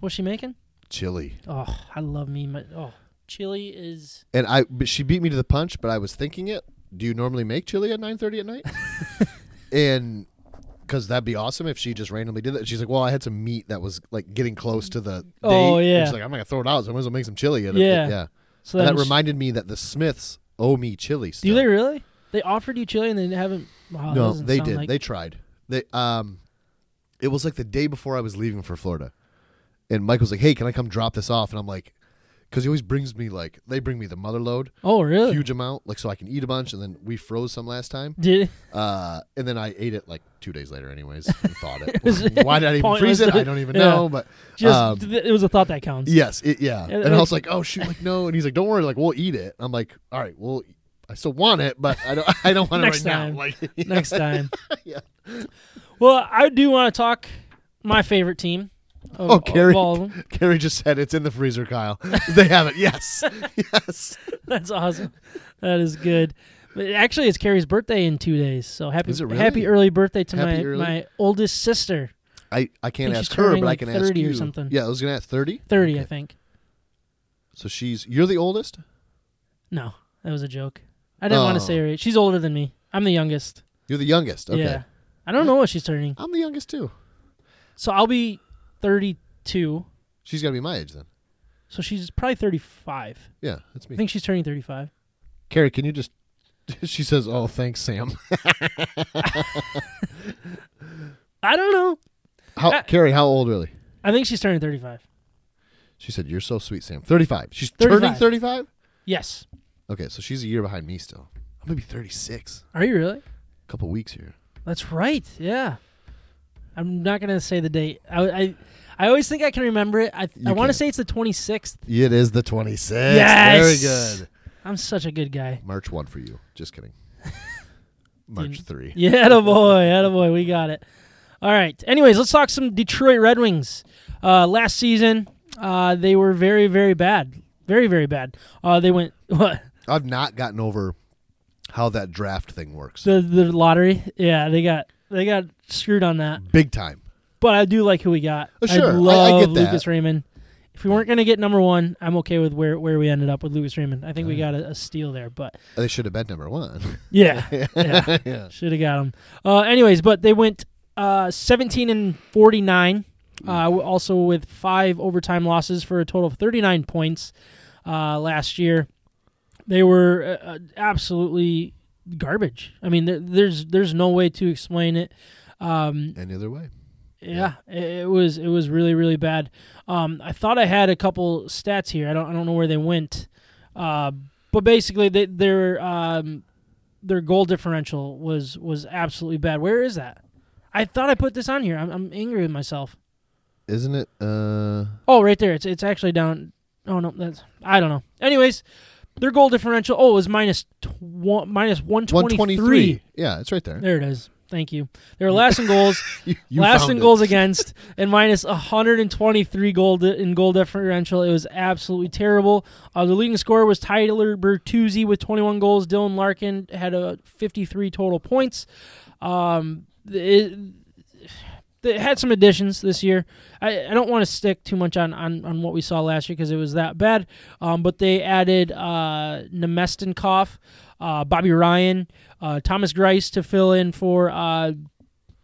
Speaker 2: What's she making?
Speaker 3: Chili.
Speaker 2: Oh, I love me. My, oh, chili is.
Speaker 3: And I but she beat me to the punch, but I was thinking it. Do you normally make chili at 9:30
Speaker 2: [LAUGHS]
Speaker 3: at night? and cuz that'd be awesome if she just randomly did that. She's like, "Well, I had some meat that was like getting close to the
Speaker 2: Oh,
Speaker 3: date." And
Speaker 2: yeah.
Speaker 3: She's like, "I'm going to throw it out, so I might as well make some chili." And
Speaker 2: Yeah.
Speaker 3: yeah.
Speaker 2: So
Speaker 3: And Oh, that
Speaker 2: then she-
Speaker 3: reminded me that the Smiths owe me chili
Speaker 2: Do
Speaker 3: still.
Speaker 2: they really? They offered you chili and they haven't. Wow, that
Speaker 3: no,
Speaker 2: doesn't
Speaker 3: they
Speaker 2: sound
Speaker 3: did.
Speaker 2: like-
Speaker 3: they tried. They um, it was like the day before I was leaving for Florida, and Mike was like, "Hey, can I come drop this off?" And I'm like, because he always brings me like they bring me the mother load,
Speaker 2: oh, really?
Speaker 3: [LAUGHS] huge amount, like so I can eat a bunch. And then we froze some last time,
Speaker 2: [LAUGHS] Did
Speaker 3: uh, and then I ate it like two days later, anyways. And [LAUGHS] thawed it. Why did I even
Speaker 2: Pointless. [LAUGHS]
Speaker 3: freeze it? I don't even
Speaker 2: Yeah.
Speaker 3: know. But
Speaker 2: just
Speaker 3: um,
Speaker 2: th- it was a thought that counts.
Speaker 3: Yes, it, yeah.
Speaker 2: Yeah,
Speaker 3: And, I
Speaker 2: like-
Speaker 3: was like, "Oh shoot!" Like, no. And he's like, "Don't worry. Like, we'll eat it." I'm like, "All right, well, I still want it, but I don't. [LAUGHS] I don't want it right
Speaker 2: Next time.
Speaker 3: now." Like,
Speaker 2: [LAUGHS]
Speaker 3: [LAUGHS]
Speaker 2: Next time.
Speaker 3: Yeah.
Speaker 2: Well, I do want to talk my favorite team. Of,
Speaker 3: oh,
Speaker 2: of
Speaker 3: Carrie,
Speaker 2: all of them.
Speaker 3: Carrie just said it's in the freezer, Kyle. [LAUGHS] they have it. Yes, [LAUGHS] yes.
Speaker 2: [LAUGHS] That's awesome. That is good. But actually, it's Carrie's birthday in two days, so happy
Speaker 3: Is it really?
Speaker 2: happy early birthday to
Speaker 3: Happy
Speaker 2: my
Speaker 3: early?
Speaker 2: my oldest sister,
Speaker 3: I, I can't
Speaker 2: Think
Speaker 3: ask
Speaker 2: she's
Speaker 3: her,
Speaker 2: turning,
Speaker 3: but I
Speaker 2: like,
Speaker 3: can
Speaker 2: 30
Speaker 3: ask
Speaker 2: or
Speaker 3: you.
Speaker 2: something.
Speaker 3: Yeah, I was gonna ask thirty.
Speaker 2: thirty, I
Speaker 3: Okay.
Speaker 2: think.
Speaker 3: So she's you're the oldest.
Speaker 2: No, that was a joke. I didn't want
Speaker 3: Oh.
Speaker 2: to say her. age. She's older than me. I'm the youngest.
Speaker 3: You're the youngest. Okay.
Speaker 2: Yeah, I don't know what she's turning.
Speaker 3: I'm the youngest too.
Speaker 2: So I'll be thirty-two.
Speaker 3: She's gotta be my age then.
Speaker 2: So she's probably thirty-five.
Speaker 3: Yeah, that's me.
Speaker 2: I think she's turning thirty-five.
Speaker 3: Carrie, can you just? [LAUGHS] she says, "Oh, thanks, Sam."
Speaker 2: I don't know.
Speaker 3: How
Speaker 2: Uh,
Speaker 3: Carrie? How old really?
Speaker 2: I think she's turning thirty-five.
Speaker 3: She said, "You're so sweet, Sam." Thirty-five. She's
Speaker 2: 35.
Speaker 3: turning thirty-five.
Speaker 2: Yes.
Speaker 3: Okay, so she's a year behind me still. I'm gonna be 36.
Speaker 2: Are you really?
Speaker 3: A couple weeks here.
Speaker 2: That's right. Yeah. I'm not gonna say the date. I I, I always think I can remember it. I I
Speaker 3: You
Speaker 2: want to
Speaker 3: can't.
Speaker 2: say it's the 26th.
Speaker 3: It is the 26th.
Speaker 2: Yes!
Speaker 3: Very good.
Speaker 2: I'm such a good guy. [LAUGHS]
Speaker 3: March 1 for you. Just kidding. March
Speaker 2: Didn't-
Speaker 3: 3.
Speaker 2: Mm. Yeah, boy, boy, we got it. All right. Anyways, let's talk some Detroit Red Wings. Uh, last season, uh, they were very, very bad. Very, very bad. Uh, they went [LAUGHS] what?
Speaker 3: I've not gotten over how that draft thing works.
Speaker 2: The the lottery, yeah, they got they got screwed on that.
Speaker 3: Big time.
Speaker 2: But I do like who we got.
Speaker 3: Oh, sure.
Speaker 2: I
Speaker 3: I- I
Speaker 2: love
Speaker 3: get that.
Speaker 2: Lucas Raymond. If we weren't gonna get number one, I'm okay with where, where we ended up with Lucas Raymond. I think we got a, a steal there, but
Speaker 3: They should have been number one. [LAUGHS]
Speaker 2: yeah, yeah.
Speaker 3: yeah.
Speaker 2: should have got him. Uh, anyways, but they went uh, 17 and 49,
Speaker 3: Hmm.
Speaker 2: uh, w- also with five overtime losses for a total of 39 points uh, last year. They were uh, uh, absolutely garbage. I mean, there, there's there's no way to explain it. Um,
Speaker 3: Any other way?
Speaker 2: yeah, it, it was it was really really bad. Um, I thought I had a couple stats here. I don't I don't know where they went, uh, but basically they, their um, their goal differential was was absolutely bad. Where is that? I thought I put this on here. I'm, I'm angry with myself.
Speaker 3: Isn't it? Uh,
Speaker 2: Oh, right there. It's it's actually down. Oh no, that's I don't know. Anyways, their goal differential. Oh, it was minus tw- minus one twenty
Speaker 3: 123.
Speaker 2: three.
Speaker 3: Yeah, it's right there.
Speaker 2: There it is. Thank you. Their last in goals
Speaker 3: [LAUGHS] You, you
Speaker 2: last
Speaker 3: found
Speaker 2: in
Speaker 3: it. [LAUGHS]
Speaker 2: goals against and minus 123 goal di- in goal differential. It was absolutely terrible. Uh, the leading scorer was Tyler Bertuzzi with 21 goals. Dylan Larkin had a 53 total points. Um, it, [SIGHS] they had some additions this year. I, I don't want to stick too much on, on, on what we saw last year because it was that bad. Um, but they added uh, Nemestinkoff, uh, Bobby Ryan, uh, Thomas Grice to fill in for uh,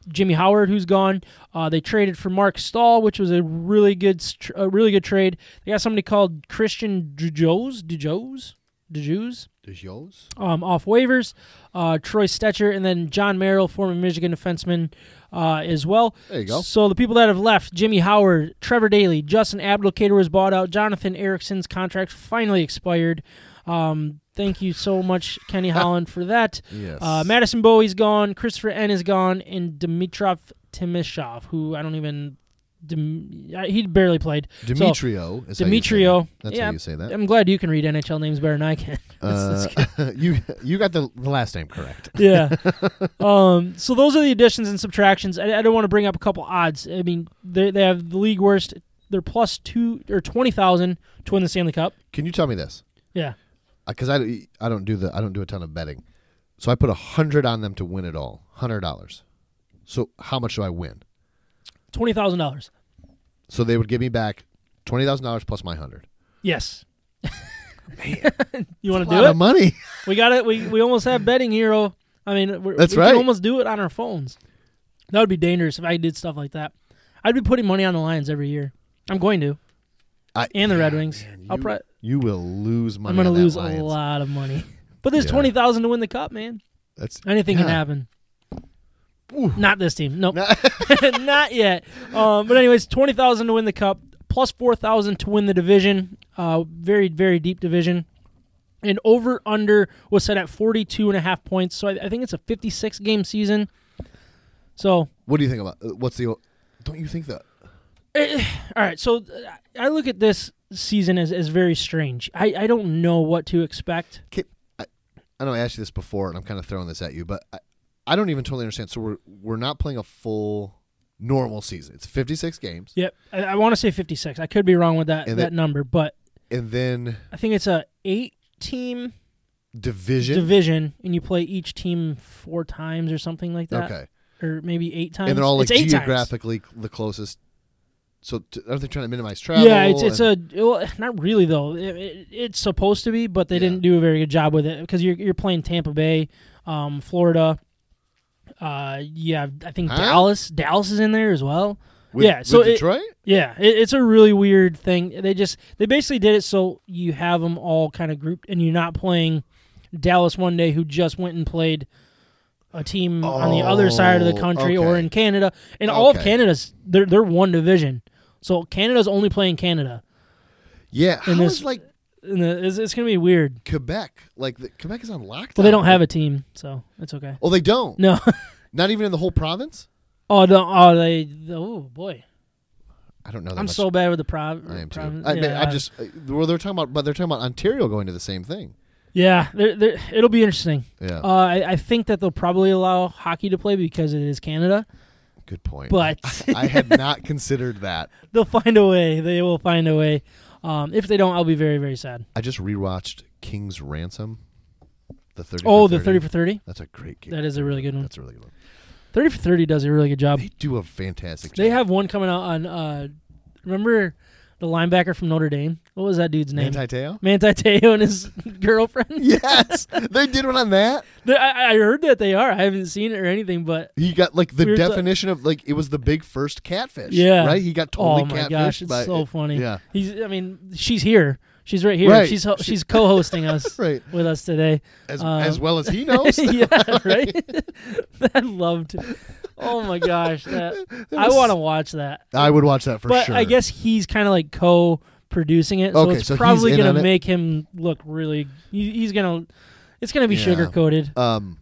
Speaker 2: Jimmy Howard, who's gone. Uh, they traded for Mark Stahl, which was a really good, str- a really good trade. They got somebody called Christian Dujos, Dujos, Dujos
Speaker 3: Dijous?
Speaker 2: um, off waivers. Uh, Troy Stetcher and then John Merrill, former Michigan defenseman, uh, as well.
Speaker 3: There you go.
Speaker 2: So the people that have left: Jimmy Howard, Trevor Daly, Justin Abdulkader was bought out. Jonathan Erickson's contract finally expired. Um, thank you so much,
Speaker 3: [LAUGHS]
Speaker 2: Kenny Holland, for that.
Speaker 3: Yes.
Speaker 2: Uh, Madison Bowie's gone. Christopher N is gone, and Dimitrov Timoshov, who I don't even. Dim- I- he barely played. So,
Speaker 3: Demetrio. is how you say
Speaker 2: Demetrio.
Speaker 3: that. That's
Speaker 2: Yeah,
Speaker 3: how you say that.
Speaker 2: I'm glad you can read NHL names better than I can. [LAUGHS] This is
Speaker 3: Uh, [LAUGHS] you you got the, the last name correct. [LAUGHS]
Speaker 2: yeah. Um, so those are the additions and subtractions. I, I don't want to bring up a couple odds. I mean, they they have the league worst. They're plus two or twenty thousand to win the Stanley Cup.
Speaker 3: Can you tell me this?
Speaker 2: Yeah.
Speaker 3: Because I, I don't do the I don't do a ton of betting, so I put a hundred on them to win it all. Hundred dollars. So how much do I win?
Speaker 2: Twenty thousand dollars.
Speaker 3: So they would give me back twenty thousand dollars plus my hundred.
Speaker 2: Yes. [LAUGHS] you
Speaker 3: A
Speaker 2: want to
Speaker 3: lot
Speaker 2: do
Speaker 3: of
Speaker 2: it?
Speaker 3: money. [LAUGHS]
Speaker 2: We got it. We we almost have betting hero. I mean, we're,
Speaker 3: That's
Speaker 2: we
Speaker 3: right.
Speaker 2: Can almost do it on our phones. That would be dangerous if I did stuff like that. I'd be putting money on the Lions every year. I'm going to,
Speaker 3: I,
Speaker 2: and the Red
Speaker 3: yeah,
Speaker 2: Wings.
Speaker 3: man,
Speaker 2: I'll
Speaker 3: you,
Speaker 2: pro-
Speaker 3: you will lose money.
Speaker 2: I'm going to
Speaker 3: on that
Speaker 2: lose a
Speaker 3: Lions.
Speaker 2: lot of money. [LAUGHS] But there's
Speaker 3: Yeah.
Speaker 2: twenty thousand to win the cup, man.
Speaker 3: That's
Speaker 2: Anything can
Speaker 3: Yeah.
Speaker 2: happen.
Speaker 3: Ooh.
Speaker 2: Not this team. Nope. [LAUGHS] Not yet. Um, but anyways, twenty thousand to win the cup, plus four thousand to win the division. Uh, very very deep division. And over under was set at 42 and a half points. So I, I think it's a 56 game season. So,
Speaker 3: What do you think about uh, what's the? Don't you think that?
Speaker 2: eh, all right. So uh, I look at this season as, as very strange. I, I don't know what to expect.
Speaker 3: Can, I, I know I asked you this before, and I'm kind of throwing this at you, but I, I don't even totally understand. So we're we're not playing a full normal season. It's 56 games,
Speaker 2: Yep. I, I want to say 56. I could be wrong with that,
Speaker 3: And
Speaker 2: that
Speaker 3: that-
Speaker 2: number, but
Speaker 3: and then
Speaker 2: I think it's a eight team
Speaker 3: division.
Speaker 2: division, and you play each team four times or something like that,
Speaker 3: okay,
Speaker 2: or maybe eight times.
Speaker 3: and they're all like
Speaker 2: it's eight Times.
Speaker 3: geographically the closest. So t- aren't they trying to minimize travel?
Speaker 2: yeah, it's it's
Speaker 3: and-
Speaker 2: a well, not really though. It, it, it's supposed to be, but they
Speaker 3: Yeah.
Speaker 2: didn't do a very good job with it because you're you're playing Tampa Bay, um, Florida. Uh, yeah, I think
Speaker 3: Huh?
Speaker 2: Dallas. Dallas is in there as well.
Speaker 3: with,
Speaker 2: yeah, so
Speaker 3: with
Speaker 2: it-
Speaker 3: Detroit.
Speaker 2: Yeah, it, it's a really weird thing. They just they basically did it so you have them all kind of grouped, and you're not playing Dallas one day, who just went and played a team on the other side of the
Speaker 3: Oh,
Speaker 2: country or
Speaker 3: okay.
Speaker 2: in Canada, and all of
Speaker 3: Okay.
Speaker 2: Canada's they're they're one division, so Canada's only playing Canada,
Speaker 3: yeah, how
Speaker 2: and
Speaker 3: is
Speaker 2: this-
Speaker 3: like
Speaker 2: and the- it's, it's gonna be weird.
Speaker 3: Quebec? Like the, Quebec is on lockdown.
Speaker 2: Well, they don't have a team, so it's okay.
Speaker 3: Oh, they don't.
Speaker 2: No, [LAUGHS]
Speaker 3: Not even in the whole province.
Speaker 2: oh no, oh they, oh boy,
Speaker 3: I don't know. That
Speaker 2: I'm
Speaker 3: much.
Speaker 2: so bad with the prov.
Speaker 3: I am too.
Speaker 2: prov-
Speaker 3: I, mean,
Speaker 2: yeah.
Speaker 3: I'm just. uh, Well, they're talking about, but they're talking about Ontario going to the same thing.
Speaker 2: yeah. They're, they're, it'll be interesting.
Speaker 3: Yeah,
Speaker 2: Uh, I, I think that they'll probably allow hockey to play because it is
Speaker 3: [LAUGHS]
Speaker 2: Canada,
Speaker 3: good point.
Speaker 2: but [LAUGHS]
Speaker 3: I had not considered that.
Speaker 2: they'll find a way. They will find a way. Um, if they don't, I'll be very, very sad.
Speaker 3: I just rewatched King's Ransom. The 30
Speaker 2: Oh,
Speaker 3: for
Speaker 2: the 30 for 30.
Speaker 3: That's a great game.
Speaker 2: That is a really good one.
Speaker 3: That's a really good one.
Speaker 2: 30 for 30 does a really good job.
Speaker 3: They do a fantastic
Speaker 2: They
Speaker 3: job.
Speaker 2: have one coming out on, uh, remember the linebacker from Notre Dame? What was that dude's name?
Speaker 3: Manti Te'o?
Speaker 2: Manti Te'o and his [LAUGHS] girlfriend.
Speaker 3: [LAUGHS] Yes. they did one on that.
Speaker 2: They- I, I heard that they are. I haven't seen it or anything, but
Speaker 3: He got like the
Speaker 2: We were ta-
Speaker 3: definition of like it was the big first catfish.
Speaker 2: uh, Yeah.
Speaker 3: Right? He got totally
Speaker 2: oh my
Speaker 3: catfished
Speaker 2: gosh, it's
Speaker 3: by
Speaker 2: so funny.
Speaker 3: Yeah.
Speaker 2: He's. I mean, she's here. She's right here.
Speaker 3: Right.
Speaker 2: She's ho- she's co-hosting
Speaker 3: [LAUGHS]
Speaker 2: us
Speaker 3: Right.
Speaker 2: with us today.
Speaker 3: As
Speaker 2: Um,
Speaker 3: as well as he knows.
Speaker 2: [LAUGHS] yeah, [LAUGHS] right. I loved. Oh my gosh, [LAUGHS] that, I
Speaker 3: was-
Speaker 2: want to watch that.
Speaker 3: I would watch that for
Speaker 2: but
Speaker 3: sure.
Speaker 2: I guess he's kind of like co-producing it, so
Speaker 3: Okay,
Speaker 2: it's
Speaker 3: so he's
Speaker 2: probably
Speaker 3: in
Speaker 2: gonna
Speaker 3: on it.
Speaker 2: make him look really. He, he's gonna. It's gonna be
Speaker 3: Yeah.
Speaker 2: sugar-coated.
Speaker 3: um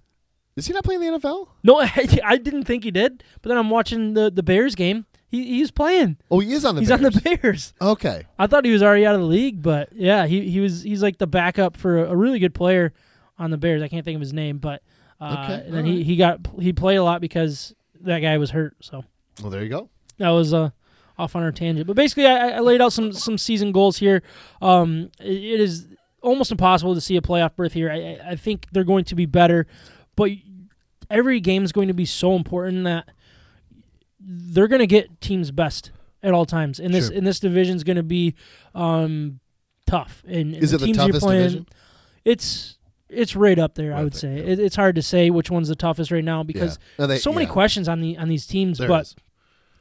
Speaker 3: is he not playing in the NFL?
Speaker 2: No, [LAUGHS] I, I didn't think he did, but then I'm watching the the Bears game. He, he's playing.
Speaker 3: Oh, he is on the
Speaker 2: he's on
Speaker 3: Bears.
Speaker 2: the Bears.
Speaker 3: Okay.
Speaker 2: I thought he was already out of the league, but yeah, he, he was he's like the backup for a, a really good player on the Bears. I can't think of his name, but uh,
Speaker 3: Okay,
Speaker 2: and then he,
Speaker 3: alright.
Speaker 2: he got he played a lot because that guy was hurt. So
Speaker 3: Well, there you go.
Speaker 2: that was uh, off on our tangent. But basically, I, I laid out some some season goals here. Um, it- it is almost impossible to see a playoff berth here. I, I- I think they're going to be better, but every game is going to be so important that they're going to get teams best at all times. And this
Speaker 3: Sure.
Speaker 2: and this division is going to be um, tough. And, and
Speaker 3: Is it the
Speaker 2: teams
Speaker 3: toughest
Speaker 2: you're playing,
Speaker 3: division?
Speaker 2: It's it's right up there. I
Speaker 3: Right
Speaker 2: would
Speaker 3: there,
Speaker 2: say
Speaker 3: yeah.
Speaker 2: it, it's hard to say which one's the toughest right now because
Speaker 3: Yeah. No, they-
Speaker 2: so many
Speaker 3: yeah,
Speaker 2: questions on the on these teams.
Speaker 3: there it
Speaker 2: but
Speaker 3: is.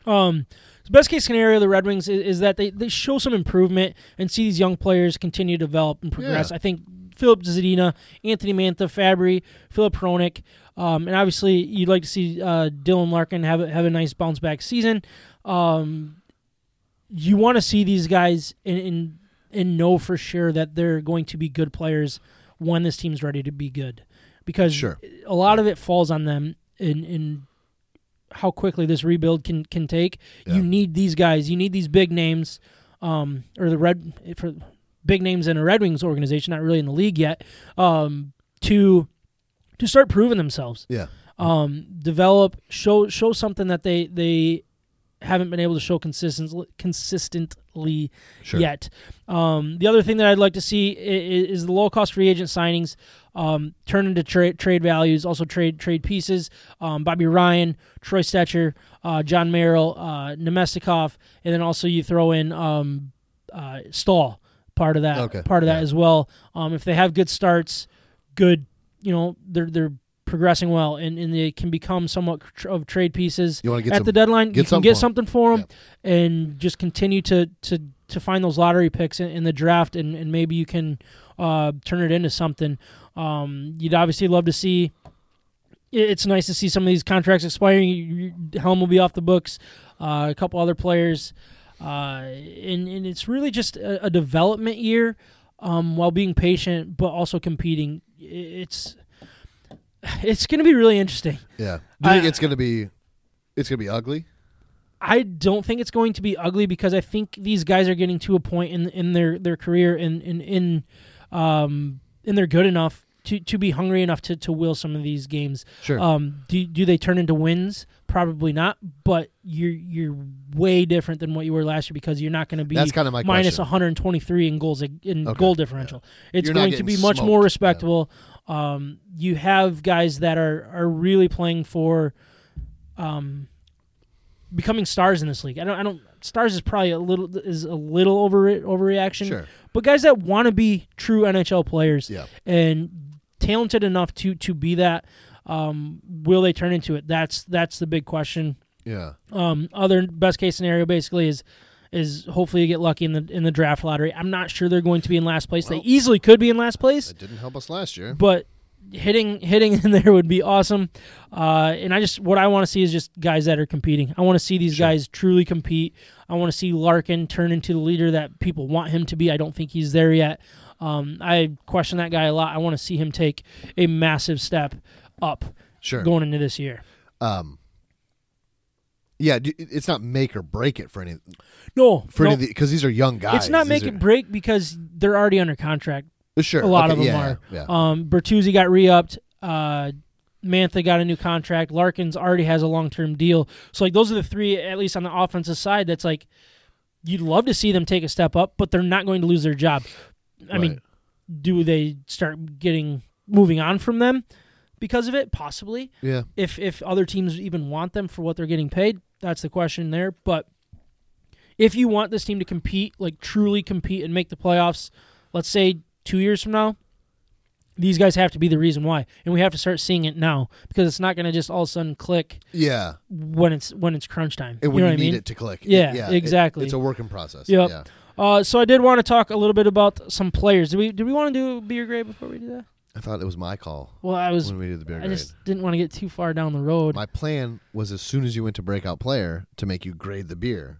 Speaker 2: um, the best case scenario of the Red Wings is, is that they, they show some improvement and see these young players continue to develop and progress.
Speaker 3: Yeah.
Speaker 2: I think Philip Zadina, Anthony Mantha, Fabry, Philip Hronik, um, and obviously you'd like to see uh, Dylan Larkin have a, have a nice bounce back season. Um, you want to see these guys and, and and know for sure that they're going to be good players when this team's ready to be good, because
Speaker 3: Sure.
Speaker 2: a lot of it falls on them in in how quickly this rebuild can can take.
Speaker 3: Yeah.
Speaker 2: You need these guys. You need these big names, um, or the red for big names in a Red Wings organization, not really in the league yet, um, to to start proving themselves.
Speaker 3: Yeah.
Speaker 2: Um, develop, show show something that they they haven't been able to show consistently consistently
Speaker 3: Sure.
Speaker 2: yet. Um, the other thing that I'd like to see is, is the low cost free agent signings um, turn into tra- trade values, also trade trade pieces. Um, Bobby Ryan, Troy Stetcher, uh, John Merrill, uh, Nemestikov, and then also you throw in um, uh, Stahl part of that
Speaker 3: Okay,
Speaker 2: part of that
Speaker 3: yeah.
Speaker 2: as well. Um, if they have good starts, good, you know, they're they're progressing well and, and they can become somewhat tr- of trade pieces
Speaker 3: You want to get
Speaker 2: at
Speaker 3: some
Speaker 2: the deadline.
Speaker 3: get
Speaker 2: you can
Speaker 3: something
Speaker 2: get
Speaker 3: for 'em.
Speaker 2: something for them, and just continue to to to find those lottery picks in, in the draft, and, and maybe you can uh, turn it into something. Um, you'd obviously love to see. i- It's nice to see some of these contracts expiring. You- you- Helm will be off the books. Uh, a couple other players, uh, and and it's really just a, a development year, um, while being patient but also competing. I- It's [SIGHS] it's going to be really interesting.
Speaker 3: Yeah. Do you think
Speaker 2: I-
Speaker 3: it's gonna be it's gonna be ugly?
Speaker 2: I don't think it's going to be ugly because I think these guys are getting to a point in in their their career and in in um and they're good enough to to be hungry enough to to will some of these games.
Speaker 3: Sure.
Speaker 2: Um, do do they turn into wins? Probably not. But you're you're way different than what you were last year because you're not going to be
Speaker 3: That's kinda my
Speaker 2: minus
Speaker 3: question.
Speaker 2: 123 in goals ag- in
Speaker 3: Okay,
Speaker 2: goal differential. It's
Speaker 3: You're not
Speaker 2: going to
Speaker 3: getting
Speaker 2: be much
Speaker 3: smoked,
Speaker 2: more
Speaker 3: yeah.
Speaker 2: respectable. Um, you have guys that are are really playing for um, becoming stars in this league. I don't. I don't. Stars is probably a little is a little over overreaction.
Speaker 3: Sure.
Speaker 2: But guys that want to be true NHL players
Speaker 3: Yeah.
Speaker 2: and talented enough to to be that, um, will they turn into it? That's that's the big question.
Speaker 3: Yeah.
Speaker 2: Um, other best case scenario basically is is hopefully you get lucky in the in the draft lottery. I'm not sure they're going to be in last place.
Speaker 3: Well-
Speaker 2: they easily could be in last place
Speaker 3: It didn't help us last year.
Speaker 2: but hitting hitting [LAUGHS] in there would be awesome. Uh, and I just what I want to see is just guys that are competing. I want to see these guys truly compete. I want to see Larkin turn into the leader that people want him to be. I don't think he's there yet. Um, I question that guy a lot. I want to see him take a massive step up
Speaker 3: Sure.
Speaker 2: going into this year.
Speaker 3: um yeah, d- it's not make or break it for any
Speaker 2: No,
Speaker 3: for
Speaker 2: no,
Speaker 3: any because these are young guys.
Speaker 2: it's not
Speaker 3: These
Speaker 2: make
Speaker 3: are- uh,
Speaker 2: it break because they're already under contract.
Speaker 3: Sure,
Speaker 2: A lot
Speaker 3: okay,
Speaker 2: of them
Speaker 3: yeah,
Speaker 2: are.
Speaker 3: Yeah,
Speaker 2: Um, Bertuzzi got re-upped. Uh, Mantha got a new contract. Larkins already has a long-term deal. So like those are the three, at least on the offensive side. That's like you'd love to see them take a step up, but they're not going to lose their job. I mean, do they start getting moving on from them because of it, possibly.
Speaker 3: Yeah.
Speaker 2: If if other teams even want them for what they're getting paid, that's the question there. But if you want this team to compete, like truly compete and make the playoffs, let's say two years from now, these guys have to be the reason why, and we have to start seeing it now because it's not going to just all of a sudden click
Speaker 3: Yeah.
Speaker 2: when it's when it's crunch time. you
Speaker 3: And when
Speaker 2: know
Speaker 3: you,
Speaker 2: what I
Speaker 3: need
Speaker 2: mean?
Speaker 3: it to click.
Speaker 2: Yeah,
Speaker 3: it-
Speaker 2: exactly.
Speaker 3: it's a working process.
Speaker 2: Yep.
Speaker 3: Yeah.
Speaker 2: Uh, so I did want to talk a little bit about some players. Do we do we want to do beer grade before we do that?
Speaker 3: I thought it was my call
Speaker 2: Well, I was
Speaker 3: when we did the beer
Speaker 2: I
Speaker 3: grade.
Speaker 2: just didn't want to get too far down the road.
Speaker 3: My plan was as soon as you went to breakout player to make you grade the beer,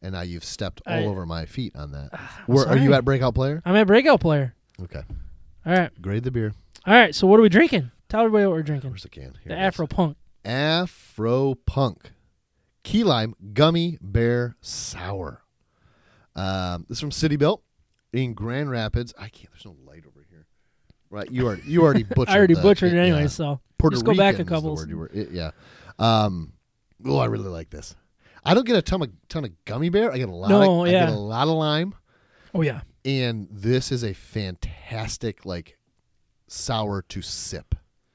Speaker 3: and now you've stepped all
Speaker 2: I-
Speaker 3: over my feet on that. Where are you
Speaker 2: Ah, sorry.
Speaker 3: at breakout player?
Speaker 2: I'm a breakout player.
Speaker 3: Okay,
Speaker 2: All right,
Speaker 3: grade the beer.
Speaker 2: all right. So what are we drinking? Tell everybody what we're drinking.
Speaker 3: Where's the can? Here
Speaker 2: The
Speaker 3: it is.
Speaker 2: Afro Punk.
Speaker 3: Afro Punk Key Lime Gummy Bear Sour. Um, this is from City Built in Grand Rapids. I can't. There's no light over here. Right, you already you already
Speaker 2: [LAUGHS]
Speaker 3: butchered.
Speaker 2: I already
Speaker 3: the-
Speaker 2: butchered it
Speaker 3: yeah.
Speaker 2: anyway, so
Speaker 3: Puerto
Speaker 2: just go back
Speaker 3: Rican
Speaker 2: a
Speaker 3: is the
Speaker 2: couple.
Speaker 3: word you were- it- yeah. Um, oh, I really like this. I don't get a ton of ton of gummy bear. I get a lot.
Speaker 2: No,
Speaker 3: of, I
Speaker 2: yeah.
Speaker 3: get a lot of lime,
Speaker 2: Oh yeah,
Speaker 3: and this is a fantastic like sour to sip.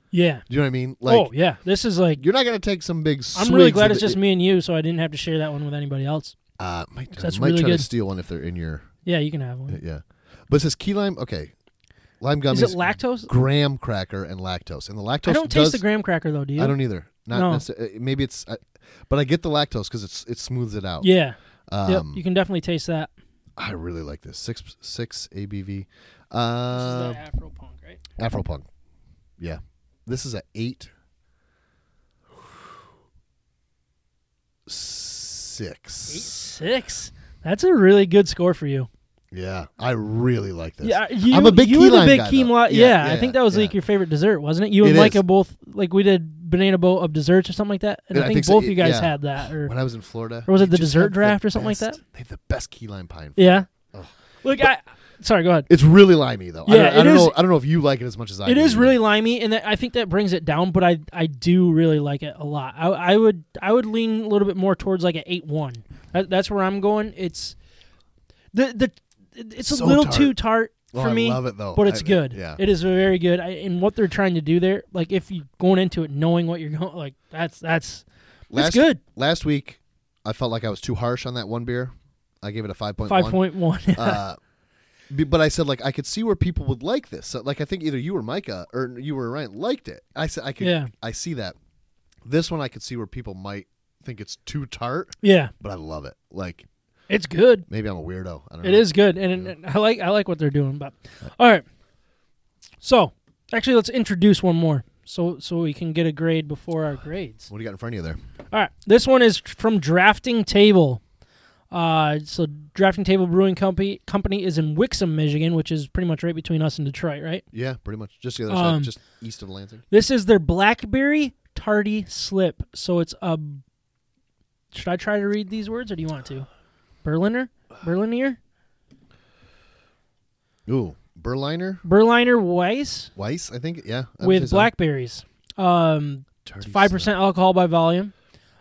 Speaker 2: yeah.
Speaker 3: Do you know what I mean? Like
Speaker 2: oh yeah, this is like
Speaker 3: you're not gonna take some big.
Speaker 2: I'm really
Speaker 3: swigs
Speaker 2: glad
Speaker 3: of
Speaker 2: it's
Speaker 3: it.
Speaker 2: just me and you, so I didn't have to share that one with anybody else.
Speaker 3: Uh, might, I
Speaker 2: That's
Speaker 3: might
Speaker 2: really
Speaker 3: try
Speaker 2: good.
Speaker 3: to steal one if they're in your. uh,
Speaker 2: Yeah, you can have one.
Speaker 3: Yeah. But it says key lime. Okay. Lime gummies.
Speaker 2: Is it lactose?
Speaker 3: Graham cracker and lactose. And the lactose
Speaker 2: I don't
Speaker 3: does,
Speaker 2: taste the graham cracker though. Do you?
Speaker 3: I don't either. Not
Speaker 2: No.
Speaker 3: necessarily. Maybe it's. I, but I get the lactose because it's it smooths it out.
Speaker 2: Yeah.
Speaker 3: Um,
Speaker 2: yep. You can definitely taste that.
Speaker 3: I really like this. Six six ABV.
Speaker 2: This is
Speaker 3: Uh,
Speaker 2: the Afro Punk, right?
Speaker 3: Afro Punk. Yeah. This is a eight. Six.
Speaker 2: Eight six. That's a really good score for you.
Speaker 3: Yeah, I really like this.
Speaker 2: Yeah, you,
Speaker 3: I'm a big
Speaker 2: you
Speaker 3: key
Speaker 2: were the
Speaker 3: lime
Speaker 2: big
Speaker 3: guy,
Speaker 2: key
Speaker 3: though.
Speaker 2: lime.
Speaker 3: Yeah,
Speaker 2: Yeah,
Speaker 3: yeah,
Speaker 2: I think that was
Speaker 3: yeah.
Speaker 2: like your favorite dessert, wasn't it? You
Speaker 3: It
Speaker 2: and
Speaker 3: is.
Speaker 2: Micah both like we did banana boat of desserts or something like that, and
Speaker 3: Yeah,
Speaker 2: I
Speaker 3: I
Speaker 2: think
Speaker 3: think so.
Speaker 2: both
Speaker 3: It-
Speaker 2: you guys
Speaker 3: yeah.
Speaker 2: had that. Or
Speaker 3: when I was in Florida.
Speaker 2: Or was it
Speaker 3: they
Speaker 2: the
Speaker 3: just
Speaker 2: dessert
Speaker 3: have the
Speaker 2: draft or something like
Speaker 3: best-
Speaker 2: that?
Speaker 3: They have the best key lime pie. In Florida.
Speaker 2: yeah.
Speaker 3: Oh.
Speaker 2: Look, I sorry. Go ahead.
Speaker 3: It's really limey though.
Speaker 2: Yeah,
Speaker 3: I don't, I
Speaker 2: it
Speaker 3: don't
Speaker 2: is-
Speaker 3: know. I don't know if you like it as much as I.
Speaker 2: It
Speaker 3: do.
Speaker 2: is really limey, and that, I think that brings it down. But I I do really like it a lot. I, I would I would lean a little bit more towards like an eight one. That, that's where I'm going. It's the the it's a
Speaker 3: So
Speaker 2: little
Speaker 3: tart.
Speaker 2: too tart
Speaker 3: Oh,
Speaker 2: for
Speaker 3: I
Speaker 2: me.
Speaker 3: love it though.
Speaker 2: But it's
Speaker 3: I-
Speaker 2: good.
Speaker 3: Yeah.
Speaker 2: It is very good. I, and what they're trying to do there, like if you going into it knowing what you're going, like that's that's
Speaker 3: last,
Speaker 2: it's good.
Speaker 3: Last week, I felt like I was too harsh on that one beer. I gave it a five point
Speaker 2: Five point one.
Speaker 3: [LAUGHS] Uh, b- but I said like I could see where people would like this. So, like I think either you or Micah or you or Ryan liked it. I said I could.
Speaker 2: Yeah.
Speaker 3: I see that. This one I could see where people might think it's too tart,
Speaker 2: [LAUGHS] yeah,
Speaker 3: but I love it. Like
Speaker 2: it's good.
Speaker 3: maybe I'm a weirdo. I don't know.
Speaker 2: It is good, and, and I like I like what they're doing. But all right, so actually, let's introduce one more, so so we can get a grade before our grades.
Speaker 3: What do you got in front of you there?
Speaker 2: All right, this one is from Drafting Table. Uh, so Drafting Table Brewing Company company is in Wixom, Michigan, which is pretty much right between us and Detroit, right?
Speaker 3: Yeah, pretty much. Just the other
Speaker 2: Um,
Speaker 3: side, just east of Lansing.
Speaker 2: This is their Blackberry Tardy Slip. So it's a. Should I try to read these words, or do you want to? Berliner, Berliner,
Speaker 3: Ooh, Berliner
Speaker 2: Berliner Weiss.
Speaker 3: Weiss, I think. Yeah, I would say
Speaker 2: with
Speaker 3: so.
Speaker 2: blackberries. Um,
Speaker 3: Tardy
Speaker 2: five
Speaker 3: Slip.
Speaker 2: percent alcohol by volume.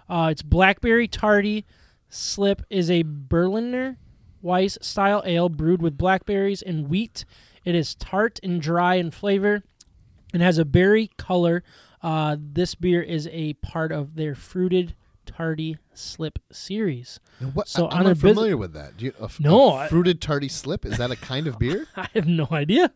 Speaker 2: Uh, it's blackberry tardy slip is a Berliner Weiss style ale brewed with blackberries and wheat. It is tart and dry in flavor, and has a berry color. Uh, this beer is a part of their fruited tardy slip series.
Speaker 3: Now, What,
Speaker 2: So
Speaker 3: so
Speaker 2: on
Speaker 3: I'm
Speaker 2: a
Speaker 3: not
Speaker 2: bus-
Speaker 3: familiar with that. Do you, a, f-
Speaker 2: No,
Speaker 3: a
Speaker 2: I-
Speaker 3: fruited tardy slip is that a
Speaker 2: [LAUGHS]
Speaker 3: kind of beer?
Speaker 2: I have no idea.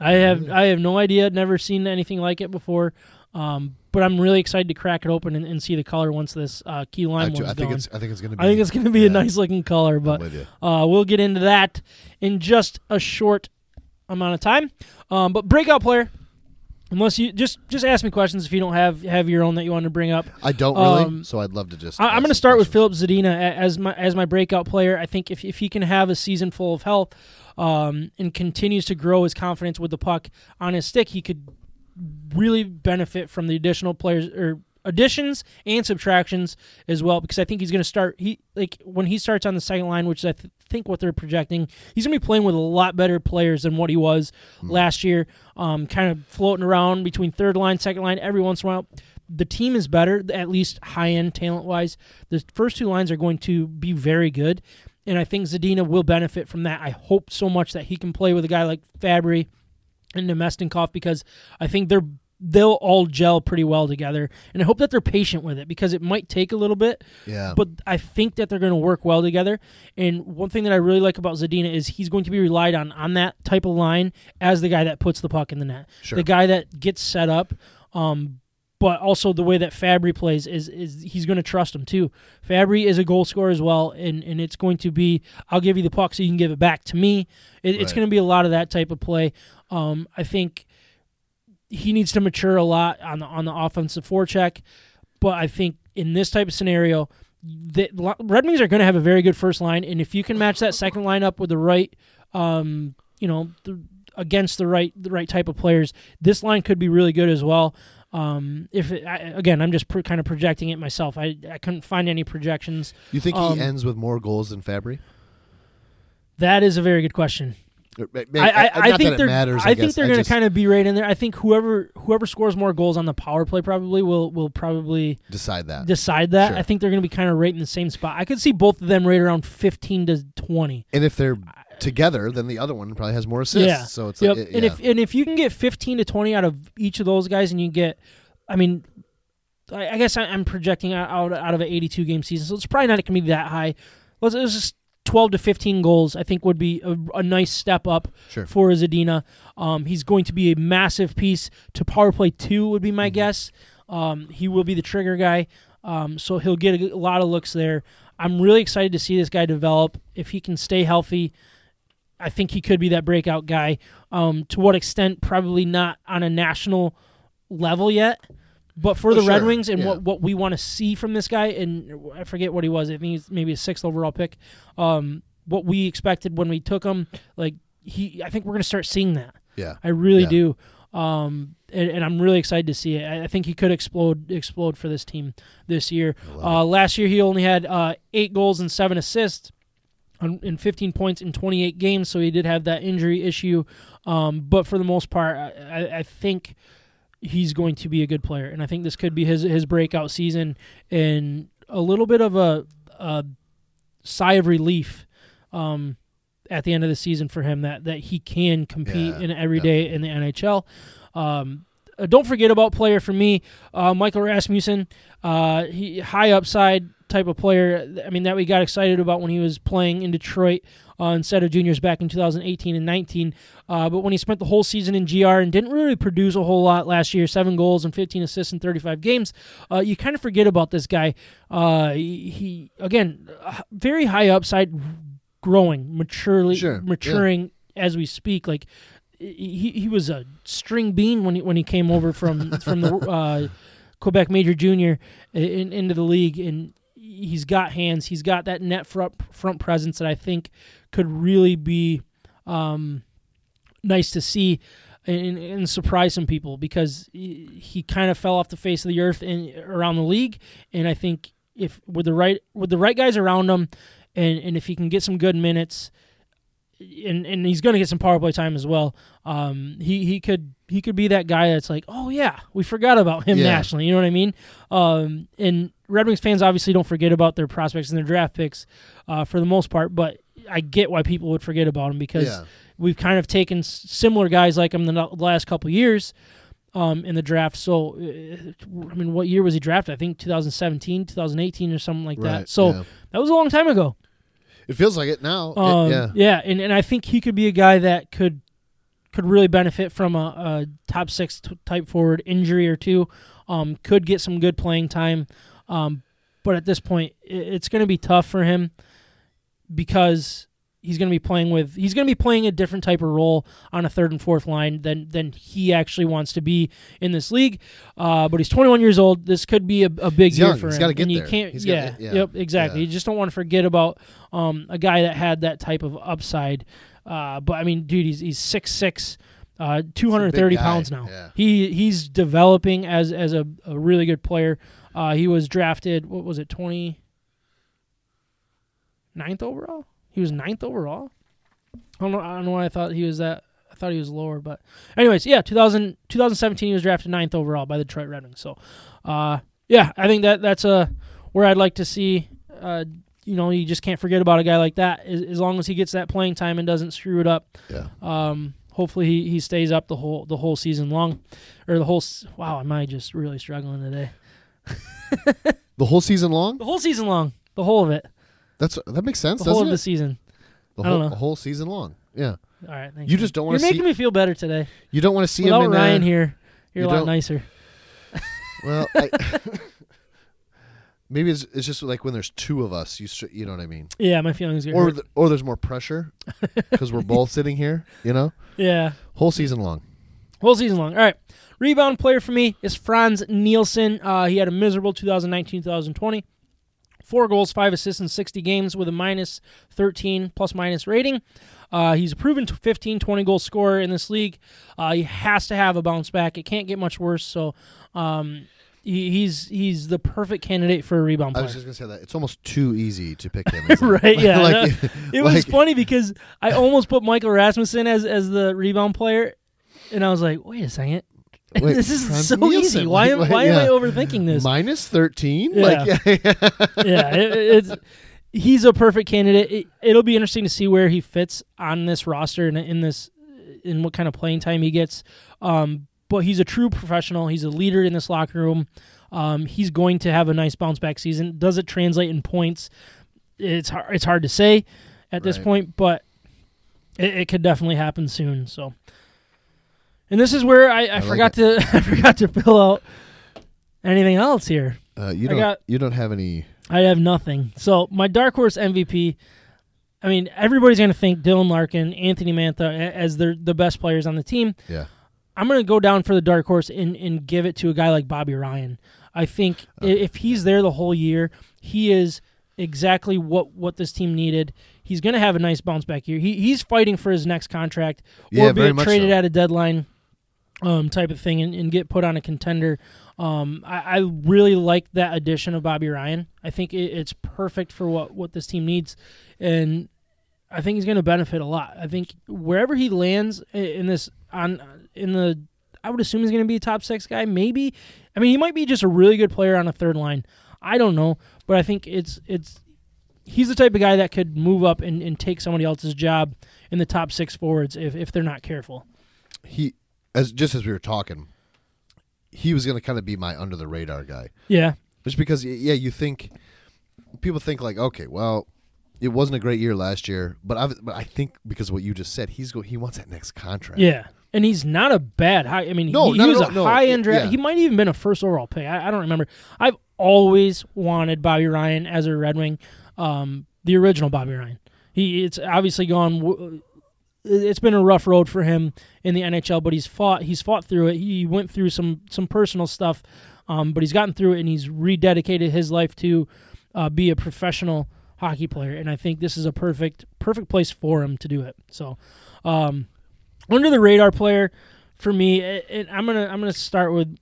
Speaker 2: I have I have no idea. Never seen anything like it before. Um, but I'm really excited to crack it open and, and see the color once this uh, key lime
Speaker 3: I,
Speaker 2: one's
Speaker 3: do- I
Speaker 2: done.
Speaker 3: think it's. I think it's gonna be.
Speaker 2: I think it's going to be a
Speaker 3: yeah,
Speaker 2: nice looking color,
Speaker 3: I'm
Speaker 2: but
Speaker 3: with you.
Speaker 2: uh, we'll get into that in just a short amount of time. Um, but breakout player, unless you just just ask me questions if you don't have have your own that you want to bring up.
Speaker 3: I don't really.
Speaker 2: um,
Speaker 3: so I'd love to just.
Speaker 2: I, I'm
Speaker 3: ask
Speaker 2: going to
Speaker 3: some
Speaker 2: start with
Speaker 3: questions.
Speaker 2: Philip Zadina a- as my as my breakout player. I think if, if he can have a season full of health um, and continues to grow his confidence with the puck on his stick, he could really benefit from the additional players or additions and subtractions as well because I think he's going to start he like when he starts on the second line which is I th- think what they're projecting he's going to be playing with a lot better players than what he was last year um kind of floating around between third line second line every once in a while the team is better at least high end talent wise the first two lines are going to be very good and I think Zadina will benefit from that I hope so much that he can play with a guy like Fabry and Nemestinkoff because I think they're they'll all gel pretty well together. And I hope that they're patient with it because it might take a little bit.
Speaker 3: Yeah.
Speaker 2: But I think that they're going to work well together. And one thing that I really like about Zadina is he's going to be relied on on that type of line as the guy that puts the puck in the net,
Speaker 3: Sure.
Speaker 2: the guy that gets set up. Um, but also the way that Fabry plays is is he's going to trust him too. Fabry is a goal scorer as well, and and it's going to be I'll give you the puck so you can give it back to me. It, It's
Speaker 3: Right.
Speaker 2: going to be a lot of that type of play. Um, I think he needs to mature a lot on the on the offensive forecheck, but I think in this type of scenario, the Lo- Red Wings are going to have a very good first line, and if you can match that second line up with the right, um, you know, the, against the right the right type of players, this line could be really good as well. Um, if it, I, again, I'm just pro kind of projecting it myself. I I couldn't find any projections.
Speaker 3: You think
Speaker 2: Um,
Speaker 3: he ends with more goals than Fabry?
Speaker 2: That is a very good question.
Speaker 3: I,
Speaker 2: I, I, I
Speaker 3: uh, not
Speaker 2: think
Speaker 3: that
Speaker 2: they're.
Speaker 3: it matters.
Speaker 2: I, think
Speaker 3: guess.
Speaker 2: they're going to
Speaker 3: just-
Speaker 2: kind of be right in there. I think whoever whoever scores more goals on the power play probably will will probably
Speaker 3: decide that.
Speaker 2: decide that.
Speaker 3: Uh, Sure.
Speaker 2: I think they're going to be kind of right in the same spot. I could see both of them right around fifteen to twenty.
Speaker 3: and if they're together, then the other one probably has more assists.
Speaker 2: Yeah.
Speaker 3: So it's
Speaker 2: Yep.
Speaker 3: like, it-
Speaker 2: And
Speaker 3: yeah.
Speaker 2: if and if you can get fifteen to twenty out of each of those guys, and you get, I mean, I, I guess I, I'm projecting out- out out of an 82 game season, so it's probably not going to be that high. Let's, let's just 12 to 15 goals. I think would be a, a nice step up
Speaker 3: Sure.
Speaker 2: for Zadina. Um, he's going to be a massive piece to power play two would be my guess. Um, he will be the trigger guy, um, so he'll get a, g- a lot of looks there. I'm really excited to see this guy develop. If he can stay healthy, I think he could be that breakout guy. Um, to what extent? Probably not on a national level yet. But for
Speaker 3: Oh,
Speaker 2: the Red
Speaker 3: sure.
Speaker 2: Wings and
Speaker 3: Yeah.
Speaker 2: what, what we want to see from this guy, and I forget what he was. I think he's maybe a sixth overall pick. Um, what we expected when we took him, like he, I think we're going to start seeing that.
Speaker 3: yeah.
Speaker 2: I really
Speaker 3: Yeah.
Speaker 2: do. Um, and, and I'm really excited to see it. I, I think he could explode explode for this team this year. Uh, last year he only had uh, eight goals and seven assists. on- In 15 points in 28 games, so he did have that injury issue. Um, but for the most part, I, I, I think he's going to be a good player, and I think this could be his his breakout season and a little bit of a, a sigh of relief um, at the end of the season for him that that he can compete
Speaker 3: Yeah,
Speaker 2: in every day in the NHL. Um, uh, don't forget about player for me, uh, Michael Rasmussen. Uh, he high upside type of player. I mean that we got excited about when he was playing in Detroit uh, instead of juniors back in 2018 and 19. Uh, but when he spent the whole season in GR and didn't really produce a whole lot last year, seven goals and 15 assists in 35 games, uh, you kind of forget about this guy. Uh, he, he again, uh, very high upside, growing, maturely,
Speaker 3: Sure, yeah.
Speaker 2: maturing as we speak. Like he, he was a string bean when he when he came over from from the uh, Quebec Major Junior in, into the league, and he's got hands. He's got that net front front presence that I think could really be um, nice to see. And, and surprise some people because he, he kind of fell off the face of the earth in around the league, and I think if with the right with the right guys around him, and, and if he can get some good minutes, and and he's going to get some power play time as well. Um, he he could he could be that guy that's like, oh yeah, we forgot about him
Speaker 3: Yeah.
Speaker 2: nationally. You know what I mean? Um, and Red Wings fans obviously don't forget about their prospects and their draft picks, uh, for the most part. But I get why people would forget about him because
Speaker 3: Yeah.
Speaker 2: we've kind of taken s- similar guys like him the no- last couple years. Um, in the draft, so uh, I mean, what year was he drafted? I think 2017, 2018, or something like that.
Speaker 3: Right,
Speaker 2: So
Speaker 3: yeah.
Speaker 2: that was a long time ago.
Speaker 3: It feels like it now. It-
Speaker 2: Um,
Speaker 3: yeah.
Speaker 2: yeah. and, and I think he could be a guy that could could really benefit from a, a top six t- type forward injury or two. Um, could get some good playing time, um, but at this point, i it's going to be tough for him because he's going to be playing with he's going to be playing a different type of role on a third and fourth line than than he actually wants to be in this league. Uh, but he's 21 years old. This could be a, a big
Speaker 3: He's
Speaker 2: year
Speaker 3: young.
Speaker 2: for
Speaker 3: He's
Speaker 2: him.
Speaker 3: gotta get
Speaker 2: and you
Speaker 3: there.
Speaker 2: can't.
Speaker 3: He's
Speaker 2: yeah,
Speaker 3: gotta- yeah.
Speaker 2: Yep. Exactly.
Speaker 3: Yeah.
Speaker 2: You just don't want to forget about um, a guy that had that type of upside. Uh, but I mean, dude, he's he's six six. Uh, 230
Speaker 3: guy.
Speaker 2: pounds now.
Speaker 3: Yeah.
Speaker 2: He he's developing as as a, a really good player. Uh, he was drafted. What was it? 20 ninth overall. He was ninth overall. I don't know. I don't know why I thought he was that. I thought he was lower, but anyways, yeah. 2000, 2017, he was drafted ninth overall by the Detroit Red Wings. So, uh, yeah, I think that that's a where I'd like to see. Uh, you know, you just can't forget about a guy like that. As, as long as he gets that playing time and doesn't screw it up,
Speaker 3: Yeah.
Speaker 2: um, hopefully he, he stays up the whole the whole season long, or the whole. s- Wow, am I just really struggling today?
Speaker 3: The whole season long?
Speaker 2: The whole season long, the whole of it,
Speaker 3: That's that makes sense,
Speaker 2: the whole
Speaker 3: doesn't
Speaker 2: of
Speaker 3: it?
Speaker 2: the season.
Speaker 3: the
Speaker 2: I
Speaker 3: whole
Speaker 2: don't know.
Speaker 3: the whole season long. Yeah.
Speaker 2: All right, thanks.
Speaker 3: You just don't
Speaker 2: You're
Speaker 3: want to see
Speaker 2: making me feel better today.
Speaker 3: you don't want to see him
Speaker 2: Without
Speaker 3: in
Speaker 2: Ryan
Speaker 3: uh,
Speaker 2: here, you're
Speaker 3: you
Speaker 2: a lot
Speaker 3: don't-
Speaker 2: nicer.
Speaker 3: Well, I, [LAUGHS] maybe it's, it's just like when there's two of us, you str- you know what I mean,
Speaker 2: Yeah, my feelings are.
Speaker 3: or
Speaker 2: hurt.
Speaker 3: th- or there's more pressure because we're both sitting here, you know,
Speaker 2: yeah,
Speaker 3: whole season long.
Speaker 2: whole season long. All right, rebound player for me is Franz Nielsen. Uh, he had a miserable 2019-2020. Four goals, five assists in 60 games with a minus 13 plus minus rating. Uh, he's a proven t- 15, 20 goal scorer in this league. Uh, he has to have a bounce back. It can't get much worse. So um, he, he's he's the perfect candidate for a rebound
Speaker 3: I
Speaker 2: player.
Speaker 3: was just gonna say that it's almost too easy to pick him, isn't
Speaker 2: [LAUGHS]
Speaker 3: it?
Speaker 2: right? Yeah,
Speaker 3: [LAUGHS] Like-
Speaker 2: no. it was
Speaker 3: like-
Speaker 2: funny because I almost put Michael Rasmussen as as the rebound player, and I was like, wait a second,
Speaker 3: Wait,
Speaker 2: this is
Speaker 3: Franz
Speaker 2: so
Speaker 3: Nielsen,
Speaker 2: easy. Why
Speaker 3: [LAUGHS] like,
Speaker 2: am
Speaker 3: like,
Speaker 2: why
Speaker 3: yeah.
Speaker 2: am I overthinking this?
Speaker 3: Minus thirteen,
Speaker 2: Yeah.
Speaker 3: like [LAUGHS] yeah,
Speaker 2: yeah, it, it's he's a perfect candidate. It, it'll be interesting to see where he fits on this roster and in this in what kind of playing time he gets. Um, but he's a true professional. He's a leader in this locker room. Um, he's going to have a nice bounce back season. Does it translate in points? It's hard, it's hard to say at this
Speaker 3: Right.
Speaker 2: point, but it, it could definitely happen soon. So. And this is where I, I,
Speaker 3: like
Speaker 2: forgot to [LAUGHS] I forgot to fill out anything else here.
Speaker 3: Uh, you
Speaker 2: I
Speaker 3: don't
Speaker 2: got-
Speaker 3: you don't have any.
Speaker 2: I have nothing. So my dark horse MVP. I mean, everybody's going to think Dylan Larkin, Anthony Mantha a- as their the best players on the team.
Speaker 3: Yeah,
Speaker 2: I'm going to go down for the dark horse and, and give it to a guy like Bobby Ryan. I think
Speaker 3: Uh.
Speaker 2: i if he's there the whole year, he is exactly what, what this team needed. He's going to have a nice bounce back year. He, he's fighting for his next contract
Speaker 3: Yeah,
Speaker 2: or be
Speaker 3: very
Speaker 2: it
Speaker 3: much
Speaker 2: traded
Speaker 3: so.
Speaker 2: at a deadline um, type of thing and, and get put on a contender. Um, I, I really like that addition of Bobby Ryan. I think it, it's perfect for what, what this team needs. And I think he's going to benefit a lot. I think wherever he lands i- in this on in the I would assume he's going to be a top 6 guy maybe. I mean, he might be just a really good player on a third line. I don't know, but I think it's it's he's the type of guy that could move up and, and take somebody else's job in the top 6 forwards if if they're not careful.
Speaker 3: he as just as we were talking, he was gonna kind of be my under the radar guy.
Speaker 2: Yeah.
Speaker 3: just because y- yeah you think people think like okay well it wasn't a great year last year but i but i think because of what you just said he's go he wants that next contract
Speaker 2: Yeah. And he's not a bad high. I mean,
Speaker 3: No,
Speaker 2: he,
Speaker 3: not
Speaker 2: he
Speaker 3: at
Speaker 2: was
Speaker 3: all.
Speaker 2: a
Speaker 3: No,
Speaker 2: high end draft.
Speaker 3: yeah.
Speaker 2: He might even been a first overall pick. I, I don't remember. I've always wanted Bobby Ryan as a Red Wing, um, the original Bobby Ryan. He it's obviously gone. w- It's been a rough road for him in the NHL, but he's fought. He's fought through it. He went through some some personal stuff, um, but he's gotten through it and he's rededicated his life to uh, be a professional hockey player. And I think this is a perfect perfect place for him to do it. So um, under the radar player for me a- and i'm gonna i'm gonna start with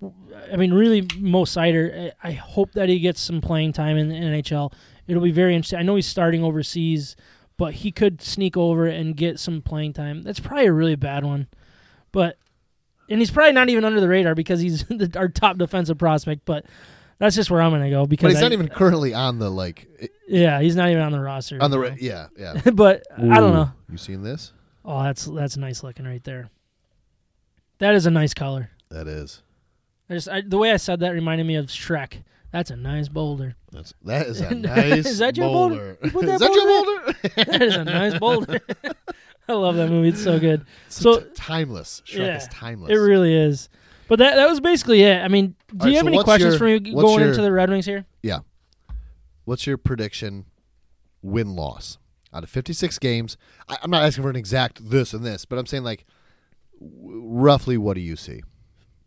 Speaker 2: i mean really mo sider i I hope that he gets some playing time in the nhl it'll be very interesting i know he's starting overseas but he could sneak over and get some playing time that's probably a really bad one but and he's probably not even under the radar because he's [LAUGHS] the, our top defensive prospect but that's just where i'm gonna go because
Speaker 3: but he's
Speaker 2: I-
Speaker 3: not even currently on the like i-
Speaker 2: yeah he's not even on the roster
Speaker 3: on the ra- yeah yeah
Speaker 2: [LAUGHS] but i don't
Speaker 3: Ooh,
Speaker 2: know
Speaker 3: you seen this
Speaker 2: oh that's that's nice looking right there that is a nice color
Speaker 3: that is
Speaker 2: I just I, the way I said that reminded me of Shrek. That's a nice boulder. [LAUGHS]
Speaker 3: that's that is a nice
Speaker 2: Is that your boulder?
Speaker 3: boulder,
Speaker 2: You
Speaker 3: [LAUGHS]
Speaker 2: put that
Speaker 3: is that
Speaker 2: boulder
Speaker 3: your boulder
Speaker 2: That is a nice boulder. [LAUGHS] I love that movie. It's so good. So-
Speaker 3: so timeless Shrek
Speaker 2: Yeah,
Speaker 3: is timeless
Speaker 2: It really is. But that that was basically it. I mean, do
Speaker 3: All
Speaker 2: you
Speaker 3: right,
Speaker 2: have
Speaker 3: so
Speaker 2: any
Speaker 3: what's
Speaker 2: questions
Speaker 3: your-
Speaker 2: for me g-
Speaker 3: what's
Speaker 2: going
Speaker 3: your-
Speaker 2: into the Red Wings here?
Speaker 3: yeah what's your prediction win loss out of 56 games I, i'm not asking for an exact this and this but i'm saying like w- roughly what do you see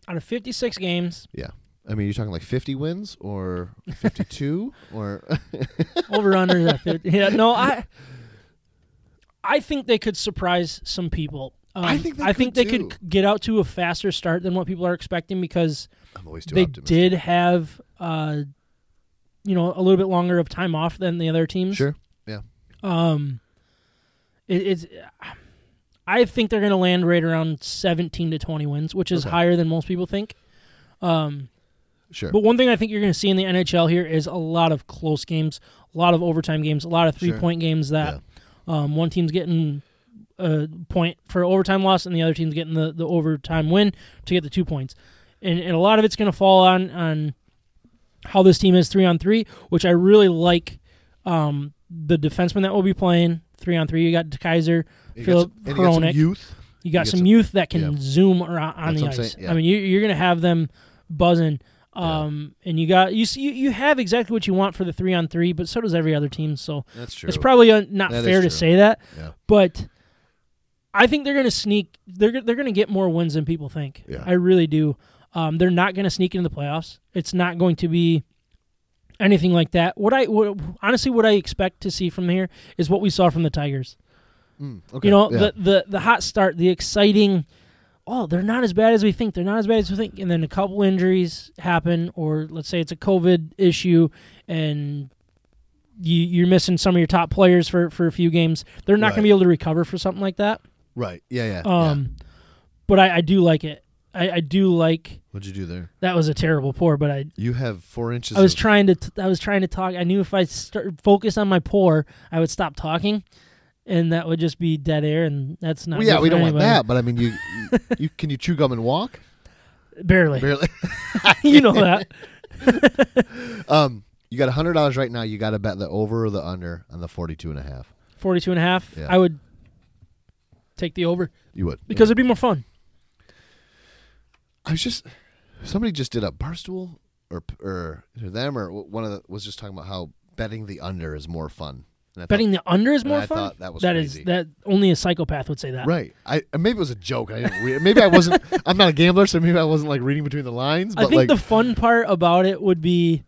Speaker 2: Out of 56 games,
Speaker 3: Yeah. I mean, you're talking like 50 wins
Speaker 2: [LAUGHS]
Speaker 3: or 52 or [LAUGHS]
Speaker 2: over under is at 50. Yeah, no, I I think they could surprise some people. Um,
Speaker 3: I think they
Speaker 2: I think
Speaker 3: could,
Speaker 2: they
Speaker 3: too.
Speaker 2: could get out to a faster start than what people are expecting because
Speaker 3: I'm always too
Speaker 2: they
Speaker 3: optimistic.
Speaker 2: did have uh, you know a little bit longer of time off than the other teams.
Speaker 3: Sure. Yeah.
Speaker 2: Um, it, it's. I think they're going to land right around 17 to 20 wins, which is
Speaker 3: Okay.
Speaker 2: higher than most people think. Um,
Speaker 3: Sure.
Speaker 2: but one thing I think you're going to see in the NHL here is a lot of close games, a lot of overtime games, a lot of three
Speaker 3: Sure.
Speaker 2: point games that um, one team's getting a point for overtime loss, and the other team's getting the, the overtime win to get the two points. And, and a lot of it's going to fall on on how this team is three on three, which I really like. Um, the defenseman that will be playing three on three, you got DeKaiser,
Speaker 3: You got
Speaker 2: Philip
Speaker 3: some- and you got some
Speaker 2: Hronik. You
Speaker 3: youth.
Speaker 2: got
Speaker 3: You get
Speaker 2: some,
Speaker 3: some-
Speaker 2: youth that can
Speaker 3: yeah.
Speaker 2: zoom around on
Speaker 3: That's
Speaker 2: the
Speaker 3: what I'm
Speaker 2: ice.
Speaker 3: saying, yeah.
Speaker 2: I mean, you, you're going to have them buzzing,
Speaker 3: Yeah.
Speaker 2: um, and you got you see you, you have exactly what you want for the three on three, but so does every other team. So
Speaker 3: That's true.
Speaker 2: it's probably uh, not
Speaker 3: That is
Speaker 2: fair to
Speaker 3: true.
Speaker 2: say that,
Speaker 3: Yeah.
Speaker 2: but I think they're going to sneak. They're go- they're going to get more wins than people think.
Speaker 3: Yeah.
Speaker 2: I really do. Um, they're not going to sneak into the playoffs. It's not going to be anything like that. What I what, honestly what I expect to see from here is what we saw from the Tigers.
Speaker 3: Mm, okay.
Speaker 2: You know,
Speaker 3: yeah.
Speaker 2: the, the the hot start, the exciting. Oh, they're not as bad as we think. They're not as bad as we think. And then a couple injuries happen, or let's say it's a COVID issue, and you you're missing some of your top players for for a few games. They're not going
Speaker 3: Right.
Speaker 2: to be able to recover for something like that.
Speaker 3: right. Yeah, yeah. yeah.
Speaker 2: Um, but I, I do like it. I, I do like.
Speaker 3: What'd you do there?
Speaker 2: That was a terrible pour, but I
Speaker 3: You have four inches.
Speaker 2: I was
Speaker 3: of-
Speaker 2: trying to t- I was trying to talk. I knew if I start focused on my pour, I would stop talking, and that would just be dead air, and that's not.
Speaker 3: Well, yeah,
Speaker 2: good
Speaker 3: we
Speaker 2: for
Speaker 3: don't want
Speaker 2: anybody.
Speaker 3: that, but I mean, you, you, you can you chew gum
Speaker 2: [LAUGHS]
Speaker 3: and walk?
Speaker 2: Barely.
Speaker 3: Barely.
Speaker 2: [LAUGHS] you know that. [LAUGHS]
Speaker 3: Um, you got hundred dollars right now. You got to bet the over or the under on the forty-two and a half.
Speaker 2: 42 and a half.
Speaker 3: Yeah.
Speaker 2: I would take the over
Speaker 3: You would
Speaker 2: because it'd be more fun.
Speaker 3: I was just somebody just did a barstool or or them or one of the was just talking about how betting the under is more fun. And I thought-
Speaker 2: Betting the under is
Speaker 3: and
Speaker 2: more
Speaker 3: I
Speaker 2: fun.
Speaker 3: thought that was
Speaker 2: That is-
Speaker 3: crazy.
Speaker 2: that only a psychopath would say that.
Speaker 3: right. I and maybe it was a joke. I didn't read, maybe I wasn't. I'm not a gambler, so maybe I wasn't like reading between the lines.
Speaker 2: I
Speaker 3: But
Speaker 2: think
Speaker 3: like
Speaker 2: the fun part about it would be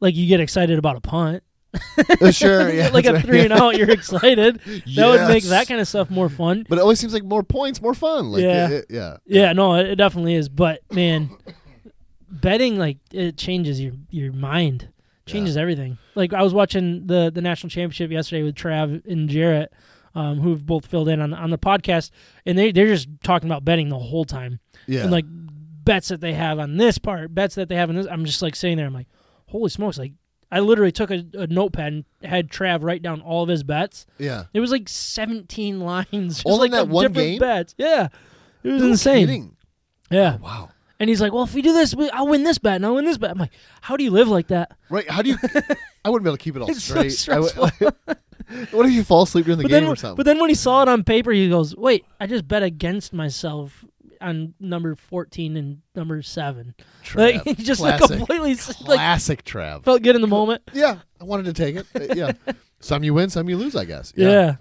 Speaker 2: like you get excited about a punt. [LAUGHS]
Speaker 3: uh, sure, [LAUGHS] yeah,
Speaker 2: like
Speaker 3: that's
Speaker 2: a
Speaker 3: right.
Speaker 2: three and out, you're
Speaker 3: [LAUGHS]
Speaker 2: excited. That would make
Speaker 3: Yes.
Speaker 2: that kind of stuff more fun.
Speaker 3: But it always seems like more points, more fun. Like
Speaker 2: Yeah.
Speaker 3: it- it- yeah.
Speaker 2: Yeah, no, it it definitely is. But man, betting like it changes your your mind, changes everything. Like I was watching the the national championship yesterday with Trav and Jarrett, um, who've both filled in on on the podcast, and they they're just talking about betting the whole time,
Speaker 3: Yeah.
Speaker 2: and like bets that they have on this part, bets that they have on this. I'm just like sitting there, I'm like, holy smokes, like. I literally took a, a notepad and had Trav write down all of his bets.
Speaker 3: yeah.
Speaker 2: It was like 17 [LAUGHS] lines. Just
Speaker 3: All in
Speaker 2: like
Speaker 3: that
Speaker 2: of
Speaker 3: one
Speaker 2: different
Speaker 3: game?
Speaker 2: Bets. Yeah. It was
Speaker 3: No
Speaker 2: insane.
Speaker 3: kidding.
Speaker 2: Yeah.
Speaker 3: Wow.
Speaker 2: And he's like, "Well, if we do this, we, I'll win this bet, and I'll win this bet." I'm like, "How do you live like that?"
Speaker 3: Right? How do
Speaker 2: [LAUGHS]
Speaker 3: you? I wouldn't be able to keep it all
Speaker 2: It's so
Speaker 3: straight. I would- [LAUGHS] what if you fall asleep during the
Speaker 2: But
Speaker 3: game
Speaker 2: then,
Speaker 3: or something?
Speaker 2: but then when he saw it on paper, he goes, "Wait, I just bet against myself on number 14 and number seven.
Speaker 3: Trav.
Speaker 2: Like [LAUGHS] he just
Speaker 3: Classic.
Speaker 2: like completely s- like
Speaker 3: classic Trav.
Speaker 2: felt good in the moment.
Speaker 3: yeah, I wanted to take it. Uh,
Speaker 2: [LAUGHS]
Speaker 3: Yeah, some you win, some you lose. I guess.
Speaker 2: Yeah.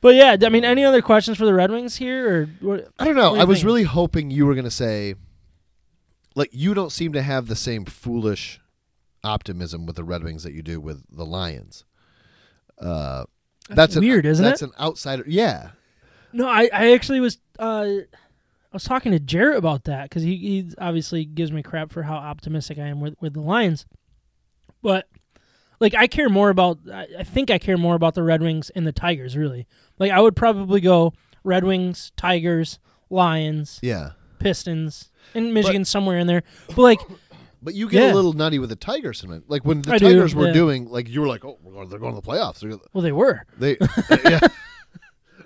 Speaker 2: But yeah, I mean, any other questions for the Red Wings here, or what?
Speaker 3: I don't
Speaker 2: What
Speaker 3: know.
Speaker 2: do you
Speaker 3: I was
Speaker 2: think?
Speaker 3: really hoping you were going to say, like, you don't seem to have the same foolish optimism with the Red Wings that you do with the Lions. Uh, that's, an-
Speaker 2: weird, isn't
Speaker 3: that's
Speaker 2: it?
Speaker 3: an outsider. Yeah,
Speaker 2: No, I, I actually was uh, I was talking to Jarrett about that because he, he obviously gives me crap for how optimistic I am with, with the Lions, but like I care more about I, I think I care more about the Red Wings and the Tigers really. Like I would probably go Red Wings, Tigers, Lions,
Speaker 3: yeah.
Speaker 2: Pistons, and Michigan somewhere in there. But
Speaker 3: [LAUGHS]
Speaker 2: like
Speaker 3: But you get
Speaker 2: Yeah.
Speaker 3: a little nutty with the Tigers. sometimes. Like when the
Speaker 2: I do,
Speaker 3: Tigers were
Speaker 2: yeah.
Speaker 3: doing, like you were like, oh, we're going, they're going to the playoffs. They're gonna-
Speaker 2: well they were [LAUGHS]
Speaker 3: They, uh, yeah.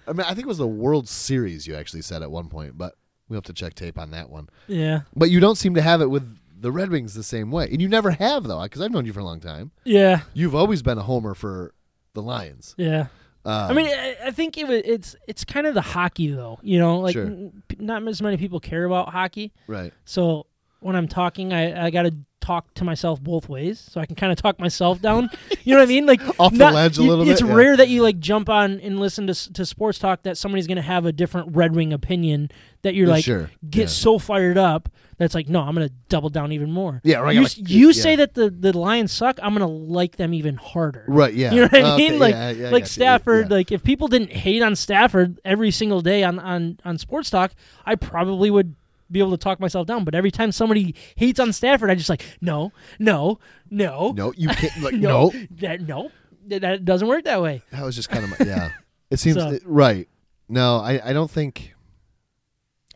Speaker 3: I mean, I think it was the World Series you actually said at one point, but we have to check tape on that one.
Speaker 2: yeah
Speaker 3: But you don't seem to have it with the Red Wings the same way, and you never have though, because I've known you for a long time.
Speaker 2: yeah
Speaker 3: You've always been a homer for the Lions.
Speaker 2: yeah.
Speaker 3: Uh,
Speaker 2: I mean, I, I think it was, it's it's kind of the hockey though, you know, like
Speaker 3: Sure.
Speaker 2: n- p- not as many people care about hockey.
Speaker 3: right?
Speaker 2: So when I'm talking, I, I got to talk to myself both ways, so I can kind of talk myself down. you know what I mean? Like
Speaker 3: [LAUGHS] Off the ledge a
Speaker 2: you-
Speaker 3: little
Speaker 2: It's
Speaker 3: bit, yeah.
Speaker 2: rare that you like jump on and listen to s- to sports talk that somebody's going to have a different Red Wing opinion that you're
Speaker 3: Yeah,
Speaker 2: like
Speaker 3: sure,
Speaker 2: get
Speaker 3: yeah.
Speaker 2: so fired up that's like no, I'm going to double down even more.
Speaker 3: Yeah, right,
Speaker 2: You,
Speaker 3: I'm
Speaker 2: s-
Speaker 3: like,
Speaker 2: you
Speaker 3: yeah.
Speaker 2: say that the the Lions suck, I'm going to like them even harder.
Speaker 3: Right? Yeah. Oh,
Speaker 2: You know what I
Speaker 3: Okay,
Speaker 2: mean? Like,
Speaker 3: yeah, yeah, I
Speaker 2: like
Speaker 3: got you.
Speaker 2: Stafford.
Speaker 3: Yeah.
Speaker 2: Like, if people didn't hate on Stafford every single day on on on Sports Talk, I probably would be able to talk myself down. But every time somebody hates on Stafford, I just like, no, no, no,
Speaker 3: no, you can't. Like, no.
Speaker 2: that [LAUGHS] no, that, that doesn't work that way.
Speaker 3: that was just kind of my, yeah. It seems
Speaker 2: So-
Speaker 3: it- right. No, I, I don't think.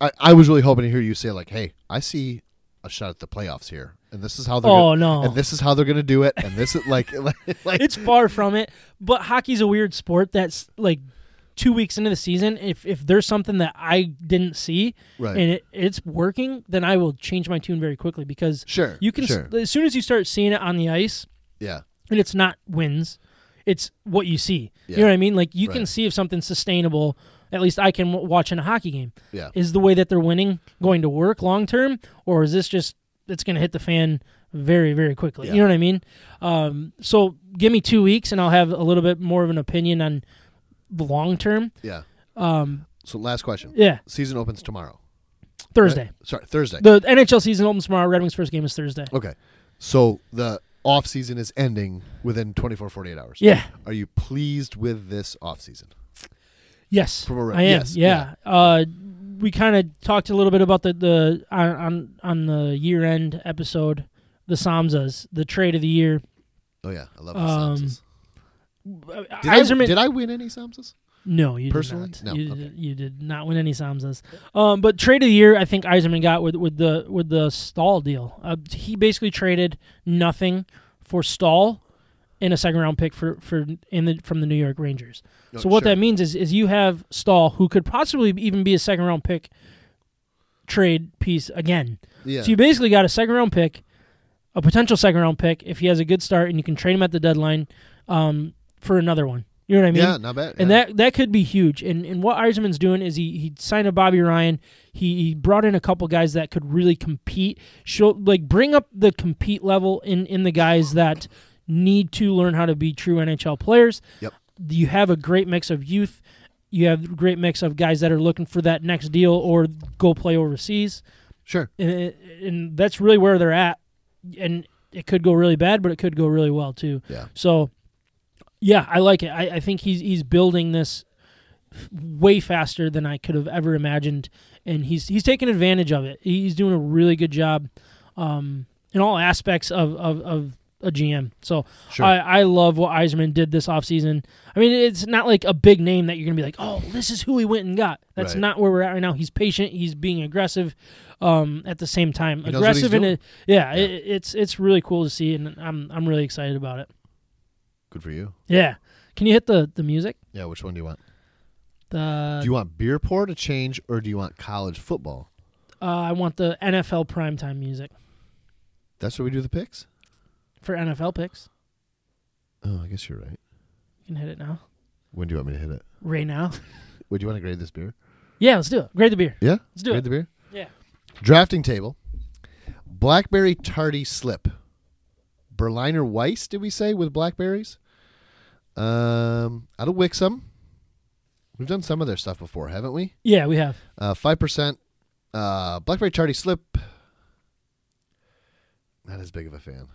Speaker 3: I, I was really hoping to hear you say like, "Hey, I see a shot at the playoffs here, and this is how they're
Speaker 2: Oh,
Speaker 3: gonna,
Speaker 2: no.
Speaker 3: and this is how they're going to do it,
Speaker 2: [LAUGHS]
Speaker 3: and this is like like, like
Speaker 2: It's far from it. But hockey's a weird sport that's like two weeks into the season, if if there's something that I didn't see
Speaker 3: Right.
Speaker 2: and it, it's working, then I will change my tune very quickly because
Speaker 3: Sure,
Speaker 2: you can s-
Speaker 3: sure.
Speaker 2: as soon as you start seeing it on the ice,
Speaker 3: Yeah.
Speaker 2: and it's not wins it's what you see you
Speaker 3: Yeah.
Speaker 2: know what i mean like you can
Speaker 3: Right.
Speaker 2: see if something's sustainable at least i can w- watch in a hockey game
Speaker 3: Yeah.
Speaker 2: is the way that they're winning going to work long term or is this just it's going to hit the fan very very quickly you
Speaker 3: Yeah.
Speaker 2: know what i mean um, so give me two weeks and i'll have a little bit more of an opinion on the long term
Speaker 3: Yeah.
Speaker 2: um,
Speaker 3: So last question.
Speaker 2: yeah
Speaker 3: Season opens tomorrow. right?
Speaker 2: thursday
Speaker 3: Sorry, Thursday.
Speaker 2: the nhl season opens tomorrow red wings first game is thursday
Speaker 3: okay. So the off season is ending within 24 48 hours.
Speaker 2: yeah
Speaker 3: Are you pleased with this off season?
Speaker 2: Yes,
Speaker 3: From a rep.
Speaker 2: I am.
Speaker 3: Yes,
Speaker 2: yeah. Uh, we kind of talked a little bit about the the on on, on the year end episode, the Samzas, the trade of the year.
Speaker 3: Oh yeah, I love the
Speaker 2: Um,
Speaker 3: Samsas. Did, I,
Speaker 2: Iserman,
Speaker 3: did I win any Samsas?
Speaker 2: no, you
Speaker 3: personally?
Speaker 2: did
Speaker 3: No,
Speaker 2: not. you,
Speaker 3: okay.
Speaker 2: you did not win any Samzas. Um, but trade of the year, I think Iserman got with with the with the Stall deal. Uh, he basically traded nothing for Stall in a second round pick for for in the from the New York Rangers.
Speaker 3: Oh,
Speaker 2: so what
Speaker 3: sure.
Speaker 2: that means is is you have Stall who could possibly even be a second round pick trade piece again.
Speaker 3: Yeah.
Speaker 2: So you basically got a second round pick, a potential second round pick if he has a good start and you can trade him at the deadline um, for another one. You know what I mean?
Speaker 3: yeah, not bad.
Speaker 2: And
Speaker 3: yeah.
Speaker 2: that that could be huge. And and what Eisenman's doing is he he signed a Bobby Ryan. He, he brought in a couple guys that could really compete. Show like bring up the compete level in in the guys that need to learn how to be true NHL players.
Speaker 3: Yep.
Speaker 2: You have a great mix of youth. You have a great mix of guys that are looking for that next deal or go play overseas.
Speaker 3: Sure.
Speaker 2: And it- and that's really where they're at. And it could go really bad, but it could go really well too.
Speaker 3: Yeah.
Speaker 2: So, yeah, I like it. I, I think he's he's building this f- way faster than I could have ever imagined, and he's he's taking advantage of it. He's doing a really good job um, in all aspects of of, of a GM. So
Speaker 3: Sure.
Speaker 2: I, I love what Eisman did this offseason. I mean, it's not like a big name that you're gonna be like, oh, this is who he went and got. That's
Speaker 3: Right.
Speaker 2: not where we're at right now. He's patient. He's being aggressive. Um, at the same time,
Speaker 3: He knows what he's
Speaker 2: aggressive and
Speaker 3: doing.
Speaker 2: a, yeah, It, it's it's really cool to see, and I'm I'm really excited about it.
Speaker 3: Good for you.
Speaker 2: Yeah. Can you hit the the music?
Speaker 3: Yeah, which one do you want?
Speaker 2: The
Speaker 3: Do you want beer pour to change or do you want college football?
Speaker 2: uh, I want the NFL primetime music
Speaker 3: That's where we do the picks?
Speaker 2: for NFL picks.
Speaker 3: Oh, I guess you're right.
Speaker 2: You can hit it now.
Speaker 3: When do you want me to hit it?
Speaker 2: Right now.
Speaker 3: Would you want to grade this beer?
Speaker 2: Yeah, let's do it. Grade the beer.
Speaker 3: Yeah?
Speaker 2: Let's do
Speaker 3: grade
Speaker 2: it.
Speaker 3: the beer?
Speaker 2: Yeah.
Speaker 3: Drafting table. Blackberry tardy slip. Berliner Weiss, did we say, with blackberries? Um, out of Wixom. We've done some of their stuff before, haven't we?
Speaker 2: Yeah, we have.
Speaker 3: Uh, 5%. Uh, blackberry tardy slip. Not as big of a fan.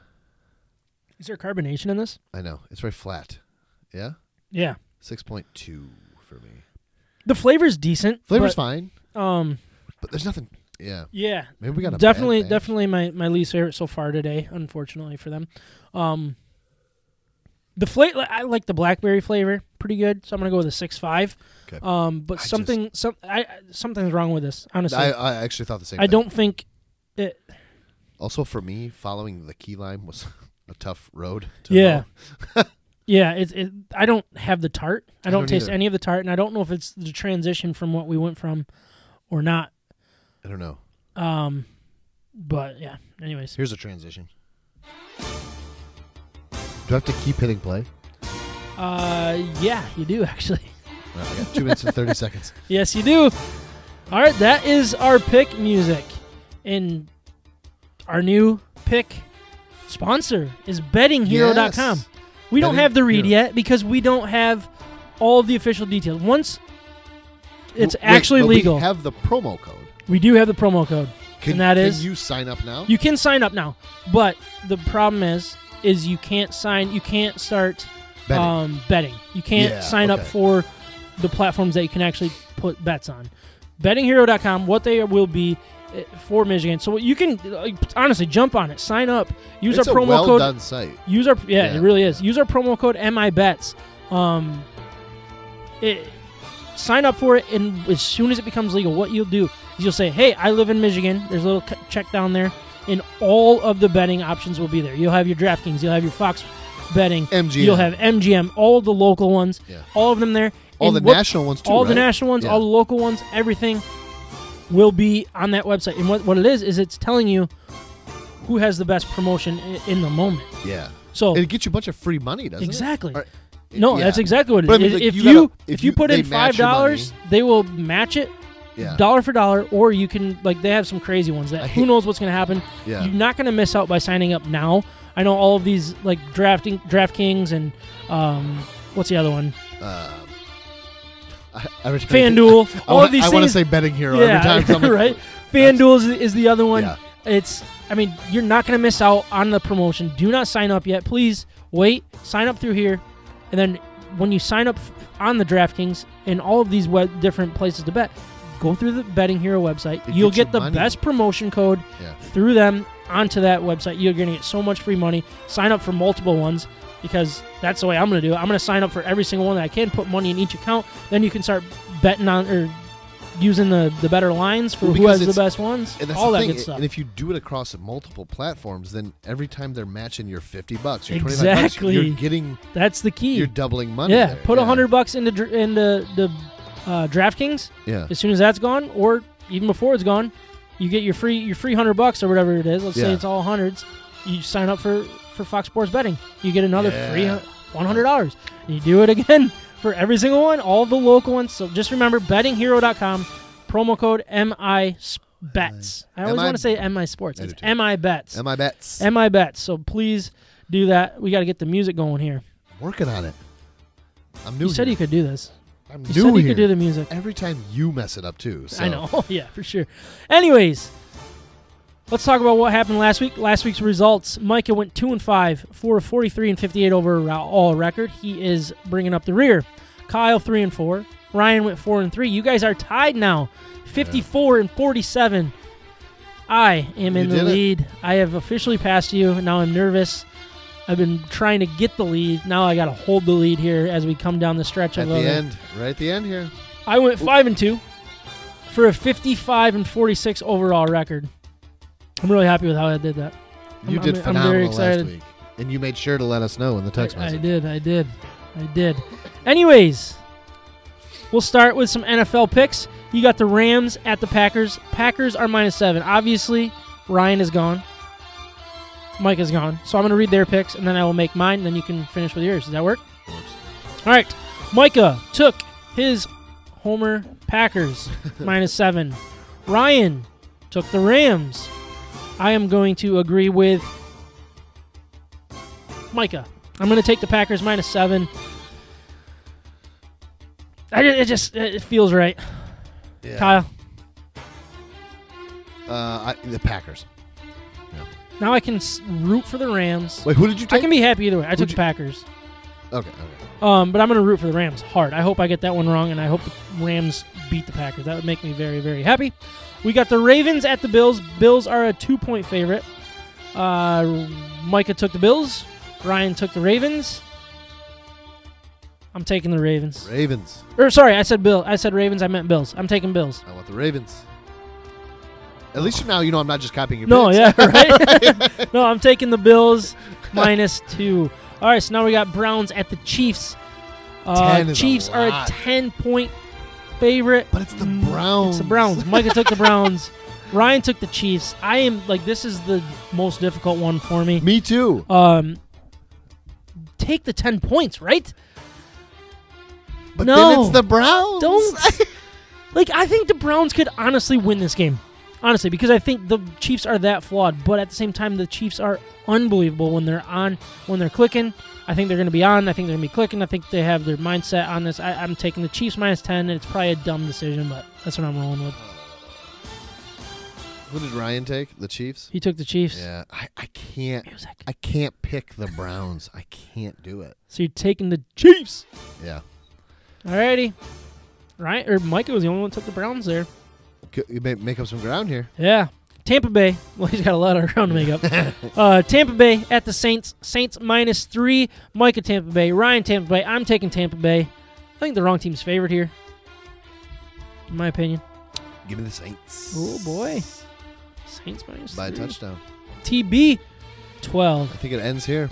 Speaker 2: Is there carbonation in this?
Speaker 3: I know. It's very flat. Yeah?
Speaker 2: Yeah.
Speaker 3: 6.2 for me.
Speaker 2: The flavor's decent.
Speaker 3: Flavor's
Speaker 2: but,
Speaker 3: fine,
Speaker 2: Um
Speaker 3: but there's nothing. Yeah.
Speaker 2: yeah.
Speaker 3: Maybe we got a bad
Speaker 2: Definitely
Speaker 3: batch.
Speaker 2: definitely my, my least favorite so far today, unfortunately for them. Um the flavor I like the blackberry flavor pretty good, so I'm gonna go with a six five.
Speaker 3: Okay.
Speaker 2: Um, but
Speaker 3: I just-
Speaker 2: something some I I- something's wrong with this. Honestly,
Speaker 3: I,
Speaker 2: I,
Speaker 3: I actually thought the same. thing.
Speaker 2: don't think it,
Speaker 3: Also, for me, following the key lime was [LAUGHS] a tough road. To
Speaker 2: Yeah.
Speaker 3: hoe. [LAUGHS]
Speaker 2: yeah, it, it, I don't have the tart. I
Speaker 3: I
Speaker 2: don't,
Speaker 3: don't
Speaker 2: taste
Speaker 3: either.
Speaker 2: any of the tart, and I don't know if it's the transition from what we went from or not.
Speaker 3: I don't know.
Speaker 2: Um, but yeah. Anyways,
Speaker 3: Here's a transition. Do I have to keep hitting play?
Speaker 2: uh, yeah, you do [LAUGHS] actually.
Speaker 3: No, I got two minutes and
Speaker 2: [LAUGHS]
Speaker 3: thirty seconds.
Speaker 2: Yes, you do. All right, that is our pick music, and our new pick sponsor is BettingHero.com.
Speaker 3: Yes.
Speaker 2: We don't
Speaker 3: Betting
Speaker 2: have the read
Speaker 3: Hero.
Speaker 2: yet because we don't have all the official details. Once it's
Speaker 3: Wait,
Speaker 2: actually
Speaker 3: but we
Speaker 2: legal, we,
Speaker 3: have the promo code.
Speaker 2: do have the promo code.
Speaker 3: Can,
Speaker 2: And that
Speaker 3: can
Speaker 2: is-
Speaker 3: you sign up now?
Speaker 2: You can sign up now, but the problem is, is you can't sign. You can't start
Speaker 3: Betting.
Speaker 2: Um, betting. You can't
Speaker 3: Yeah,
Speaker 2: sign up
Speaker 3: okay.
Speaker 2: for the platforms that you can actually put bets on. BettingHero.com. What they will be uh, for Michigan. So you can uh, honestly jump on it. Sign up. Use
Speaker 3: it's
Speaker 2: our
Speaker 3: a
Speaker 2: promo
Speaker 3: well
Speaker 2: code.
Speaker 3: done site.
Speaker 2: Use our yeah,
Speaker 3: Yeah.
Speaker 2: it really is. Use our promo code MIBETS. Um, it, sign up for it, and as soon as it becomes legal, what you'll do is you'll say, "Hey, I live in Michigan." There's a little c- check down there, and all of the betting options will be there. You'll have your DraftKings, you'll have your Fox betting,
Speaker 3: MGM.
Speaker 2: you'll have MGM, all the local ones,
Speaker 3: Yeah.
Speaker 2: all of them there,
Speaker 3: All
Speaker 2: And
Speaker 3: the
Speaker 2: what-
Speaker 3: national ones too.
Speaker 2: all the
Speaker 3: right?
Speaker 2: national ones,
Speaker 3: Yeah.
Speaker 2: all the local ones, everything will be on that website. And what, what it is is it's telling you who has the best promotion i- in the moment.
Speaker 3: Yeah.
Speaker 2: So
Speaker 3: It gets you a bunch of free money, doesn't
Speaker 2: Oh. exactly.
Speaker 3: it? Or-
Speaker 2: no,
Speaker 3: yeah.
Speaker 2: that's exactly what it is.
Speaker 3: But I mean, like,
Speaker 2: if
Speaker 3: you
Speaker 2: you,
Speaker 3: gotta-
Speaker 2: if,
Speaker 3: if
Speaker 2: you
Speaker 3: you-
Speaker 2: put
Speaker 3: they
Speaker 2: in
Speaker 3: match
Speaker 2: five
Speaker 3: your money.
Speaker 2: dollars, they will match it
Speaker 3: Yeah.
Speaker 2: dollar for dollar, or you can like they have some crazy ones that
Speaker 3: I
Speaker 2: who
Speaker 3: hate-
Speaker 2: knows what's going to happen.
Speaker 3: Yeah.
Speaker 2: You're not going to miss out by signing up now. I know all of these like drafting DraftKings and um, what's the other one?
Speaker 3: Um, I, I was- [LAUGHS]
Speaker 2: FanDuel.
Speaker 3: I
Speaker 2: all
Speaker 3: wanna,
Speaker 2: of these
Speaker 3: I want to
Speaker 2: things.
Speaker 3: say betting hero
Speaker 2: yeah,
Speaker 3: every time. 'cause I'm
Speaker 2: [LAUGHS]
Speaker 3: like,
Speaker 2: right. FanDuel is, is the other one.
Speaker 3: Yeah.
Speaker 2: It's I mean you're not going to miss out on the promotion. Do not sign up yet. Please wait. Sign up through here, and then when you sign up f- on the DraftKings and all of these web- different places to bet, go through the Betting Hero website.
Speaker 3: It
Speaker 2: You'll
Speaker 3: gets you
Speaker 2: get the
Speaker 3: money.
Speaker 2: best promotion code
Speaker 3: Yeah.
Speaker 2: through them onto that website. You're going to get so much free money. Sign up for multiple ones because that's the way I'm going to do it. I'm going to sign up for every single one that I can, put money in each account. Then you can start betting on or using the, the better lines for
Speaker 3: Well,
Speaker 2: who
Speaker 3: because
Speaker 2: has the
Speaker 3: it's-
Speaker 2: best ones.
Speaker 3: And that's
Speaker 2: All that
Speaker 3: the thing.
Speaker 2: good stuff.
Speaker 3: And if you do it across multiple platforms, then every time they're matching your fifty bucks, your
Speaker 2: Exactly.
Speaker 3: twenty five bucks, you're getting
Speaker 2: that's the key.
Speaker 3: you're doubling money.
Speaker 2: yeah,
Speaker 3: there.
Speaker 2: put a hundred bucks into dr- into the uh, DraftKings.
Speaker 3: Yeah.
Speaker 2: As soon as that's gone, or even before it's gone, you get your free your free hundred bucks or whatever it is. Let's say
Speaker 3: Yeah.
Speaker 2: it's all hundreds. You sign up for for Fox Sports betting. You get another
Speaker 3: Yeah.
Speaker 2: free one hundred dollars. You do it [LAUGHS] again for every single one, all the local ones. So just remember bettinghero.com, promo code mi bets. I always
Speaker 3: MI
Speaker 2: want to say mi sports.
Speaker 3: I do
Speaker 2: It's
Speaker 3: too.
Speaker 2: mi bets.
Speaker 3: Am I bets?
Speaker 2: mi bets. So please do that. We got to get the music going here.
Speaker 3: working on it. I'm new.
Speaker 2: You said
Speaker 3: here.
Speaker 2: you could do this.
Speaker 3: I'm
Speaker 2: You
Speaker 3: new
Speaker 2: said you
Speaker 3: here.
Speaker 2: could do the music.
Speaker 3: Every time you mess it up too. So.
Speaker 2: I know. [LAUGHS] yeah, for sure. Anyways, let's talk about what happened last week. Last week's results: Micah went two and five for a 43 and 58 over ra- all record. He is bringing up the rear. Kyle three and four. Ryan went four and three. You guys are tied now, 54 and 47. I am in
Speaker 3: You
Speaker 2: the
Speaker 3: did it.
Speaker 2: lead. I have officially passed you. Now I'm nervous. I've been trying to get the lead. Now I got to hold the lead here as we come down the stretch. I
Speaker 3: At the
Speaker 2: love it.
Speaker 3: end, right at the end here.
Speaker 2: I went five and two for a 55 and 46 overall record. I'm really happy with how I did that.
Speaker 3: You
Speaker 2: I'm- I'm-
Speaker 3: did
Speaker 2: I'm
Speaker 3: phenomenal
Speaker 2: very
Speaker 3: last
Speaker 2: excited.
Speaker 3: week, and you made sure to let us know in the text
Speaker 2: I, I
Speaker 3: message.
Speaker 2: did, I did, I did. Anyways, we'll start with some NFL picks. You got the Rams at the Packers. Packers are minus seven. Obviously, Ryan is gone. Mike is gone. So I'm going to read their picks, and then I will make mine. Then you can finish with yours. Does that work? All right. Micah took his Homer
Speaker 3: [LAUGHS]
Speaker 2: Packers minus seven. Ryan took the Rams. I am going to agree with Micah. I'm going to take the Packers minus seven. I, ju- it just it feels right.
Speaker 3: Yeah.
Speaker 2: Kyle,
Speaker 3: Uh, I, the Packers.
Speaker 2: now I can s- root for the Rams.
Speaker 3: Wait, who did you take?
Speaker 2: I can be happy either way. I took
Speaker 3: Who'd
Speaker 2: the
Speaker 3: you-
Speaker 2: Packers.
Speaker 3: okay, okay.
Speaker 2: Um, but I'm going to root for the Rams hard. I hope I get that one wrong, and I hope the Rams beat the Packers. That would make me very, very happy. We got the Ravens at the Bills. Bills are a two point favorite. Uh, Micah took the Bills. Ryan took the Ravens. I'm taking the Ravens.
Speaker 3: Ravens.
Speaker 2: Or sorry, I said Bill. I said Ravens. I meant Bills. I'm taking Bills.
Speaker 3: I want the Ravens. At least now you know I'm not just copying your.
Speaker 2: No,
Speaker 3: picks.
Speaker 2: yeah, [LAUGHS]
Speaker 3: [LAUGHS]
Speaker 2: right. no, I'm taking the Bills minus two. All right, so now we got Browns at the Chiefs. Uh,
Speaker 3: Ten is a
Speaker 2: Chiefs are a
Speaker 3: lot.
Speaker 2: ten point favorite.
Speaker 3: But it's the
Speaker 2: Mm,
Speaker 3: Browns.
Speaker 2: It's the Browns. Micah
Speaker 3: [LAUGHS]
Speaker 2: took the Browns. Ryan took the Chiefs. I am like this is the most difficult one for me.
Speaker 3: Me too.
Speaker 2: Um, take the ten points, right?
Speaker 3: But then
Speaker 2: no.
Speaker 3: it's the Browns.
Speaker 2: Don't. like I think the Browns could honestly win this game. Honestly, because I think the Chiefs are that flawed, but at the same time the Chiefs are unbelievable when they're on, when they're clicking. I think they're going to be on. I think they're going to be clicking. I think they have their mindset on this. I, I'm taking the Chiefs minus ten, and it's probably a dumb decision, but that's what I'm rolling with.
Speaker 3: Who did Ryan take? The Chiefs.
Speaker 2: He took the Chiefs.
Speaker 3: Yeah, I, I can't.
Speaker 2: Music.
Speaker 3: I can't pick the Browns. I can't do it.
Speaker 2: So you're taking the Chiefs.
Speaker 3: Yeah,
Speaker 2: Alrighty. Right? Or Micah was the only one who took the Browns there.
Speaker 3: C- you may make up some ground here.
Speaker 2: Yeah. Tampa Bay. [LAUGHS] Well, he's got a lot of ground to make
Speaker 3: [LAUGHS]
Speaker 2: up. uh, Tampa Bay at the Saints. Saints minus three. Micah Tampa Bay. Ryan Tampa Bay. I'm taking Tampa Bay. I think the wrong team's favored here. In my opinion.
Speaker 3: Give me the Saints.
Speaker 2: Oh, boy. Saints minus
Speaker 3: By a
Speaker 2: three.
Speaker 3: touchdown.
Speaker 2: TB 12
Speaker 3: I think it ends here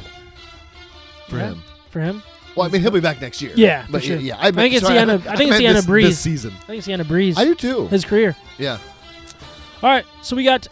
Speaker 3: for
Speaker 2: Yeah.
Speaker 3: him.
Speaker 2: for him.
Speaker 3: Well, I mean, he'll be back next year.
Speaker 2: Yeah, for
Speaker 3: but
Speaker 2: sure.
Speaker 3: yeah,
Speaker 2: I think it's
Speaker 3: sorry,
Speaker 2: Sienna-
Speaker 3: meant-
Speaker 2: I think it's
Speaker 3: meant
Speaker 2: Sienna
Speaker 3: this,
Speaker 2: Breeze.
Speaker 3: this season.
Speaker 2: I think Sienna Breeze.
Speaker 3: I do too.
Speaker 2: his career.
Speaker 3: yeah,
Speaker 2: All right, so we got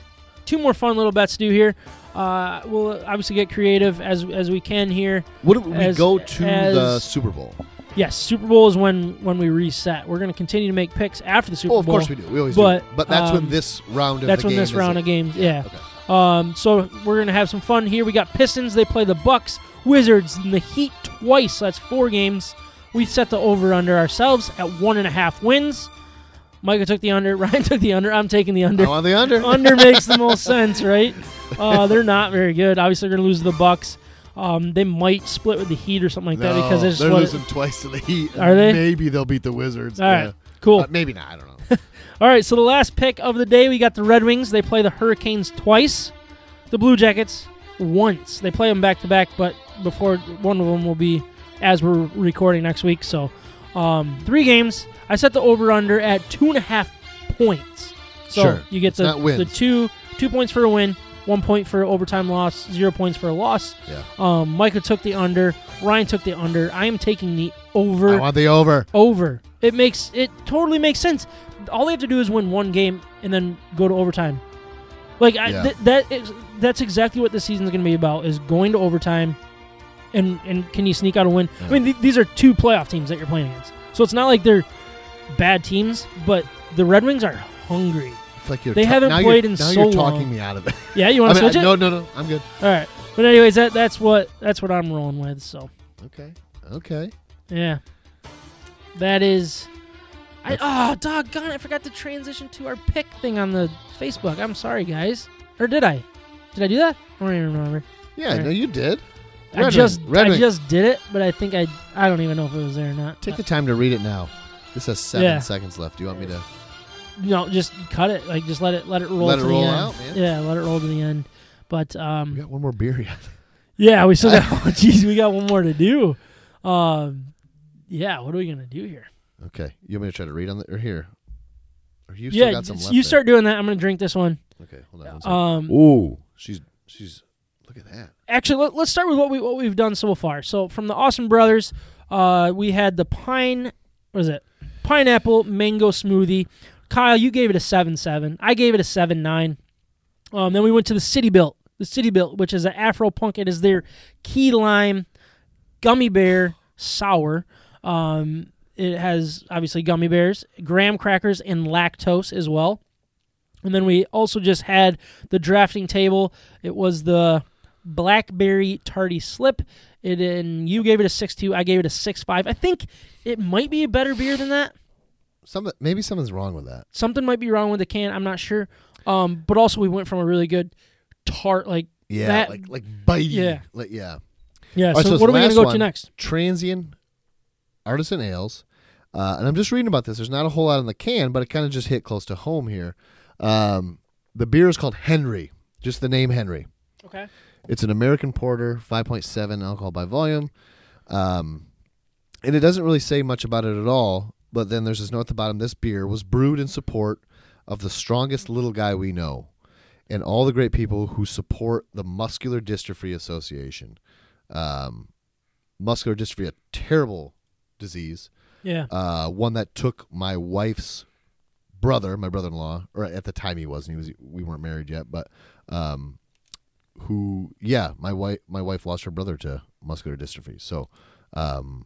Speaker 2: two more fun little bets to do here. Uh, we'll obviously get creative as as we can here.
Speaker 3: What if we
Speaker 2: As-
Speaker 3: go to the
Speaker 2: as-
Speaker 3: Super Bowl?
Speaker 2: Yes, Super Bowl is when when we reset. We're going to continue to make picks after the Super
Speaker 3: Oh, of
Speaker 2: Bowl.
Speaker 3: course we do. We always
Speaker 2: But,
Speaker 3: do. But that's
Speaker 2: um,
Speaker 3: when this round of
Speaker 2: That's
Speaker 3: the
Speaker 2: when
Speaker 3: game
Speaker 2: this
Speaker 3: is
Speaker 2: round
Speaker 3: in.
Speaker 2: of games. Yeah.
Speaker 3: Okay.
Speaker 2: Um, so we're gonna have some fun here. We got Pistons. They play the Bucks, Wizards, and the Heat twice. That's four games. We set the over under ourselves at one and a half wins. Michael took the under. [LAUGHS] Ryan took the under. I'm taking the under.
Speaker 3: I'm on the under.
Speaker 2: [LAUGHS] under makes the most sense, right? Uh, they're not very good. Obviously, they're gonna lose to the Bucks. Um, they might split with the Heat or something like that because
Speaker 4: No,
Speaker 2: it's
Speaker 4: they're
Speaker 2: what.
Speaker 4: losing twice to the Heat. and
Speaker 2: Are they?
Speaker 4: Maybe they'll beat the Wizards.
Speaker 2: All right,
Speaker 4: yeah.
Speaker 2: cool.
Speaker 3: Uh, maybe not. I don't
Speaker 2: [LAUGHS]
Speaker 3: know.
Speaker 2: All right, so the last pick of the day, we got the Red Wings. They play the Hurricanes twice, the Blue Jackets once. They play them back to back, but before one of them will be as we're recording next week. So, um, three games. I set the over under at two and a half points. So
Speaker 3: Sure.
Speaker 2: you get the,
Speaker 3: not wins.
Speaker 2: the two two points for a win, one point for overtime loss, zero points for a loss.
Speaker 3: Yeah.
Speaker 2: Um, Michael took the under. Ryan took the under. I am taking the over
Speaker 3: I want the over.
Speaker 2: over. It makes it totally makes sense. All they have to do is win one game and then go to overtime. Like I,
Speaker 3: Yeah.
Speaker 2: th- that is that's exactly what this season's going to be about is going to overtime and and can you sneak out a win? I mean th- these are two playoff teams that you're playing against. So it's not like they're bad teams, but the Red Wings are hungry.
Speaker 3: It's like you're
Speaker 2: They
Speaker 3: ta-
Speaker 2: haven't
Speaker 3: now
Speaker 2: played
Speaker 3: you're,
Speaker 2: in
Speaker 3: now
Speaker 2: so
Speaker 3: you're talking
Speaker 2: long.
Speaker 3: me out of it.
Speaker 2: Yeah, you
Speaker 3: I
Speaker 2: want to
Speaker 3: mean, I-
Speaker 2: switch it?
Speaker 3: no, no, no. I'm good.
Speaker 2: All right. But anyways, that that's what that's what I'm rolling with, so
Speaker 3: Okay. Okay.
Speaker 2: Yeah. That is. I, oh, doggone. I forgot to transition to our pick thing on the Facebook. I'm sorry, guys. Or did I? Did I do that? I don't even remember.
Speaker 3: Yeah.
Speaker 2: Sure.
Speaker 3: No, you did.
Speaker 2: I
Speaker 3: Red
Speaker 2: just
Speaker 3: Wing, Red
Speaker 2: I
Speaker 3: Wing.
Speaker 2: just did it, but I think I I don't even know if it was there or not.
Speaker 3: Take
Speaker 2: Uh,
Speaker 3: the time to read it now. This has seven
Speaker 2: Yeah. Mm.
Speaker 3: seconds left. Do you want me to?
Speaker 2: no, just cut it. Like just let it let it roll.
Speaker 3: Let
Speaker 2: to
Speaker 3: it
Speaker 2: the
Speaker 3: roll
Speaker 2: end.
Speaker 3: out, man.
Speaker 2: Yeah, let it roll to the end. But um,
Speaker 3: We got one more beer yet. [LAUGHS]
Speaker 2: yeah, we still got. [LAUGHS] oh, Jeez, we got one more to do. Um, yeah, what are we gonna do here?
Speaker 3: Okay. You want me to try to read on the or here? Or you
Speaker 2: yeah,
Speaker 3: still got some
Speaker 2: just-
Speaker 3: left
Speaker 2: you
Speaker 3: there.
Speaker 2: start doing that. I'm gonna drink this one.
Speaker 3: Okay. Hold on. One second.
Speaker 2: Um,
Speaker 3: Ooh, she's she's. Look at that.
Speaker 2: actually let, let's start with what we what we've done so far. So from the Austin Brothers, uh, we had the pine what is it? Pineapple mango smoothie. Kyle, you gave it a seven seven. I gave it a seven nine. Um, then we went to the City Built. The City Built, which is an Afro Punk. It is their key lime gummy bear sour. Um, it has obviously gummy bears, graham crackers, and lactose as well. And then we also just had the drafting table. It was the blackberry tardy slip. It and you gave it a six two. I gave it a six five. I think it might be a better beer than that.
Speaker 3: Some maybe something's wrong with that.
Speaker 2: Something might be wrong with the can. I'm not sure. Um, but also we went from a really good tart like
Speaker 3: Yeah,
Speaker 2: That-
Speaker 3: like like bitey.
Speaker 2: yeah.
Speaker 3: like yeah.
Speaker 2: yeah.
Speaker 3: All right,
Speaker 2: so,
Speaker 3: this
Speaker 2: what are we gonna
Speaker 3: last
Speaker 2: go to
Speaker 3: one,
Speaker 2: next?
Speaker 3: Transient artisan ales, uh, and I'm just reading about this. There's not a whole lot in the can, but it kind of just hit close to home here. Um, the beer is called Henry, just the name Henry.
Speaker 2: Okay.
Speaker 3: It's an American porter, 5.7 alcohol by volume. Um, and it doesn't really say much about it at all, but then there's this note at the bottom this beer was brewed in support of the strongest little guy we know and all the great people who support the Muscular Dystrophy Association. Um, muscular dystrophy, a terrible disease,
Speaker 2: Yeah.
Speaker 3: uh, one that took my wife's brother, my brother-in-law, or at the time he wasn't. He was we weren't married yet, but um, who? Yeah, my wife my wife lost her brother to muscular dystrophy. So, um,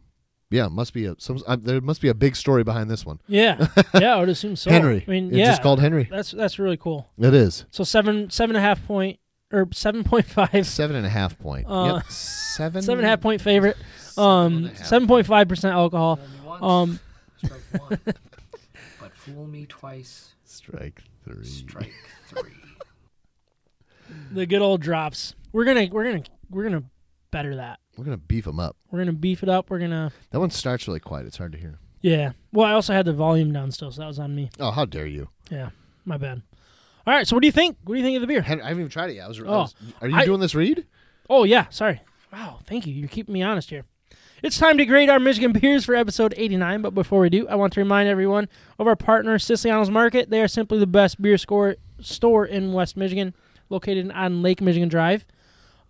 Speaker 3: yeah, must be a some uh, there must be a big story behind this one. [LAUGHS]
Speaker 2: Yeah. yeah. I would assume so.
Speaker 3: Henry,
Speaker 2: I mean,
Speaker 3: it's
Speaker 2: yeah.
Speaker 3: just called Henry.
Speaker 2: that's that's really cool.
Speaker 3: It is
Speaker 2: So seven seven and a half point or seven point five
Speaker 3: seven and a half point.
Speaker 2: Uh,
Speaker 3: yep, seven
Speaker 2: seven and a half point favorite. Um, seven point five percent alcohol. Um,
Speaker 5: Strike one. but fool me twice,
Speaker 3: Strike three.
Speaker 5: strike three.
Speaker 2: the good old drops. We're gonna we're gonna we're gonna better that.
Speaker 3: We're gonna beef them up.
Speaker 2: We're gonna beef it up. We're gonna
Speaker 3: That one starts really quiet. It's hard to hear.
Speaker 2: yeah. Well, I also had the volume down still, so that was on me.
Speaker 3: Oh, how dare you!
Speaker 2: Yeah, my bad. All right, so what do you think? What do you think of the beer?
Speaker 3: Henry, I haven't even tried it yet. I was, I
Speaker 2: Oh,
Speaker 3: was- are you
Speaker 2: I-
Speaker 3: doing this read?
Speaker 2: Oh yeah, sorry. Wow, thank you. You're keeping me honest here. It's time to grade our Michigan beers for episode 89. But before we do, I want to remind everyone of our partner, Siciliano's Market. They are simply the best beer score store in West Michigan, located on Lake Michigan Drive.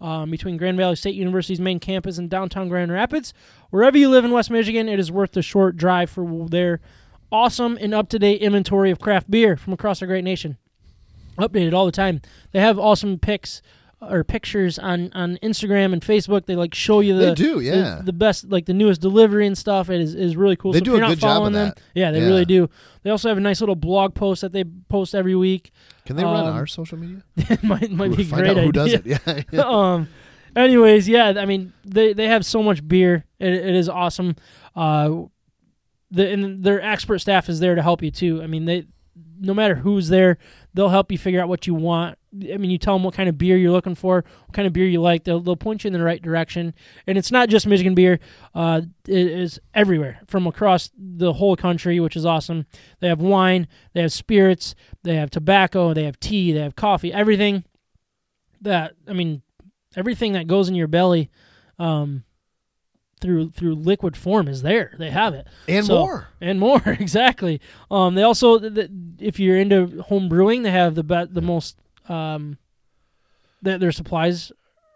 Speaker 2: um, between Grand Valley State University's main campus and downtown Grand Rapids. Wherever you live in West Michigan, it is worth the short drive for their awesome and up to date inventory of craft beer from across our great nation. Updated all the time. They have awesome pics uh, or pictures on, on Instagram and Facebook. They like show you the
Speaker 3: They do,
Speaker 2: the-
Speaker 3: yeah.
Speaker 2: the, best like the newest delivery and stuff. It is, is really cool.
Speaker 3: They
Speaker 2: so
Speaker 3: do
Speaker 2: if
Speaker 3: a
Speaker 2: you're not
Speaker 3: good job of
Speaker 2: following them,
Speaker 3: that.
Speaker 2: yeah, they
Speaker 3: Yeah.
Speaker 2: really do. They also have a nice little blog post that they post every week. [LAUGHS]
Speaker 3: Can they run
Speaker 2: Um,
Speaker 3: our social media?
Speaker 2: might might
Speaker 3: Ooh,
Speaker 2: be a
Speaker 3: find
Speaker 2: great
Speaker 3: out who
Speaker 2: idea.
Speaker 3: does it. [LAUGHS] Yeah. yeah.
Speaker 2: [LAUGHS] um, anyways, yeah, I mean, they, they have so much beer. It, it is awesome. Uh, the, and their expert staff is there to help you too. I mean, they no matter who's there, they'll help you figure out what you want. I mean, you tell them what kind of beer you're looking for, what kind of beer you like. They'll, they'll point you in the right direction. And it's not just Michigan beer. Uh, it is everywhere from across the whole country, which is awesome. They have wine, they have spirits, they have tobacco, they have tea, they have coffee, everything that I mean, everything that goes in your belly, um, through through liquid form is there. They have it
Speaker 3: And
Speaker 2: So-
Speaker 3: more.
Speaker 2: and more [LAUGHS] exactly. Um, they also, th- th- if you're into home brewing, they have the be- the most um, their their supplies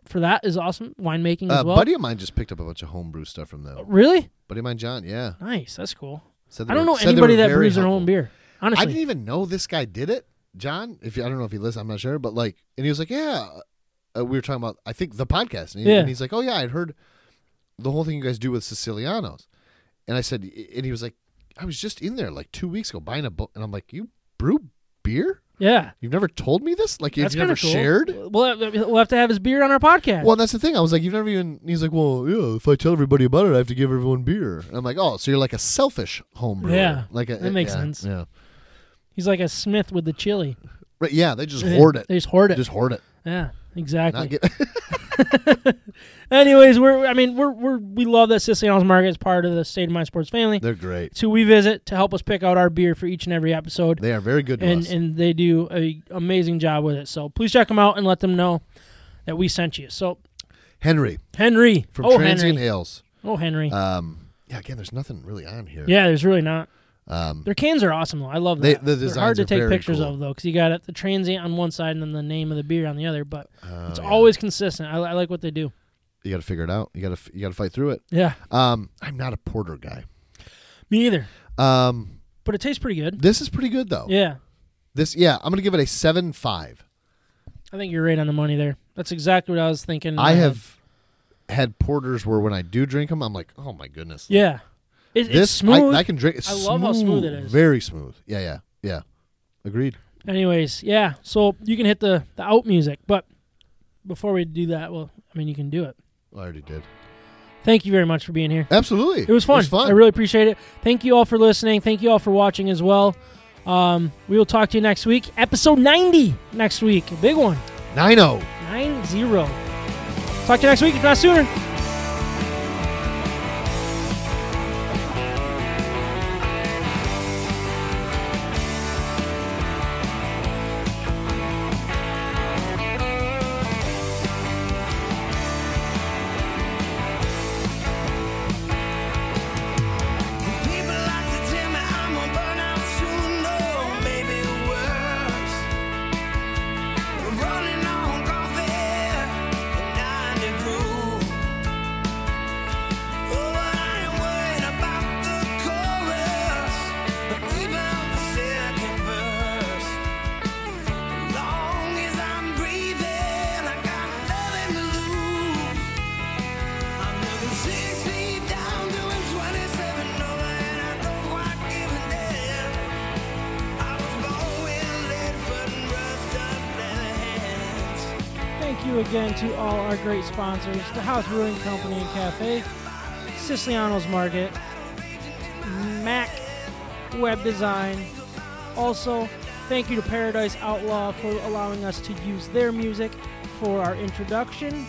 Speaker 2: for that is awesome. Winemaking
Speaker 3: A
Speaker 2: as well.
Speaker 3: Uh, buddy of mine just picked up a bunch of homebrew stuff from them.
Speaker 2: Really
Speaker 3: Buddy of mine, John. Yeah.
Speaker 2: nice. That's cool.
Speaker 3: Said they
Speaker 2: I don't
Speaker 3: were-
Speaker 2: know
Speaker 3: said they
Speaker 2: anybody
Speaker 3: were
Speaker 2: that
Speaker 3: very
Speaker 2: brews their
Speaker 3: helpful.
Speaker 2: own beer.
Speaker 3: I didn't
Speaker 2: Honestly,
Speaker 3: even know this guy did it, John. If you, I don't know if he listens, I'm not sure, but like, and he was like, yeah, uh, we were talking about I think the podcast, and, he-
Speaker 2: Yeah.
Speaker 3: and he's like, oh yeah, I'd heard the whole thing you guys do with Sicilianos, and I said, and he was like, I was just in there like two weeks ago buying a book, and I'm like, you brew beer?
Speaker 2: yeah,
Speaker 3: You've never told me this? Like you've
Speaker 2: that's kind
Speaker 3: never
Speaker 2: of cool.
Speaker 3: shared?
Speaker 2: We'll have, we'll have to have his beer on our podcast.
Speaker 3: Well, and that's the thing. I was like, you've never even. He's like, well, yeah. If I tell everybody about it, I have to give everyone beer. And I'm like, oh, so you're like a selfish home brewer.
Speaker 2: Yeah,
Speaker 3: like a,
Speaker 2: that makes
Speaker 3: yeah,
Speaker 2: sense.
Speaker 3: Yeah,
Speaker 2: He's like a Smith with the chili.
Speaker 3: right. Yeah, they just hoard it.
Speaker 2: They just hoard it.
Speaker 3: Just hoard it.
Speaker 2: yeah, exactly.
Speaker 3: Not get, [LAUGHS]
Speaker 2: Anyways, we're I mean we're we're we love that Siciliano's Market is part of the State of Mind Sports family.
Speaker 3: They're great.
Speaker 2: It's who we visit to help us pick out our beer for each and every episode,
Speaker 3: They are very good to
Speaker 2: and
Speaker 3: us.
Speaker 2: and they do a amazing job with it. So please check them out and let them know that we sent you. So
Speaker 3: Henry
Speaker 2: Henry
Speaker 3: from
Speaker 2: oh
Speaker 3: Transient
Speaker 2: Henry,
Speaker 3: Ales.
Speaker 2: oh Henry,
Speaker 3: Um, yeah, again, there's nothing really on here.
Speaker 2: yeah. There's really not.
Speaker 3: Um,
Speaker 2: Their cans are awesome though. I love
Speaker 3: They-
Speaker 2: that.
Speaker 3: the
Speaker 2: They're
Speaker 3: designs
Speaker 2: hard to
Speaker 3: are
Speaker 2: take
Speaker 3: very
Speaker 2: pictures
Speaker 3: cool.
Speaker 2: of though, because you got it, the transient on one side and then the name of the beer on the other. But
Speaker 3: oh,
Speaker 2: it's
Speaker 3: yeah.
Speaker 2: always consistent. I, I like what they do.
Speaker 3: you got to figure it out. You got to you got to fight through it.
Speaker 2: Yeah,
Speaker 3: Um, I'm not a porter guy.
Speaker 2: me either.
Speaker 3: Um,
Speaker 2: But it tastes pretty good.
Speaker 3: this is pretty good though.
Speaker 2: Yeah,
Speaker 3: This yeah, I'm gonna give it a seven five.
Speaker 2: I think you're right on the money there. That's exactly what I was thinking.
Speaker 3: I have had porters where when I do drink them, I'm like, oh my goodness.
Speaker 2: Yeah, it,
Speaker 3: this
Speaker 2: it's smooth.
Speaker 3: I, I can drink. It's
Speaker 2: I love how smooth it is.
Speaker 3: Very smooth. Yeah, yeah, yeah. Agreed.
Speaker 2: Anyways, yeah. So you can hit the the out music, but before we do that, well, I mean, you can do it.
Speaker 3: I already did.
Speaker 2: Thank you very much for being here.
Speaker 3: Absolutely.
Speaker 2: It was fun.
Speaker 3: It was fun.
Speaker 2: I really appreciate it. Thank you all for listening. Thank you all for watching as well. Um, we will talk to you next week. Episode 90 next week. A big one.
Speaker 3: Nine oh.
Speaker 2: 90. Talk to you next week, if not sooner.
Speaker 1: People like to tell me I'm gonna burn out soon, no, maybe worse. We're running on coffee and nine to Oh, I ain't worried about the chorus, but even the second verse. Long as I'm breathing, I got nothing to lose. I'm living six feet down, doing 27 over, and I don't quite give a damn. I was born with lead foot and rust up hands.
Speaker 2: Thank you again to all our great sponsors the House Brewing Company and Cafe, Siciliano's Market, Mac Web Design. Also, thank you to Paradise Outlaw for allowing us to use their music for our introduction,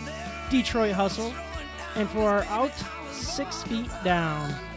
Speaker 2: Detroit Hustle, and for our out, Six Feet Down.